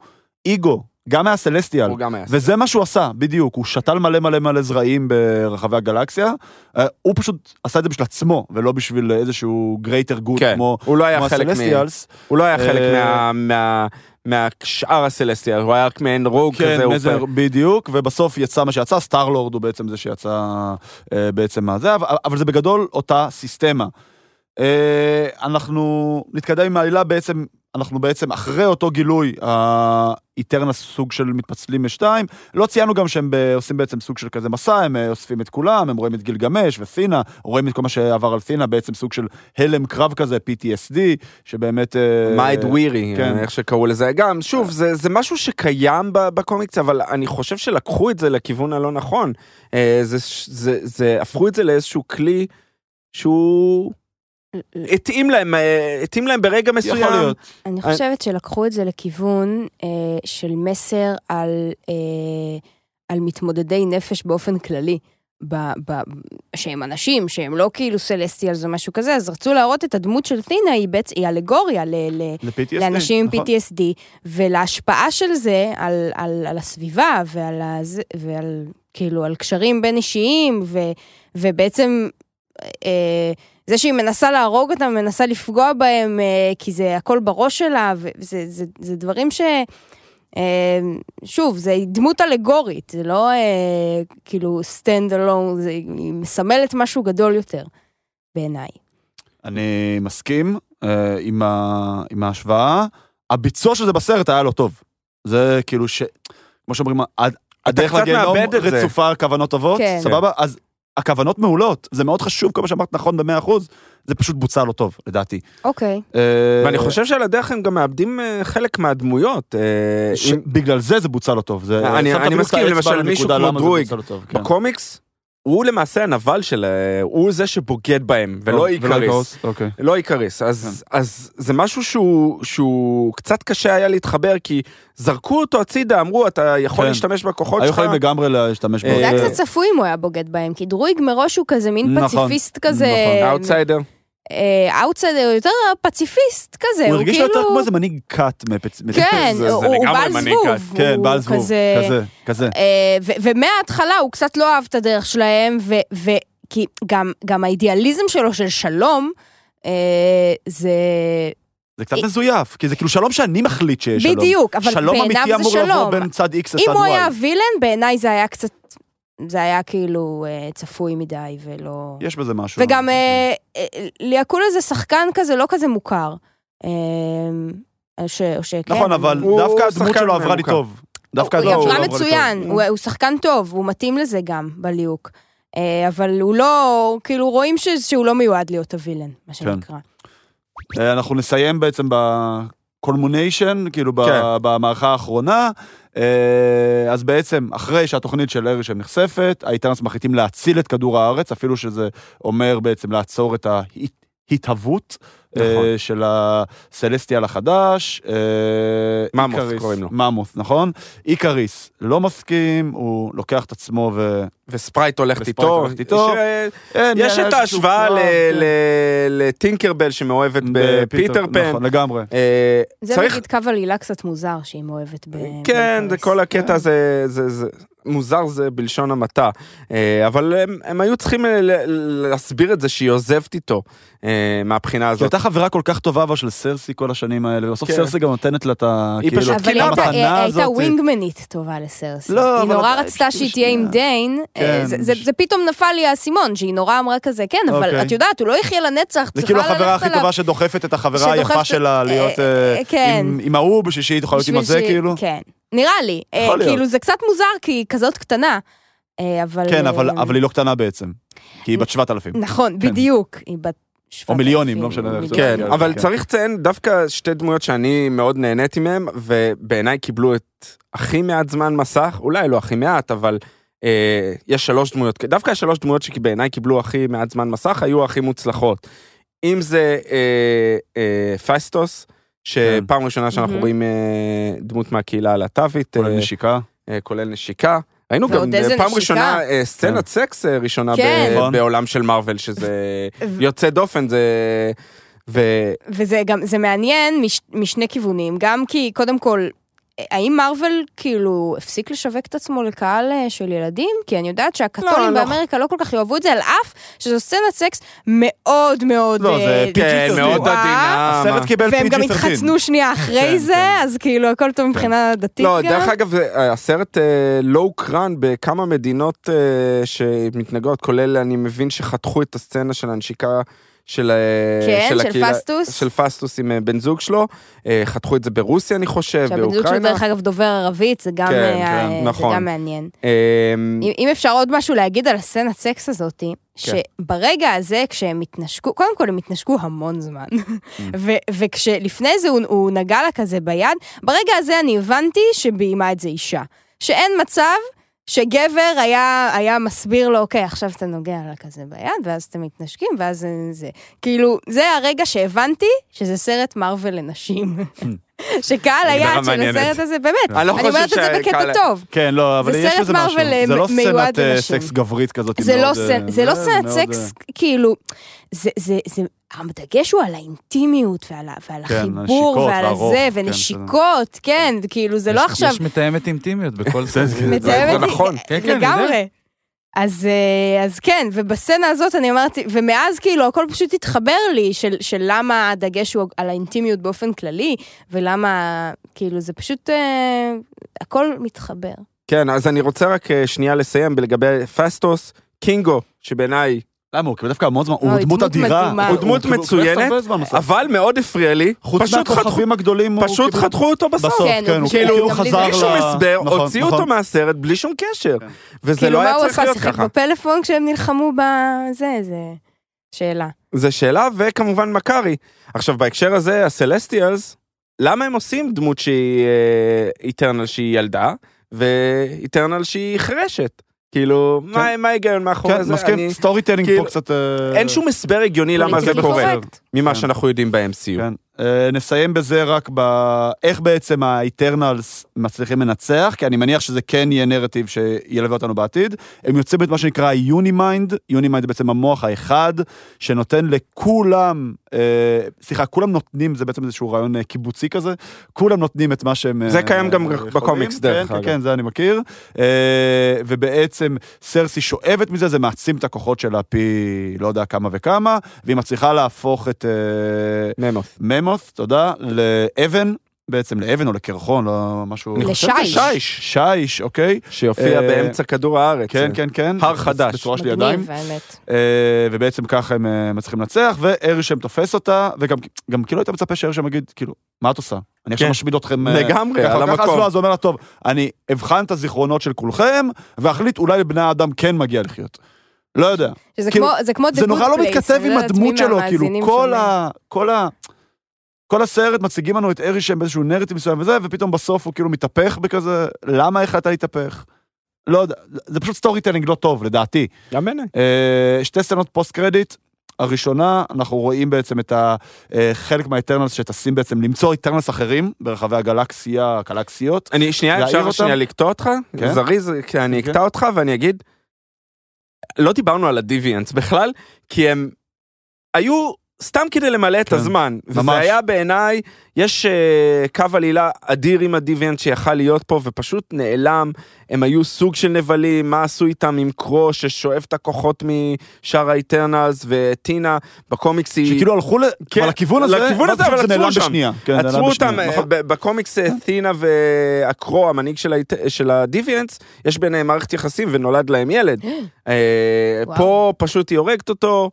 Speaker 1: איגו, גם היה סלסטיאל,
Speaker 3: הוא גם היה.
Speaker 1: וזה מה שהוא עשה, בדיוק, הוא שתל מלא מלא מלא זרעים ברחבי הגלקסיה, אה, הוא פשוט עשה את זה בשביל עצמו, ולא בשביל איזשהו greater good
Speaker 3: כן,
Speaker 1: כמו...
Speaker 3: הוא לא
Speaker 1: כמו
Speaker 3: היה חלק מה...
Speaker 1: הסלסטיאלס,
Speaker 3: הוא לא היה חלק
Speaker 1: אה,
Speaker 3: מה... מה... מהשאר הסלסטיאל, הוא היה רק מעין רוג
Speaker 1: כן,
Speaker 3: כזה, הוא
Speaker 1: מזר, בדיוק, ובסוף יצא מה שיצא, סטארלורד הוא בעצם זה שיצא אה, בעצם מה זה, אבל, אבל זה בגדול אותה סיסטמה. אה, אנחנו נתקדם עם העלילה בעצם, אנחנו בעצם אחרי אותו גילוי, האיטרנס סוג של מתפצלים לשתיים, לא ציינו גם שהם ב- עושים בעצם סוג של כזה מסע, הם אה, אוספים את כולם, הם רואים את גילגמש ופינה, רואים את כל מה שעבר על פינה, בעצם סוג של הלם קרב כזה, PTSD, שבאמת... אה,
Speaker 3: מייד ווירי,
Speaker 1: כן.
Speaker 3: אה, איך שקראו לזה. גם, שוב, זה, זה משהו שקיים ב- בקומיקס, אבל אני חושב שלקחו את זה לכיוון הלא נכון. אה, זה, זה, זה, הפכו את זה לאיזשהו כלי שהוא... התאים להם, אה, התאים להם ברגע מסוים.
Speaker 1: יכול להיות.
Speaker 2: אני חושבת שלקחו את זה לכיוון אה, של מסר על, אה, על מתמודדי נפש באופן כללי. ב, ב, שהם אנשים, שהם לא כאילו סלסטיאלס או משהו כזה, אז רצו להראות את הדמות של טינה, היא בעצם, היא אלגוריה ל, ל,
Speaker 1: ל-PTSD,
Speaker 2: לאנשים עם
Speaker 1: נכון.
Speaker 2: PTSD, ולהשפעה של זה על, על, על הסביבה ועל, הז... ועל כאילו על קשרים בין אישיים, ו, ובעצם אה, זה שהיא מנסה להרוג אותם, מנסה לפגוע בהם, אה, כי זה הכל בראש שלה, וזה זה, זה דברים ש... אה, שוב, זה דמות אלגורית, זה לא אה, כאילו stand alone, זה, היא מסמלת משהו גדול יותר, בעיניי.
Speaker 1: אני מסכים אה, עם, ה, עם ההשוואה. הביצוע של זה בסרט היה לא טוב. זה כאילו ש... כמו שאומרים, הד- הדרך
Speaker 3: קצת
Speaker 1: לגיהנום
Speaker 3: מאבד את זה.
Speaker 1: רצופה כוונות טובות,
Speaker 2: כן.
Speaker 1: סבבה? אז הכוונות מעולות, זה מאוד חשוב, כל מה שאמרת נכון ב-100%, זה פשוט בוצע לא טוב, לדעתי.
Speaker 2: אוקיי.
Speaker 1: אה,
Speaker 3: ואני חושב שעל הדרך הם גם מאבדים אה, חלק מהדמויות. אה,
Speaker 1: ש-
Speaker 3: אם-
Speaker 1: בגלל זה זה בוצע לא טוב. זה-
Speaker 3: אני-
Speaker 1: שמת
Speaker 3: אני
Speaker 1: בדיוק את
Speaker 3: מסכים,
Speaker 1: האצבע
Speaker 3: למשל, מישהו
Speaker 1: לנקודה
Speaker 3: כמו
Speaker 1: למה זה
Speaker 3: דרויג,
Speaker 1: בוצע לא טוב, כן.
Speaker 3: בקומיקס, הוא למעשה הנבל של... אה, הוא זה שבוגד בהם,
Speaker 1: טוב,
Speaker 3: ולא איקריס.
Speaker 1: אוקיי.
Speaker 3: לא איקריס, אז,
Speaker 1: כן.
Speaker 3: אז זה משהו שהוא, שהוא קצת קשה היה להתחבר, כי זרקו אותו הצידה, אמרו, אתה יכול
Speaker 1: כן.
Speaker 3: היו להשתמש בכוחות
Speaker 1: היו
Speaker 3: שלך.
Speaker 1: יכולים לגמרי להשתמש
Speaker 3: אה,
Speaker 1: בו.
Speaker 2: זה
Speaker 3: אה,
Speaker 2: היה קצת צפוי אם הוא היה בוגד בהם, כי דרויג מראש הוא כזה מין
Speaker 1: נכון,
Speaker 2: פציפיסט כזה.
Speaker 1: נכון.
Speaker 3: אאוטסיידר.
Speaker 2: אה, אאוטסיידר, הוא יותר פציפיסט כזה,
Speaker 1: הוא
Speaker 2: הוא
Speaker 1: הרגיש
Speaker 2: כאילו...
Speaker 1: יותר כמו איזה מנהיג כת מפצ...
Speaker 2: כן,
Speaker 1: זה-
Speaker 2: הוא
Speaker 1: זה-
Speaker 2: הוא
Speaker 3: לגמרי
Speaker 2: בעל
Speaker 3: מנהיג
Speaker 2: זבוב.
Speaker 1: כן,
Speaker 2: הוא
Speaker 1: בעל זבוב, כזה, כזה.
Speaker 2: אה, ו- ומההתחלה הוא קצת לא אהב את הדרך שלהם, ו... ו- כי גם, גם האידיאליזם שלו של שלום, אה, זה
Speaker 1: זה קצת מזויף, כי זה כאילו שלום שאני מחליט שיש אה, שלום.
Speaker 2: בדיוק, אבל
Speaker 1: שלום
Speaker 2: בעיניו
Speaker 1: אמיתי
Speaker 2: זה
Speaker 1: אמור לבוא
Speaker 2: שלום.
Speaker 1: בין צד X לצד Y.
Speaker 2: אם הוא היה וילן, בעיניי זה היה קצת, זה היה כאילו אה, צפוי מדי ולא...
Speaker 1: יש בזה משהו.
Speaker 2: וגם אה, אה, ליאקולה זה שחקן כזה, לא כזה מוכר. אה, ש- או שכן,
Speaker 1: נכון, אבל
Speaker 3: הוא- הוא
Speaker 1: דווקא הדמות
Speaker 3: שחקן
Speaker 1: שלו עברה לי
Speaker 3: ממוקם.
Speaker 1: טוב. דווקא לא,
Speaker 2: הוא
Speaker 1: הדמות שלו
Speaker 2: עברה
Speaker 1: עברה לי טוב.
Speaker 2: מצוין, הוא- הוא שחקן טוב, הוא מתאים לזה גם בליהוק. אה, אבל הוא לא, כאילו רואים ש- שהוא לא מיועד להיות הווילן, מה שנקרא.
Speaker 1: אה, אנחנו נסיים בעצם בקולמוניישן, כאילו ב-
Speaker 3: כן.
Speaker 1: במערכה האחרונה. אה, אז בעצם, אחרי שהתוכנית של ארישם נחשפת, האיטנס מחליטים להציל את כדור הארץ, אפילו שזה אומר בעצם לעצור את ההתהוות אה,
Speaker 3: נכון.
Speaker 1: של הסלסטיאל החדש. אה,
Speaker 3: ממוס
Speaker 1: איקריס-
Speaker 3: קוראים לו.
Speaker 1: ממוס, נכון? איקריס לא מסכים, הוא לוקח את עצמו ו...
Speaker 3: וספרייט הולכת
Speaker 1: וספרייט
Speaker 3: איתו.
Speaker 1: הולכת איתו.
Speaker 3: ש-
Speaker 1: אין,
Speaker 3: אה,
Speaker 1: אה,
Speaker 3: יש
Speaker 1: אין
Speaker 3: את
Speaker 1: איזשהו
Speaker 3: ההשוואה
Speaker 1: קרב,
Speaker 3: ל-
Speaker 1: כן.
Speaker 3: ל- לטינקרבל שמאוהבת בפיטר פן.
Speaker 1: נכון, לגמרי.
Speaker 3: אה,
Speaker 2: זה
Speaker 3: צריך-
Speaker 2: נגיד קו עלילה קצת מוזר שהיא מאוהבת ב...
Speaker 3: כן,
Speaker 2: באינטרס.
Speaker 3: זה כל הקטע הזה, זה, זה, מוזר זה בלשון המעטה. אה, אבל הם, הם היו צריכים אה, ל- להסביר את זה שהיא עוזבת איתו אה, מהבחינה
Speaker 1: כי
Speaker 3: הזאת.
Speaker 1: הייתה חברה כל כך טובה אבל של סרסי כל השנים האלה, ובסוף
Speaker 3: כן.
Speaker 1: סרסי גם נותנת לה את ה...
Speaker 3: היא
Speaker 1: כאילו,
Speaker 3: פשוט
Speaker 1: את
Speaker 2: אבל היא
Speaker 3: כאילו,
Speaker 2: הייתה-
Speaker 1: המתנה
Speaker 2: היא
Speaker 1: הזאת.
Speaker 2: אה, הייתה ווינגמנית טובה לסרסי.
Speaker 1: לא, אבל
Speaker 2: היא נורא
Speaker 1: עדיין,
Speaker 2: רצתה
Speaker 1: כאילו,
Speaker 2: שהיא תהיה עם
Speaker 1: שנייה.
Speaker 2: דיין. אה, זה-
Speaker 1: כן.
Speaker 2: זה זה פתאום נפל לי האסימון, שהיא נורא אמרה כזה, כן, אבל
Speaker 1: אוקיי.
Speaker 2: את יודעת, הוא לא יחיה לנצח,
Speaker 1: זה
Speaker 2: צריכה
Speaker 1: כאילו
Speaker 2: ללכת עליו.
Speaker 1: החברה הכי טובה שדוחפת את החברה היפה
Speaker 2: שדוחפת-
Speaker 1: שלה להיות
Speaker 2: אה,
Speaker 1: אה,
Speaker 2: כן.
Speaker 1: עם- עם ההוא בשישי, היא יכולה להיות עם
Speaker 2: בשביל
Speaker 1: הזה
Speaker 2: שהיא-
Speaker 1: כאילו.
Speaker 2: כן. נראה לי. אה,
Speaker 1: יכול להיות.
Speaker 2: כאילו, זה קצת מוזר, כי היא כזאת קטנה. אה, אבל...
Speaker 1: כן, אבל
Speaker 2: אה,
Speaker 1: אבל היא לא קטנה בעצם. כי היא בת 7,000.
Speaker 2: נכון, בדיוק. היא בת... 7,000,
Speaker 1: מיליונים, לא משנה,
Speaker 2: מיליונים.
Speaker 3: כן,
Speaker 1: כן,
Speaker 3: אבל
Speaker 1: כן.
Speaker 3: צריך לציין דווקא שתי דמויות שאני מאוד נהניתי מהן, ובעיניי קיבלו את הכי מעט זמן מסך, אולי לא הכי מעט, אבל אה, יש שלוש דמויות, דווקא השלוש דמויות שבעיניי קיבלו הכי מעט זמן מסך היו הכי מוצלחות. אם זה אה, אה, פסטוס, שפעם ראשונה שאנחנו
Speaker 2: מהמם.
Speaker 3: רואים אה, דמות מהקהילה הלהט"בית, אה,
Speaker 1: כולל נשיקה.
Speaker 3: אה, כולל נשיקה. ראינו
Speaker 2: ועוד
Speaker 3: גם אה,
Speaker 2: איזה
Speaker 3: פעם
Speaker 2: נשיקה.
Speaker 3: ראשונה אה, סצנת סקס אה, ראשונה
Speaker 2: כן.
Speaker 3: ב-
Speaker 1: נכון.
Speaker 3: בעולם של מארוול, שזה יוצא דופן, זה... ו-
Speaker 2: וזה גם, זה מעניין מש, משני כיוונים, גם כי קודם כל, האם מארוול כאילו הפסיק לשווק את עצמו לקהל אה, של ילדים? כי אני יודעת שהקתולים
Speaker 3: לא.
Speaker 2: באמריקה לא כל כך יאהבו את זה, על אף שזו סצנת סקס מאוד מאוד...
Speaker 1: לא, זה
Speaker 2: אה,
Speaker 1: PG-13.
Speaker 3: כן, מאוד
Speaker 2: צנועה,
Speaker 3: עדינה.
Speaker 1: הסרט קיבל
Speaker 2: אה, והם גם
Speaker 1: PG-13.
Speaker 2: התחתנו שנייה אחרי
Speaker 1: כן,
Speaker 2: זה,
Speaker 1: כן.
Speaker 2: אז כאילו הכל טוב מבחינה דתית
Speaker 3: לא,
Speaker 2: גם.
Speaker 3: דרך אגב, זה- הסרט אה, לא הוקרן בכמה מדינות אה, שמתנגדות, כולל, אני מבין שחתכו את הסצנה של הנשיקה של, אה,
Speaker 2: כן, של
Speaker 3: הקהילה-
Speaker 2: פסטוס.
Speaker 3: של פסטוס עם אה, בן זוג שלו, אה, חתכו את זה ברוסיה, אני חושב,
Speaker 2: שהבן זוג שלו
Speaker 3: באוקראינה.
Speaker 2: דרך אגב דובר ערבית, זה גם,
Speaker 3: כן,
Speaker 2: אה,
Speaker 3: כן,
Speaker 2: אה,
Speaker 3: נכון.
Speaker 2: זה גם מעניין.
Speaker 3: אה,
Speaker 2: אם אם אפשר עוד משהו להגיד על הסצנת סקס הזאת,
Speaker 3: כן.
Speaker 2: שברגע הזה כשהם התנשקו, קודם כל הם התנשקו המון זמן, ו- וכשלפני זה הוא, הוא נגע לה כזה ביד, ברגע הזה אני הבנתי שביימה את זה אישה. שאין מצב שגבר היה, היה מסביר לו, אוקיי, עכשיו אתה נוגע לה כזה ביד, ואז אתם מתנשקים, ואז זה, זה. כאילו, זה הרגע שהבנתי שזה סרט מארוול לנשים. שקהל היעד של
Speaker 3: מעניינת.
Speaker 2: הסרט הזה, באמת,
Speaker 3: אני
Speaker 2: אני
Speaker 3: לא חושב
Speaker 2: אומרת את זה
Speaker 3: שהקהל-
Speaker 2: בקטע טוב.
Speaker 1: כן, לא, אבל
Speaker 2: זה
Speaker 1: יש
Speaker 2: סרט
Speaker 1: בזה משהו.
Speaker 2: מארוול,
Speaker 1: זה לא
Speaker 2: אה, מיועד
Speaker 1: סצנת אה,
Speaker 2: לנשים.
Speaker 1: סקס גברית כזאת.
Speaker 2: זה לא
Speaker 1: מאוד, אה,
Speaker 2: סצנת, זה לא סצנת
Speaker 1: מאוד, אה,
Speaker 2: סקס, כאילו, זה, זה, זה, הדגש הוא על האינטימיות ועל, ה- ועל
Speaker 1: כן,
Speaker 2: החיבור
Speaker 1: הנשיקות
Speaker 2: ועל
Speaker 1: והרוך,
Speaker 2: הזה,
Speaker 1: כן,
Speaker 2: ונשיקות, כן, כאילו, זה לא
Speaker 4: יש-
Speaker 2: עכשיו,
Speaker 4: יש מתאמת אינטימיות בכל סרט.
Speaker 2: מתאמת,
Speaker 3: זה נכון.
Speaker 4: כן, כן, אני יודע.
Speaker 2: לגמרי. אז, אה, אז כן, ובסצנה הזאת אני אמרתי, ומאז כאילו הכל פשוט התחבר לי, של, של למה הדגש הוא על האינטימיות באופן כללי, ולמה, כאילו, זה פשוט, אה, הכל מתחבר.
Speaker 3: כן, אז אני רוצה רק אה, שנייה לסיים לגבי פסטוס, קינגו, שבעיניי,
Speaker 1: אה. למה, הוא קיבל דווקא המון זמן, הוא
Speaker 2: אוי,
Speaker 1: דמות
Speaker 2: דמות
Speaker 1: אדירה.
Speaker 2: מדהימה.
Speaker 3: הוא דמות
Speaker 1: קיבל- הוא קיבל
Speaker 3: מצוינת,
Speaker 1: הרבה זמן מסך.
Speaker 3: אבל מאוד הפריע לי,
Speaker 1: חוץ
Speaker 3: פשוט חתכו,
Speaker 1: מהכוכבים הגדולים, הוא
Speaker 3: פשוט
Speaker 1: קיבל-
Speaker 3: חתכו אותו בסוף.
Speaker 1: בסוף,
Speaker 2: כן,
Speaker 1: כן,
Speaker 2: הוא
Speaker 1: הוא
Speaker 2: כאילו
Speaker 1: כאילו
Speaker 2: גם בלי
Speaker 1: חזר
Speaker 2: זה.
Speaker 1: ל...
Speaker 3: בלי שום הסבר,
Speaker 1: נכון,
Speaker 3: הוציאו
Speaker 1: נכון.
Speaker 3: אותו מהסרט בלי שום קשר.
Speaker 1: כן.
Speaker 3: וזה
Speaker 2: כאילו,
Speaker 3: לא
Speaker 2: מה
Speaker 3: היה
Speaker 2: הוא
Speaker 3: צריך
Speaker 2: עשה?
Speaker 3: להיות
Speaker 2: שיחק
Speaker 3: ככה.
Speaker 2: בפלאפון כשהם נלחמו בזה, זה שאלה.
Speaker 3: זה שאלה, וכמובן מקארי. עכשיו, בהקשר הזה, הסלסטיאלס, למה הם עושים דמות שהיא אה, איטרנל שהיא ילדה, ואיטרנל שהיא חירשת? כאילו, מה- מה ההיגיון מאחורי
Speaker 1: כן,
Speaker 3: זה? אני-
Speaker 1: מסכים, סטורי טיילינג
Speaker 3: כאילו,
Speaker 1: פה קצת... אה,
Speaker 3: אין שום הסבר הגיוני למה זה
Speaker 1: כאילו
Speaker 2: פוליטיקלי
Speaker 3: קורה,
Speaker 2: קורקט.
Speaker 3: ממה
Speaker 1: כן.
Speaker 3: שאנחנו יודעים ב-MCU.
Speaker 1: כן. אה, נסיים בזה רק ב... איך בעצם האיטרנלס מצליחים לנצח, כי אני מניח שזה כן יהיה נרטיב שילווה אותנו בעתיד. הם יוצאים את מה שנקרא יונימיינד, יונימיינד זה בעצם המוח האחד, שנותן לכולם, אה, סליחה, כולם נותנים, זה בעצם איזשהו רעיון אה, קיבוצי כזה, כולם נותנים את מה שהם... אה,
Speaker 3: זה קיים גם
Speaker 1: יכולים.
Speaker 3: בקומיקס, דרך
Speaker 1: כן,
Speaker 3: אגב.
Speaker 1: כן, כן, זה אני מכיר. אה, ובעצם סרסי שואבת מזה, זה מעצים את הכוחות שלה פי לא יודע כמה וכמה, והיא מצליחה להפוך את... אה,
Speaker 3: ממוס.
Speaker 1: ממוס, תודה, לאבן, בעצם לאבן או לקרחון, לא משהו...
Speaker 3: אני חושב שזה
Speaker 2: לשיש.
Speaker 3: שיש,
Speaker 1: שיש, אוקיי?
Speaker 3: שיופיע
Speaker 1: אה,
Speaker 3: באמצע כדור הארץ.
Speaker 1: כן, כן, כן.
Speaker 3: הר חדש.
Speaker 1: בצורה של ידיים.
Speaker 2: מגניב, האמת.
Speaker 1: אה, ובעצם ככה הם אה, מצליחים לנצח, וארשם תופס אותה, וגם גם כאילו היית מצפה שארשם יגיד, כאילו, מה את עושה? אני עכשיו
Speaker 3: כן.
Speaker 1: משמיד אתכם... אה,
Speaker 3: לגמרי,
Speaker 1: ככה
Speaker 3: על
Speaker 1: וככה." אז
Speaker 3: המקום.
Speaker 1: לא, אז הוא אומר לה, טוב, אני אבחן את הזיכרונות של כולכם, ואחליט אולי לבני האדם כן מגיע לחיות. לא יודע.
Speaker 2: שזה
Speaker 1: כאילו,
Speaker 2: כמו, זה כמו The Good Place.
Speaker 1: זה נורא לא
Speaker 2: אני
Speaker 1: מתכתב
Speaker 2: לא
Speaker 1: עם
Speaker 2: יודעת מי
Speaker 1: הדמות שלו, כאילו,
Speaker 2: מהמאזינים
Speaker 1: כל
Speaker 2: שומע.
Speaker 1: ה... כל ה... כל הסרט מציגים לנו את ארי שם באיזשהו נרטיב מסוים וזה, ופתאום בסוף הוא כאילו מתהפך בכזה, למה החלטת להתהפך? לא יודע, זה פשוט סטורי טלינג לא טוב, לדעתי.
Speaker 3: גם בעיניי.
Speaker 1: אה, שתי סצנות פוסט קרדיט. הראשונה, אנחנו רואים בעצם את ה- אה, חלק מהאטרנלס שטסים בעצם למצוא אטרנלס אחרים ברחבי הגלקסיה, הקלקסיות.
Speaker 3: אני, שנייה,
Speaker 1: להעיר
Speaker 3: אפשר
Speaker 1: אותם?
Speaker 3: שנייה לקטוע אותך?
Speaker 1: כן.
Speaker 3: זריז, כי אני
Speaker 1: כן.
Speaker 3: אקטע אותך ואני אגיד, לא דיברנו על הדיוויאנס בכלל, כי הם היו סתם כדי למלא את
Speaker 1: כן,
Speaker 3: הזמן. וזה
Speaker 1: ממש.
Speaker 3: היה בעיניי, יש אה, קו עלילה אדיר עם הדיוויאנס שיכל להיות פה ופשוט נעלם. הם היו סוג של נבלים, מה עשו איתם עם קרו ששואב את הכוחות משאר האיטרנלס וטינה בקומיקס היא...
Speaker 1: שכאילו הלכו ל-
Speaker 3: כן,
Speaker 1: אבל לכיוון הזה,
Speaker 3: לכיוון
Speaker 1: ואז
Speaker 3: הזה, אבל
Speaker 1: פשוט זה
Speaker 3: עצרו
Speaker 1: נעלם
Speaker 3: שם.
Speaker 1: בשנייה. כן, זה נעלם
Speaker 3: עצרו
Speaker 1: בשנייה,
Speaker 3: אותם, אה,
Speaker 1: נכון.
Speaker 3: ב- בקומיקס אה, תינה והקרו, המנהיג של האיט- של הדיוויאנס, יש ביניהם מערכת יחסים ונולד להם ילד. אה,
Speaker 2: וואו.
Speaker 3: פה פשוט היא הורגת אותו,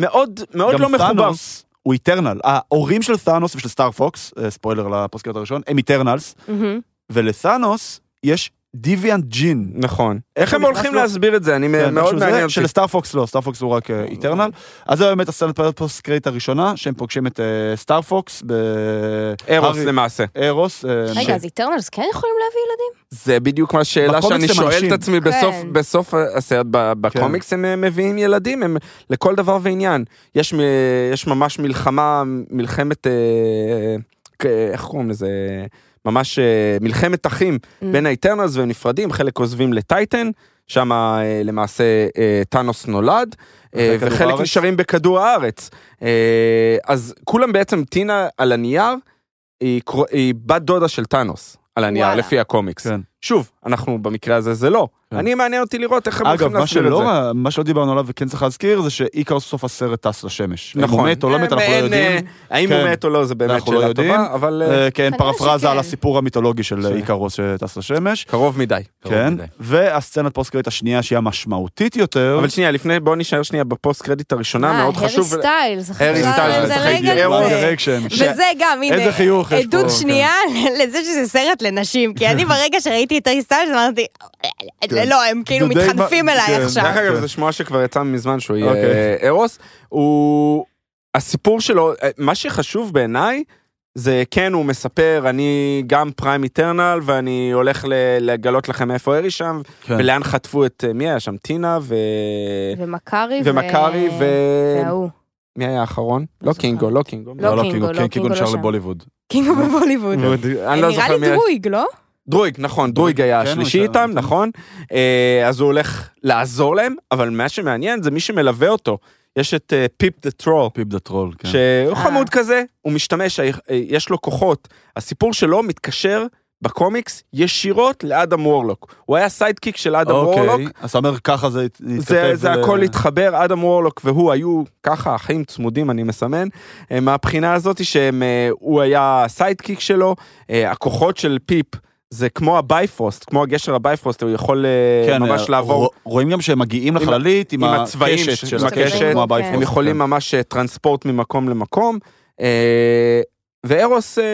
Speaker 3: מאוד מאוד לא
Speaker 1: גם
Speaker 3: מחובר.
Speaker 1: תאנוס הוא איטרנל. ההורים של תאנוס ושל סטאר פוקס, אה, ספוילר לפוסט הראשון, הם איטרנלס,
Speaker 2: מהמם.
Speaker 1: ולתאנוס יש דיוויאנט ג'ין.
Speaker 3: נכון. איך הם
Speaker 1: נכנס
Speaker 3: הולכים
Speaker 1: לו?
Speaker 3: להסביר את זה? אני
Speaker 1: כן,
Speaker 3: מ- אה, מאוד
Speaker 1: איכשהו זה,
Speaker 3: מעניין אותי.
Speaker 1: שלסטאר פוקס לא, סטאר פוקס הוא רק איטרנל. אז זה באמת הסצנת פוסט קרדיט הראשונה, שהם פוגשים את אה, סטאר פוקס
Speaker 3: ארוס
Speaker 1: בארוס.
Speaker 3: למעשה.
Speaker 1: ארוס. אה, ש-
Speaker 2: רגע, אז איטרנלס כן יכולים להביא ילדים?
Speaker 3: זה בדיוק מה השאלה
Speaker 1: בקומיקס
Speaker 3: שאני
Speaker 1: הם
Speaker 3: שואל
Speaker 1: אנשים. כן.
Speaker 3: את עצמי בסוף,
Speaker 2: כן.
Speaker 3: בסוף הסרט, ב- בקומיקס הם אה, מביאים ילדים, הם לכל דבר ועניין. יש, מ- יש ממש מלחמה, מלחמת, אה, כ- איך קוראים לזה? ממש אה, מלחמת אחים
Speaker 2: Mm.
Speaker 3: בין האיטרנלס והם נפרדים, חלק עוזבים לטייטן, שם אה, למעשה אה, טאנוס נולד, אה,
Speaker 1: וכדור
Speaker 3: וחלק
Speaker 1: הארץ.
Speaker 3: נשארים בכדור הארץ. אה, אז כולם בעצם, טינה על הנייר, היא, קרו- היא בת דודה של טאנוס. על הנייר,
Speaker 2: וואלה.
Speaker 3: לפי הקומיקס.
Speaker 1: כן.
Speaker 3: שוב, אנחנו במקרה הזה זה לא.
Speaker 1: כן.
Speaker 3: אני מעניין אותי לראות איך הם
Speaker 1: אגב,
Speaker 3: הולכים
Speaker 1: מה
Speaker 3: להסביר את
Speaker 1: שלא,
Speaker 3: זה.
Speaker 1: מה שלא דיברנו עליו וכן צריך להזכיר, זה שאיכר סוף הסרט טס לשמש. אם
Speaker 3: נכון.
Speaker 1: הוא מת או לא מת, אנחנו לא
Speaker 3: מעין,
Speaker 1: יודעים.
Speaker 3: אה, האם הוא
Speaker 1: כן.
Speaker 3: מת או לא, זה באמת
Speaker 1: אנחנו לא
Speaker 3: שאלה
Speaker 1: יודעים.
Speaker 3: טובה, אבל אה,
Speaker 1: אה, כן,
Speaker 2: כנראה
Speaker 1: פרפרזה על
Speaker 2: שכן.
Speaker 1: הסיפור המיתולוגי של
Speaker 3: ש-
Speaker 1: איקרוס שטס לשמש.
Speaker 3: קרוב מדי.
Speaker 4: קרוב
Speaker 1: כן,
Speaker 4: מדי.
Speaker 1: והסצנת פוסט קרדיט השנייה שהיא המשמעותית יותר.
Speaker 3: אבל שנייה, לפני, בוא נשאר שנייה בפוסט קרדיט הראשונה,
Speaker 2: אה,
Speaker 3: מאוד חשוב.
Speaker 2: הארי סטיילס. עכשיו
Speaker 3: הארי
Speaker 2: אפשר
Speaker 3: סטיילס,
Speaker 2: לדלג
Speaker 3: משחק אוקיי.
Speaker 2: על זה.
Speaker 3: אירו
Speaker 1: דירקשן.
Speaker 2: וזה גם, הנה,
Speaker 1: איזה חיוך יש פה,
Speaker 2: עדות
Speaker 3: אוקיי.
Speaker 1: כן.
Speaker 2: שנייה לזה שזה סרט לנשים, כי אני ברגע שראיתי את הארי סטיילס אמרתי,
Speaker 3: כן.
Speaker 2: לא, הם כאילו
Speaker 1: דודי
Speaker 2: מתחנפים
Speaker 1: מה-
Speaker 2: אליי
Speaker 1: כן.
Speaker 2: עכשיו.
Speaker 3: דרך אגב,
Speaker 1: כן.
Speaker 3: זו שמועה שכבר יצאה מזמן שהוא יהיה
Speaker 1: אוקיי.
Speaker 3: אה, ארוס. הוא... הסיפור שלו, אה, מה שחשוב בעיניי, זה כן, הוא מספר, אני גם פריים איטרנל, ואני הולך ל- לגלות לכם איפה ארי שם,
Speaker 1: כן.
Speaker 3: ולאן חטפו את, אה, מי היה שם? טינה ו...
Speaker 2: ומכרי ו...
Speaker 3: ומכרי ו...
Speaker 2: וההוא.
Speaker 3: מי היה האחרון? לא
Speaker 2: זוכרת.
Speaker 3: קינגו, לא קינגו.
Speaker 2: לא קינגו, לא
Speaker 1: כן,
Speaker 2: קינגו
Speaker 1: קינגו נשאר
Speaker 2: לא שם.
Speaker 1: לבוליווד.
Speaker 2: קינגו בבוליווד. אה,
Speaker 3: אני לא
Speaker 2: נראה
Speaker 3: זוכר מי
Speaker 2: לי
Speaker 3: היה.
Speaker 2: דרויג, לא?
Speaker 3: דרויג, נכון, דרויג היה
Speaker 1: כן, הוא
Speaker 3: השלישי
Speaker 1: נשאר.
Speaker 3: איתם, נכון? אה, אז הוא הולך לעזור להם, אבל מה שמעניין זה מי שמלווה אותו. יש את אה, פיפ דה טרול,
Speaker 1: פיפ דה טרול, כן.
Speaker 3: שהוא
Speaker 2: אה.
Speaker 3: חמוד כזה, הוא משתמש, ה- אה, יש לו כוחות. הסיפור שלו מתקשר בקומיקס ישירות לאדם וורלוק. הוא היה סיידקיק של אדם וורלוק.
Speaker 1: אוקיי, אז אתה אומר ככה זה הת-
Speaker 3: זה,
Speaker 1: התכתב. אה,
Speaker 3: זה
Speaker 1: ל-
Speaker 3: הכל התחבר, אדם וורלוק והוא היו ככה אחים צמודים, אני מסמן, אה, מהבחינה הזאת שהוא היה הסיידקיק שלו, אה, הכוחות של פיפ זה כמו הבייפרוסט, כמו הגשר הבייפרוסט, הוא יכול אה,
Speaker 1: כן,
Speaker 3: ממש
Speaker 1: אה,
Speaker 3: לעבור,
Speaker 1: רוא- רואים גם שהם מגיעים
Speaker 3: עם-
Speaker 1: לחללית עם
Speaker 3: עם הצבעים
Speaker 1: הקשת
Speaker 3: ש-
Speaker 1: של
Speaker 3: עם
Speaker 1: הקשת,
Speaker 2: הקשת,
Speaker 1: כמו
Speaker 2: כן.
Speaker 1: הבייפרוסט.
Speaker 3: הם יכולים ממש אה, טרנספורט ממקום למקום, אה, וארוס... אה,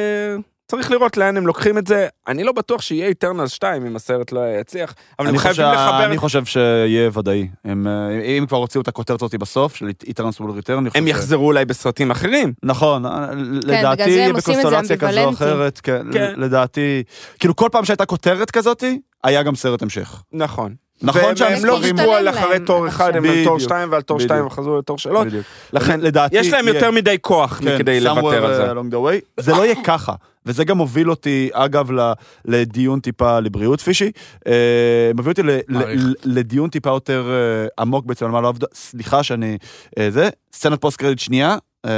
Speaker 3: צריך לראות לאן הם לוקחים את זה, אני לא בטוח שיהיה איטרנל 2 אם הסרט לא יצליח, אבל הם
Speaker 1: אני חושב
Speaker 3: חייבים
Speaker 1: שה-
Speaker 3: לחבר,
Speaker 1: אני חושב שיהיה ודאי. הם, אה, אם כבר הוציאו את הכותרת אותי בסוף, של איטרנס וול ריטרן, אני חושב...
Speaker 3: הם
Speaker 1: ש-
Speaker 3: יחזרו אולי בסרטים אחרים.
Speaker 1: נכון,
Speaker 2: כן, בגלל זה
Speaker 1: לדעתי
Speaker 2: הם עושים את זה
Speaker 1: בקונסטלציה כזו או
Speaker 2: אמביוולנטי.
Speaker 1: אחרת, כן,
Speaker 3: כן.
Speaker 1: לדעתי, כאילו כל פעם שהייתה כותרת כזאת, היה גם סרט המשך.
Speaker 3: נכון.
Speaker 1: נכון
Speaker 3: והם לא
Speaker 1: שהמספרים...
Speaker 2: מסתדרים.
Speaker 3: ויתרו על
Speaker 2: משתלם
Speaker 3: אחרי
Speaker 2: להם
Speaker 3: תור
Speaker 2: עד
Speaker 3: אחד, הם
Speaker 1: עכשיו.
Speaker 3: על תור
Speaker 1: בדיוק,
Speaker 3: שתיים ועל תור
Speaker 1: בדיוק.
Speaker 3: שתיים הם חזרו לתור שלוש.
Speaker 1: בדיוק.
Speaker 3: לכן,
Speaker 1: לדעתי...
Speaker 3: יש להם
Speaker 1: יהיה-
Speaker 3: יותר מדי כוח אה,
Speaker 1: כן,
Speaker 3: מכדי לוותר על
Speaker 1: somewhere
Speaker 3: זה.
Speaker 1: along the way. זה לא יהיה ככה, וזה גם מוביל אותי, אגב, ל- לדיון טיפה לבריאות פישי, אה, מביא אותי ל- ל-
Speaker 4: מעריך.
Speaker 1: ל- לדיון טיפה יותר אה, עמוק בעצם על מה לא עבד, סליחה שאני, אה, זה, סצנת פוסט קרדיט שנייה, אה,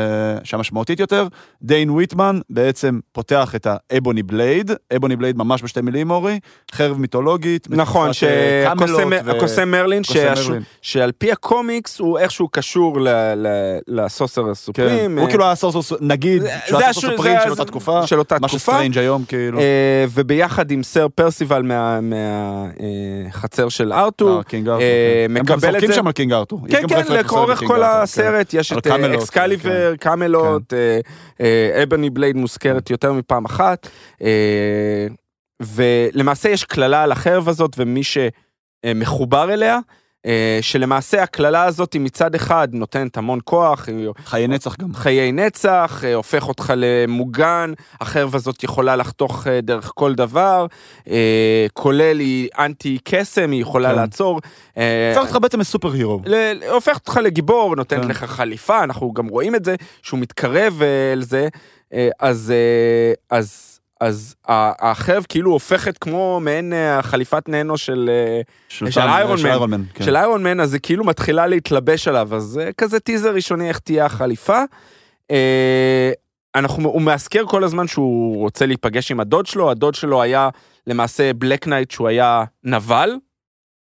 Speaker 1: שהמשמעותית יותר, דיין ויטמן בעצם פותח את האבוני בלייד, אבוני בלייד ממש בשתי מילים אורי, חרב מיתולוגית,
Speaker 3: נכון,
Speaker 1: בתקופת, אה, קאמלוט
Speaker 3: שהקוסם
Speaker 1: ו-
Speaker 3: הקוסם מרלין,
Speaker 1: קוסם
Speaker 3: שהשו-
Speaker 1: מרלין.
Speaker 3: שעל פי הקומיקס הוא איכשהו קשור ל- ל- לסוסר
Speaker 1: כן,
Speaker 3: הסופרים.
Speaker 1: הוא
Speaker 3: אה,
Speaker 1: כאילו היה סורסוס, נגיד,
Speaker 3: זה-
Speaker 1: שהוא
Speaker 3: זה
Speaker 1: היה
Speaker 3: השו-
Speaker 1: סורסוס סופרים
Speaker 3: זה-
Speaker 1: של אותה תקופה,
Speaker 3: של אותה
Speaker 1: מה
Speaker 3: תקופה.
Speaker 1: שסטרנג' היום, כאילו.
Speaker 3: אה, וביחד עם סר פרסיבל מהחצר של ארתור,
Speaker 1: אה, קינג ארתור,
Speaker 3: אה,
Speaker 1: כן. הם גם
Speaker 3: מקבל את
Speaker 1: זורקים
Speaker 3: זה.
Speaker 1: שם על קינג ארתור. יש
Speaker 3: כן,
Speaker 1: גם
Speaker 3: כן,
Speaker 1: רפרנס לסרט
Speaker 3: לאורך
Speaker 1: בקינג
Speaker 3: כל
Speaker 1: ארתור, כן.
Speaker 3: הסרט יש
Speaker 1: על
Speaker 3: את אה,
Speaker 1: קאמלוט, כן.
Speaker 3: אקסקליבר, קאמלוט, אה, אה, אבני בלייד מוזכרת יותר מפעם אחת, אה, ולמעשה יש קללה על החרב הזאת, ומי שמחובר אה, אליה, אה, שלמעשה הקללה הזאת היא מצד אחד נותנת המון כוח, היא
Speaker 1: חיי נצח גם.
Speaker 3: חיי נצח, אה, הופך אותך למוגן, החרב הזאת יכולה לחתוך אה, דרך כל דבר, אה, כולל היא אנטי קסם, היא יכולה
Speaker 1: כן.
Speaker 3: לעצור. אה,
Speaker 1: הופך אותך בעצם לסופר הירו.
Speaker 3: ל- הופך אותך לגיבור, נותנת
Speaker 1: כן.
Speaker 3: לך חליפה, אנחנו גם רואים את זה, שהוא מתקרב אה, אל זה, אה, אז... אה, אז אז ה- החרב כאילו הופכת כמו מעין אה, חליפת ננו של, אה, של
Speaker 1: טאנוס,
Speaker 3: איירון
Speaker 1: של
Speaker 3: מן.
Speaker 1: איירון מן. כן.
Speaker 3: של איירון מן, אז היא כאילו מתחילה להתלבש עליו, אז זה כזה טיזר ראשוני איך תהיה החליפה. אה, אנחנו, הוא מאזכר כל הזמן שהוא רוצה להיפגש עם הדוד שלו, הדוד שלו היה למעשה בלק נייט שהוא היה נבל,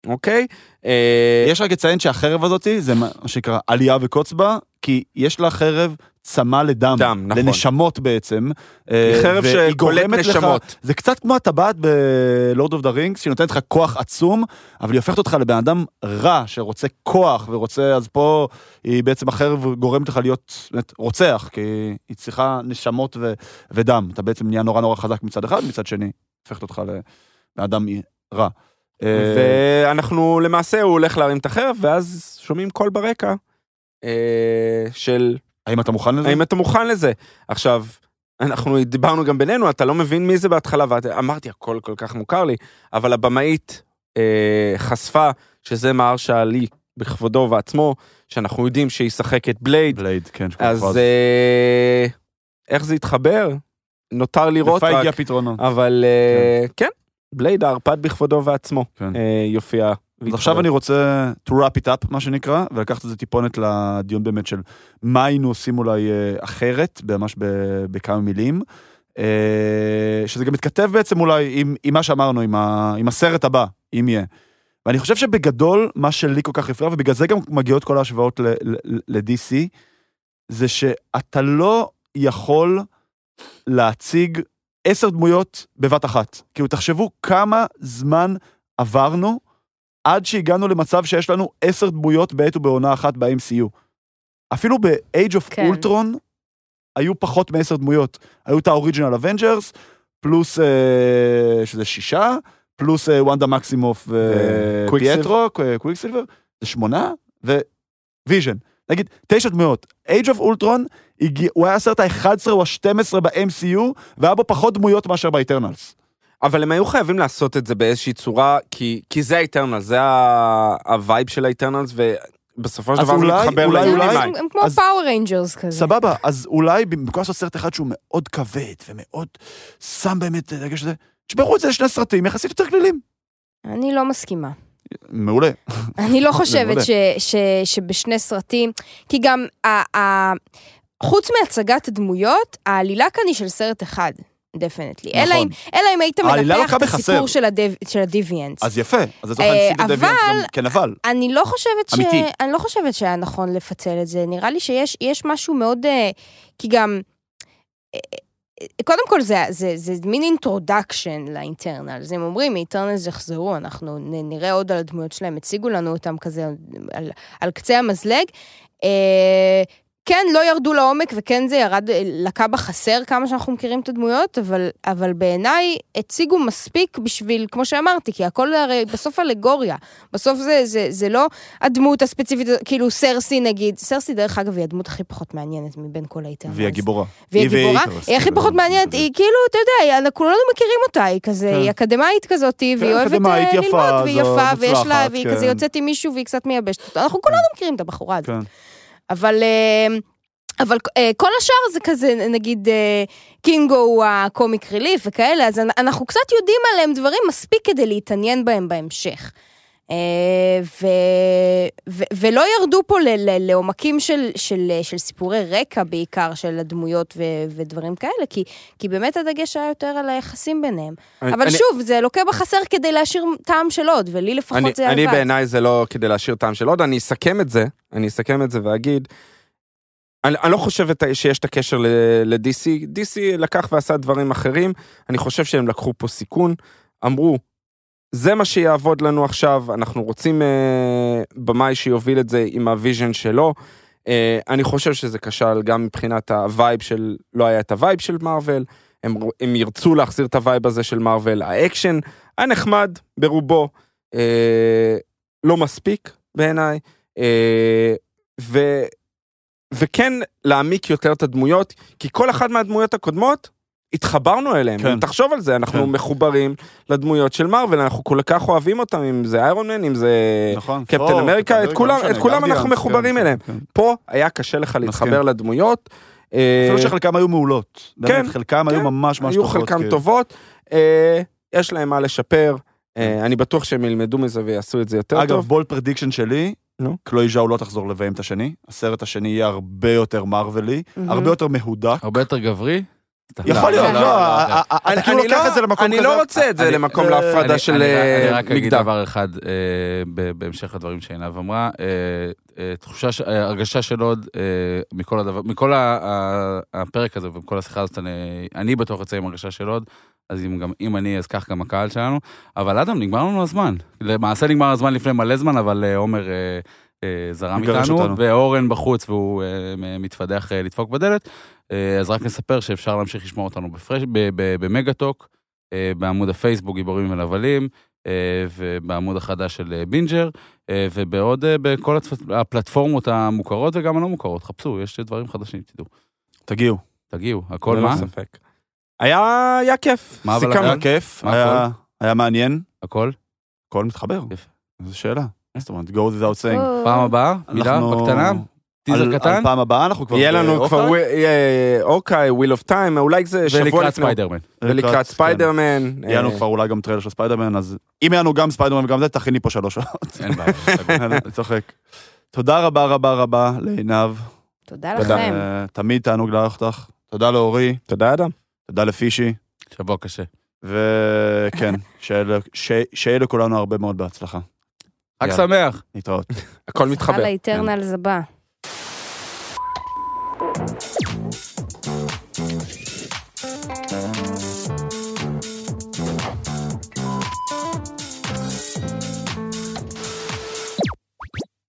Speaker 3: אוקיי? אה,
Speaker 1: יש רק לציין שהחרב הזאתי זה מה שנקרא עלייה וקוץ בה, כי יש לה חרב צמא לדם,
Speaker 3: דם, נכון.
Speaker 1: לנשמות בעצם. אה,
Speaker 3: היא חרב שקולט נשמות.
Speaker 1: לך, זה קצת כמו הטבעת בלורד אוף דה רינגס, שהיא נותנת לך כוח עצום, אבל היא הופכת אותך לבן אדם רע שרוצה כוח ורוצה, אז פה היא בעצם החרב גורמת לך להיות באמת, רוצח, כי היא צריכה נשמות ו, ודם. אתה בעצם נהיה נורא נורא חזק מצד אחד, מצד שני, הופכת אותך לבן אדם רע. אה,
Speaker 3: ואנחנו למעשה הוא הולך להרים את החרב ואז שומעים קול ברקע אה, של
Speaker 1: האם אתה מוכן לזה?
Speaker 3: האם אתה מוכן לזה עכשיו אנחנו דיברנו גם בינינו אתה לא מבין מי זה בהתחלה ואמרתי הכל כל כך מוכר לי אבל הבמאית אה, חשפה שזה מהרשה לי בכבודו ובעצמו שאנחנו יודעים שהיא שחקת בלייד
Speaker 1: בלייד, כן, שכל
Speaker 3: אז
Speaker 1: פרס.
Speaker 3: אה, איך זה התחבר נותר לראות
Speaker 1: לפה
Speaker 3: רק
Speaker 1: הגיע פתרונו.
Speaker 3: אבל אה, כן בלייד הערפד בכבודו ובעצמו
Speaker 1: כן.
Speaker 3: אה, יופיע.
Speaker 1: אז עכשיו אני רוצה to wrap it up, מה שנקרא, ולקחת את זה טיפונת לדיון באמת של מה היינו עושים אולי אה, אחרת, ממש ב- בכמה מילים. אה, שזה גם מתכתב בעצם אולי עם, עם מה שאמרנו, עם, ה, עם הסרט הבא, אם יהיה. ואני חושב שבגדול, מה שלי כל כך הפריע, ובגלל זה גם מגיעות כל ההשוואות ל- ל- ל-DC, זה שאתה לא יכול להציג עשר דמויות בבת אחת. כאילו, תחשבו כמה זמן עברנו עד שהגענו למצב שיש לנו עשר דמויות בעת ובעונה אחת ב-MCU. אפילו ב-Age of
Speaker 2: כן.
Speaker 1: Ultron היו פחות מעשר דמויות. היו את האוריג'ינל אבנג'רס, פלוס אה, שזה שישה, פלוס אה, וונדה מקסימוף
Speaker 3: וקוויקסילבר.
Speaker 1: ופייטרו, קוויקסילבר, זה שמונה, וויז'ן. נגיד, תשע דמויות. Age of Ultron, הגיע- הוא היה הסרט ה-11 או ה-12 ב-MCU, והיה בו פחות דמויות מאשר ב-Eternals.
Speaker 3: אבל הם היו חייבים לעשות את זה באיזושהי צורה, כי, כי זה האיטרנלס, זה ה- הווייב של האיטרנלס, ובסופו של
Speaker 1: אז
Speaker 3: דבר זה
Speaker 1: אולי-
Speaker 3: מתחבר
Speaker 1: אולי-
Speaker 2: הם-
Speaker 1: אולי-
Speaker 3: לאיטרנלס.
Speaker 2: הם הם כמו
Speaker 1: אז-
Speaker 2: פאוור ריינג'רס כזה.
Speaker 1: סבבה, אז אולי במקום לעשות סרט אחד שהוא מאוד כבד ומאוד שם באמת אה, דגש לזה, תשברו את זה לשני סרטים יחסית יותר כלילים.
Speaker 2: אני לא מסכימה.
Speaker 1: מעולה.
Speaker 2: אני
Speaker 1: זה
Speaker 2: לא
Speaker 1: מעולה.
Speaker 2: חושבת ש, ש, שבשני סרטים, כי גם ה, ה, חוץ מהצגת דמויות, העלילה כאן היא של סרט אחד, דפנטלי. נכון. אלא אם, אלא אם היית
Speaker 1: העלילה
Speaker 2: מנתח
Speaker 1: לוקה
Speaker 2: את הסיפור
Speaker 1: בחסר.
Speaker 2: של, הדיו, של הדיוויאנס. אז...
Speaker 1: אז יפה, אז לצורך העניין
Speaker 2: אה,
Speaker 1: סיד דוויאנס גם כן
Speaker 2: אבל-
Speaker 1: כנבל.
Speaker 2: אני לא חושבת ש...
Speaker 1: אמיתי.
Speaker 2: אני לא חושבת שהיה נכון לפצל את זה. נראה לי שיש יש משהו מאוד... אה, כי גם... אה, אה, קודם כל זה, זה, זה מין אינטרודקשן לאינטרנלס, הם אומרים אינטרנלס יחזרו, אנחנו נ, נראה עוד על הדמויות שלהם, הציגו לנו אותם כזה על, על קצה המזלג. אה, כן, לא ירדו לעומק, וכן זה ירד, אה, לקה בחסר כמה שאנחנו מכירים את הדמויות, אבל, אבל בעיניי הציגו מספיק בשביל, כמו שאמרתי, כי הכל הרי בסוף אלגוריה. בסוף זה, זה, זה לא הדמות הספציפית, כאילו סרסי נגיד, סרסי דרך אגב היא הדמות הכי פחות מעניינת מבין כל האיטרנלס.
Speaker 1: והיא הגיבורה.
Speaker 2: כן, והיא
Speaker 1: והיא
Speaker 2: גיבורה,
Speaker 1: איקרוס,
Speaker 2: היא הכי
Speaker 1: כאילו.
Speaker 2: פחות מעניינת, היא כאילו, אתה יודע, היא- כולנו מכירים אותה, היא כזה,
Speaker 1: כן.
Speaker 2: היא אקדמאית כזאת, והיא
Speaker 1: כן,
Speaker 2: אוהבת אה,
Speaker 1: אקדמאית, יפה,
Speaker 2: ללמוד, והיא
Speaker 1: זו
Speaker 2: יפה, ויש לה,
Speaker 1: מוצלחת,
Speaker 2: והיא
Speaker 1: כן.
Speaker 2: כזה יוצאת עם מישהו והיא קצת מייבשת אותו, אנחנו כולנו מכירים את הבחורה הזאת.
Speaker 1: כן.
Speaker 2: אבל... אה, אבל אה, כל השאר זה כזה, נגיד, אה, קינגו הוא הקומיק ריליף וכאלה, אז אנ- אנחנו קצת יודעים עליהם דברים מספיק כדי להתעניין בהם בהמשך. אה, ו, ו, ולא ירדו פה ל, ל, לעומקים של, של, אה, של סיפורי רקע בעיקר, של הדמויות ו, ודברים כאלה, כי, כי באמת הדגש היה יותר על היחסים ביניהם.
Speaker 3: אני-
Speaker 2: אבל
Speaker 3: אני-
Speaker 2: שוב, זה לוקה בחסר כדי להשאיר טעם של עוד, ולי לפחות
Speaker 3: אני,
Speaker 2: זה היה
Speaker 3: אני
Speaker 2: לבד.
Speaker 3: בעיניי זה לא כדי להשאיר טעם של עוד, אני אסכם את זה, אני אסכם את זה ואגיד, אני, אני לא חושב את ה- שיש את הקשר ל- ל-DC, DC לקח ועשה דברים אחרים, אני חושב שהם לקחו פה סיכון, אמרו, זה מה שיעבוד לנו עכשיו, אנחנו רוצים אה, במאי שיוביל את זה עם הוויז'ן שלו. אה, אני חושב שזה כשל גם מבחינת הווייב של, לא היה את הווייב של מארוול, הם, הם ירצו להחזיר את הווייב הזה של מארוול, האקשן היה נחמד ברובו, אה, לא מספיק, בעיניי, אה, ו, וכן להעמיק יותר את הדמויות, כי כל אחת מהדמויות הקודמות, התחברנו אליהן.
Speaker 1: כן.
Speaker 3: כן. תחשוב על זה, אנחנו
Speaker 1: כן.
Speaker 3: כן. מחוברים לדמויות של מארוול, אנחנו כל כך אוהבים אותם, אם זה איירון מן, אם זה...
Speaker 1: נכון.
Speaker 3: קפטן
Speaker 1: פור,
Speaker 3: אמריקה, את
Speaker 1: אמריקה,
Speaker 3: כולם-
Speaker 1: לא משנה,
Speaker 3: את כולם
Speaker 1: גרדיאנס,
Speaker 3: אנחנו
Speaker 1: כן,
Speaker 3: מחוברים
Speaker 1: כן,
Speaker 3: אליהם.
Speaker 1: כן.
Speaker 3: פה היה קשה לך להתחבר לדמויות.
Speaker 1: אפילו
Speaker 3: אה,
Speaker 1: שחלקם היו מעולות. באמת,
Speaker 3: כן,
Speaker 1: חלקם היו
Speaker 3: כן.
Speaker 1: ממש ממש
Speaker 3: היו
Speaker 1: טובות,
Speaker 3: חלקם
Speaker 1: כן.
Speaker 3: טובות, אה, יש להם מה לשפר, אה, אני בטוח שהם ילמדו מזה ויעשו את זה יותר
Speaker 1: אגב,
Speaker 3: טוב.
Speaker 1: בולד פרדיקשן שלי,
Speaker 3: נו.
Speaker 1: קלוי ז'או לא תחזור לביים את השני. הסרט השני יהיה הרבה יותר מארולי,
Speaker 2: מהמם.
Speaker 1: הרבה יותר מהודק.
Speaker 4: הרבה יותר גברי?
Speaker 1: יכול להיות, לא, ה- ה- ה- אתה
Speaker 3: אני-
Speaker 1: כאילו
Speaker 3: אני
Speaker 1: לוקח
Speaker 3: לא-
Speaker 1: את זה למקום כזה.
Speaker 3: אני לא רוצה את זה
Speaker 4: אני-
Speaker 3: למקום
Speaker 1: אה,
Speaker 3: להפרדה
Speaker 4: אני-
Speaker 3: של
Speaker 4: אני- אני
Speaker 3: אה,
Speaker 4: רק אגיד
Speaker 3: מגדר.
Speaker 4: דבר אחד אה, ב- בהמשך לדברים שעינב אמרה, אה, אה, תחושה, ש- אה, הרגשה של עוד אה, מכל הדבר, מכל ה- ה- הפרק הזה ומכל השיחה הזאת, אני- אני בטוח יוצא עם הרגשה של עוד. אז אם, גם, אם אני, אז כך גם הקהל שלנו. אבל אדם, נגמר לנו הזמן. למעשה נגמר הזמן לפני מלא זמן, אבל אה, עומר אה, אה, זרם
Speaker 1: מגרש
Speaker 4: איתנו,
Speaker 1: אותנו.
Speaker 4: ואורן בחוץ, והוא אה, מ- מתפדח אה, לדפוק בדלת. אה, אז רק נספר שאפשר להמשיך לשמוע אותנו בפרש, ב- ב- במגה-טוק, אה, בעמוד הפייסבוק גיבורים ולבלים, אה, ובעמוד החדש של אה, בינג'ר, אה, ובעוד, אה, בכל הפ- הפלטפורמות המוכרות וגם הלא מוכרות. חפשו, יש דברים חדשים, תדעו.
Speaker 1: תגיעו.
Speaker 4: תגיעו, הכל
Speaker 3: ללא
Speaker 4: מה?
Speaker 3: ספק. היה היה כיף,
Speaker 4: מה, אבל
Speaker 3: סיכמנו.
Speaker 1: היה כיף,
Speaker 4: מה
Speaker 1: היה- היה מעניין,
Speaker 4: הכל?
Speaker 1: הכל מתחבר.
Speaker 4: יפה.
Speaker 1: זו שאלה.
Speaker 3: אה.
Speaker 1: זאת אומרת, go without saying.
Speaker 2: או,
Speaker 4: פעם הבאה, מילה
Speaker 1: אנחנו-
Speaker 4: בקטנה,
Speaker 1: על-
Speaker 4: טיזר
Speaker 1: על
Speaker 4: קטן,
Speaker 1: פעם הבאה אנחנו כבר... אה, אוקיי.
Speaker 3: יהיה לנו
Speaker 1: באוקראי,
Speaker 3: כבר ווי- יהיה אוקיי, וויל אוף טיים, אולי זה שבוע
Speaker 4: ולקראת
Speaker 3: לפני.
Speaker 4: ספיידרמן.
Speaker 3: ולקראת
Speaker 1: כן.
Speaker 3: ספיידרמן.
Speaker 1: יהיה לנו
Speaker 3: אה,
Speaker 1: כבר אולי גם טריילר של ספיידרמן, אז אם יהיה לנו גם ספיידרמן וגם זה, תכיני פה שלוש שעות.
Speaker 4: אין בעיה. סגור.
Speaker 1: אני צוחק. תודה רבה רבה רבה לעינב.
Speaker 2: תודה
Speaker 3: תודה.
Speaker 2: לכם.
Speaker 1: אה, תמיד תענוג לארח אותך. תודה לאורי,
Speaker 3: תודה אדם.
Speaker 1: תודה לפישי,
Speaker 4: שבוע קשה.
Speaker 1: וכן, שיהיה- ש- שיהיה לכולנו הרבה מאוד בהצלחה.
Speaker 4: חג
Speaker 3: יאללה.
Speaker 4: שמח.
Speaker 1: להתראות.
Speaker 3: כן. הכל מתחבר.
Speaker 2: על האיטרנל זבה.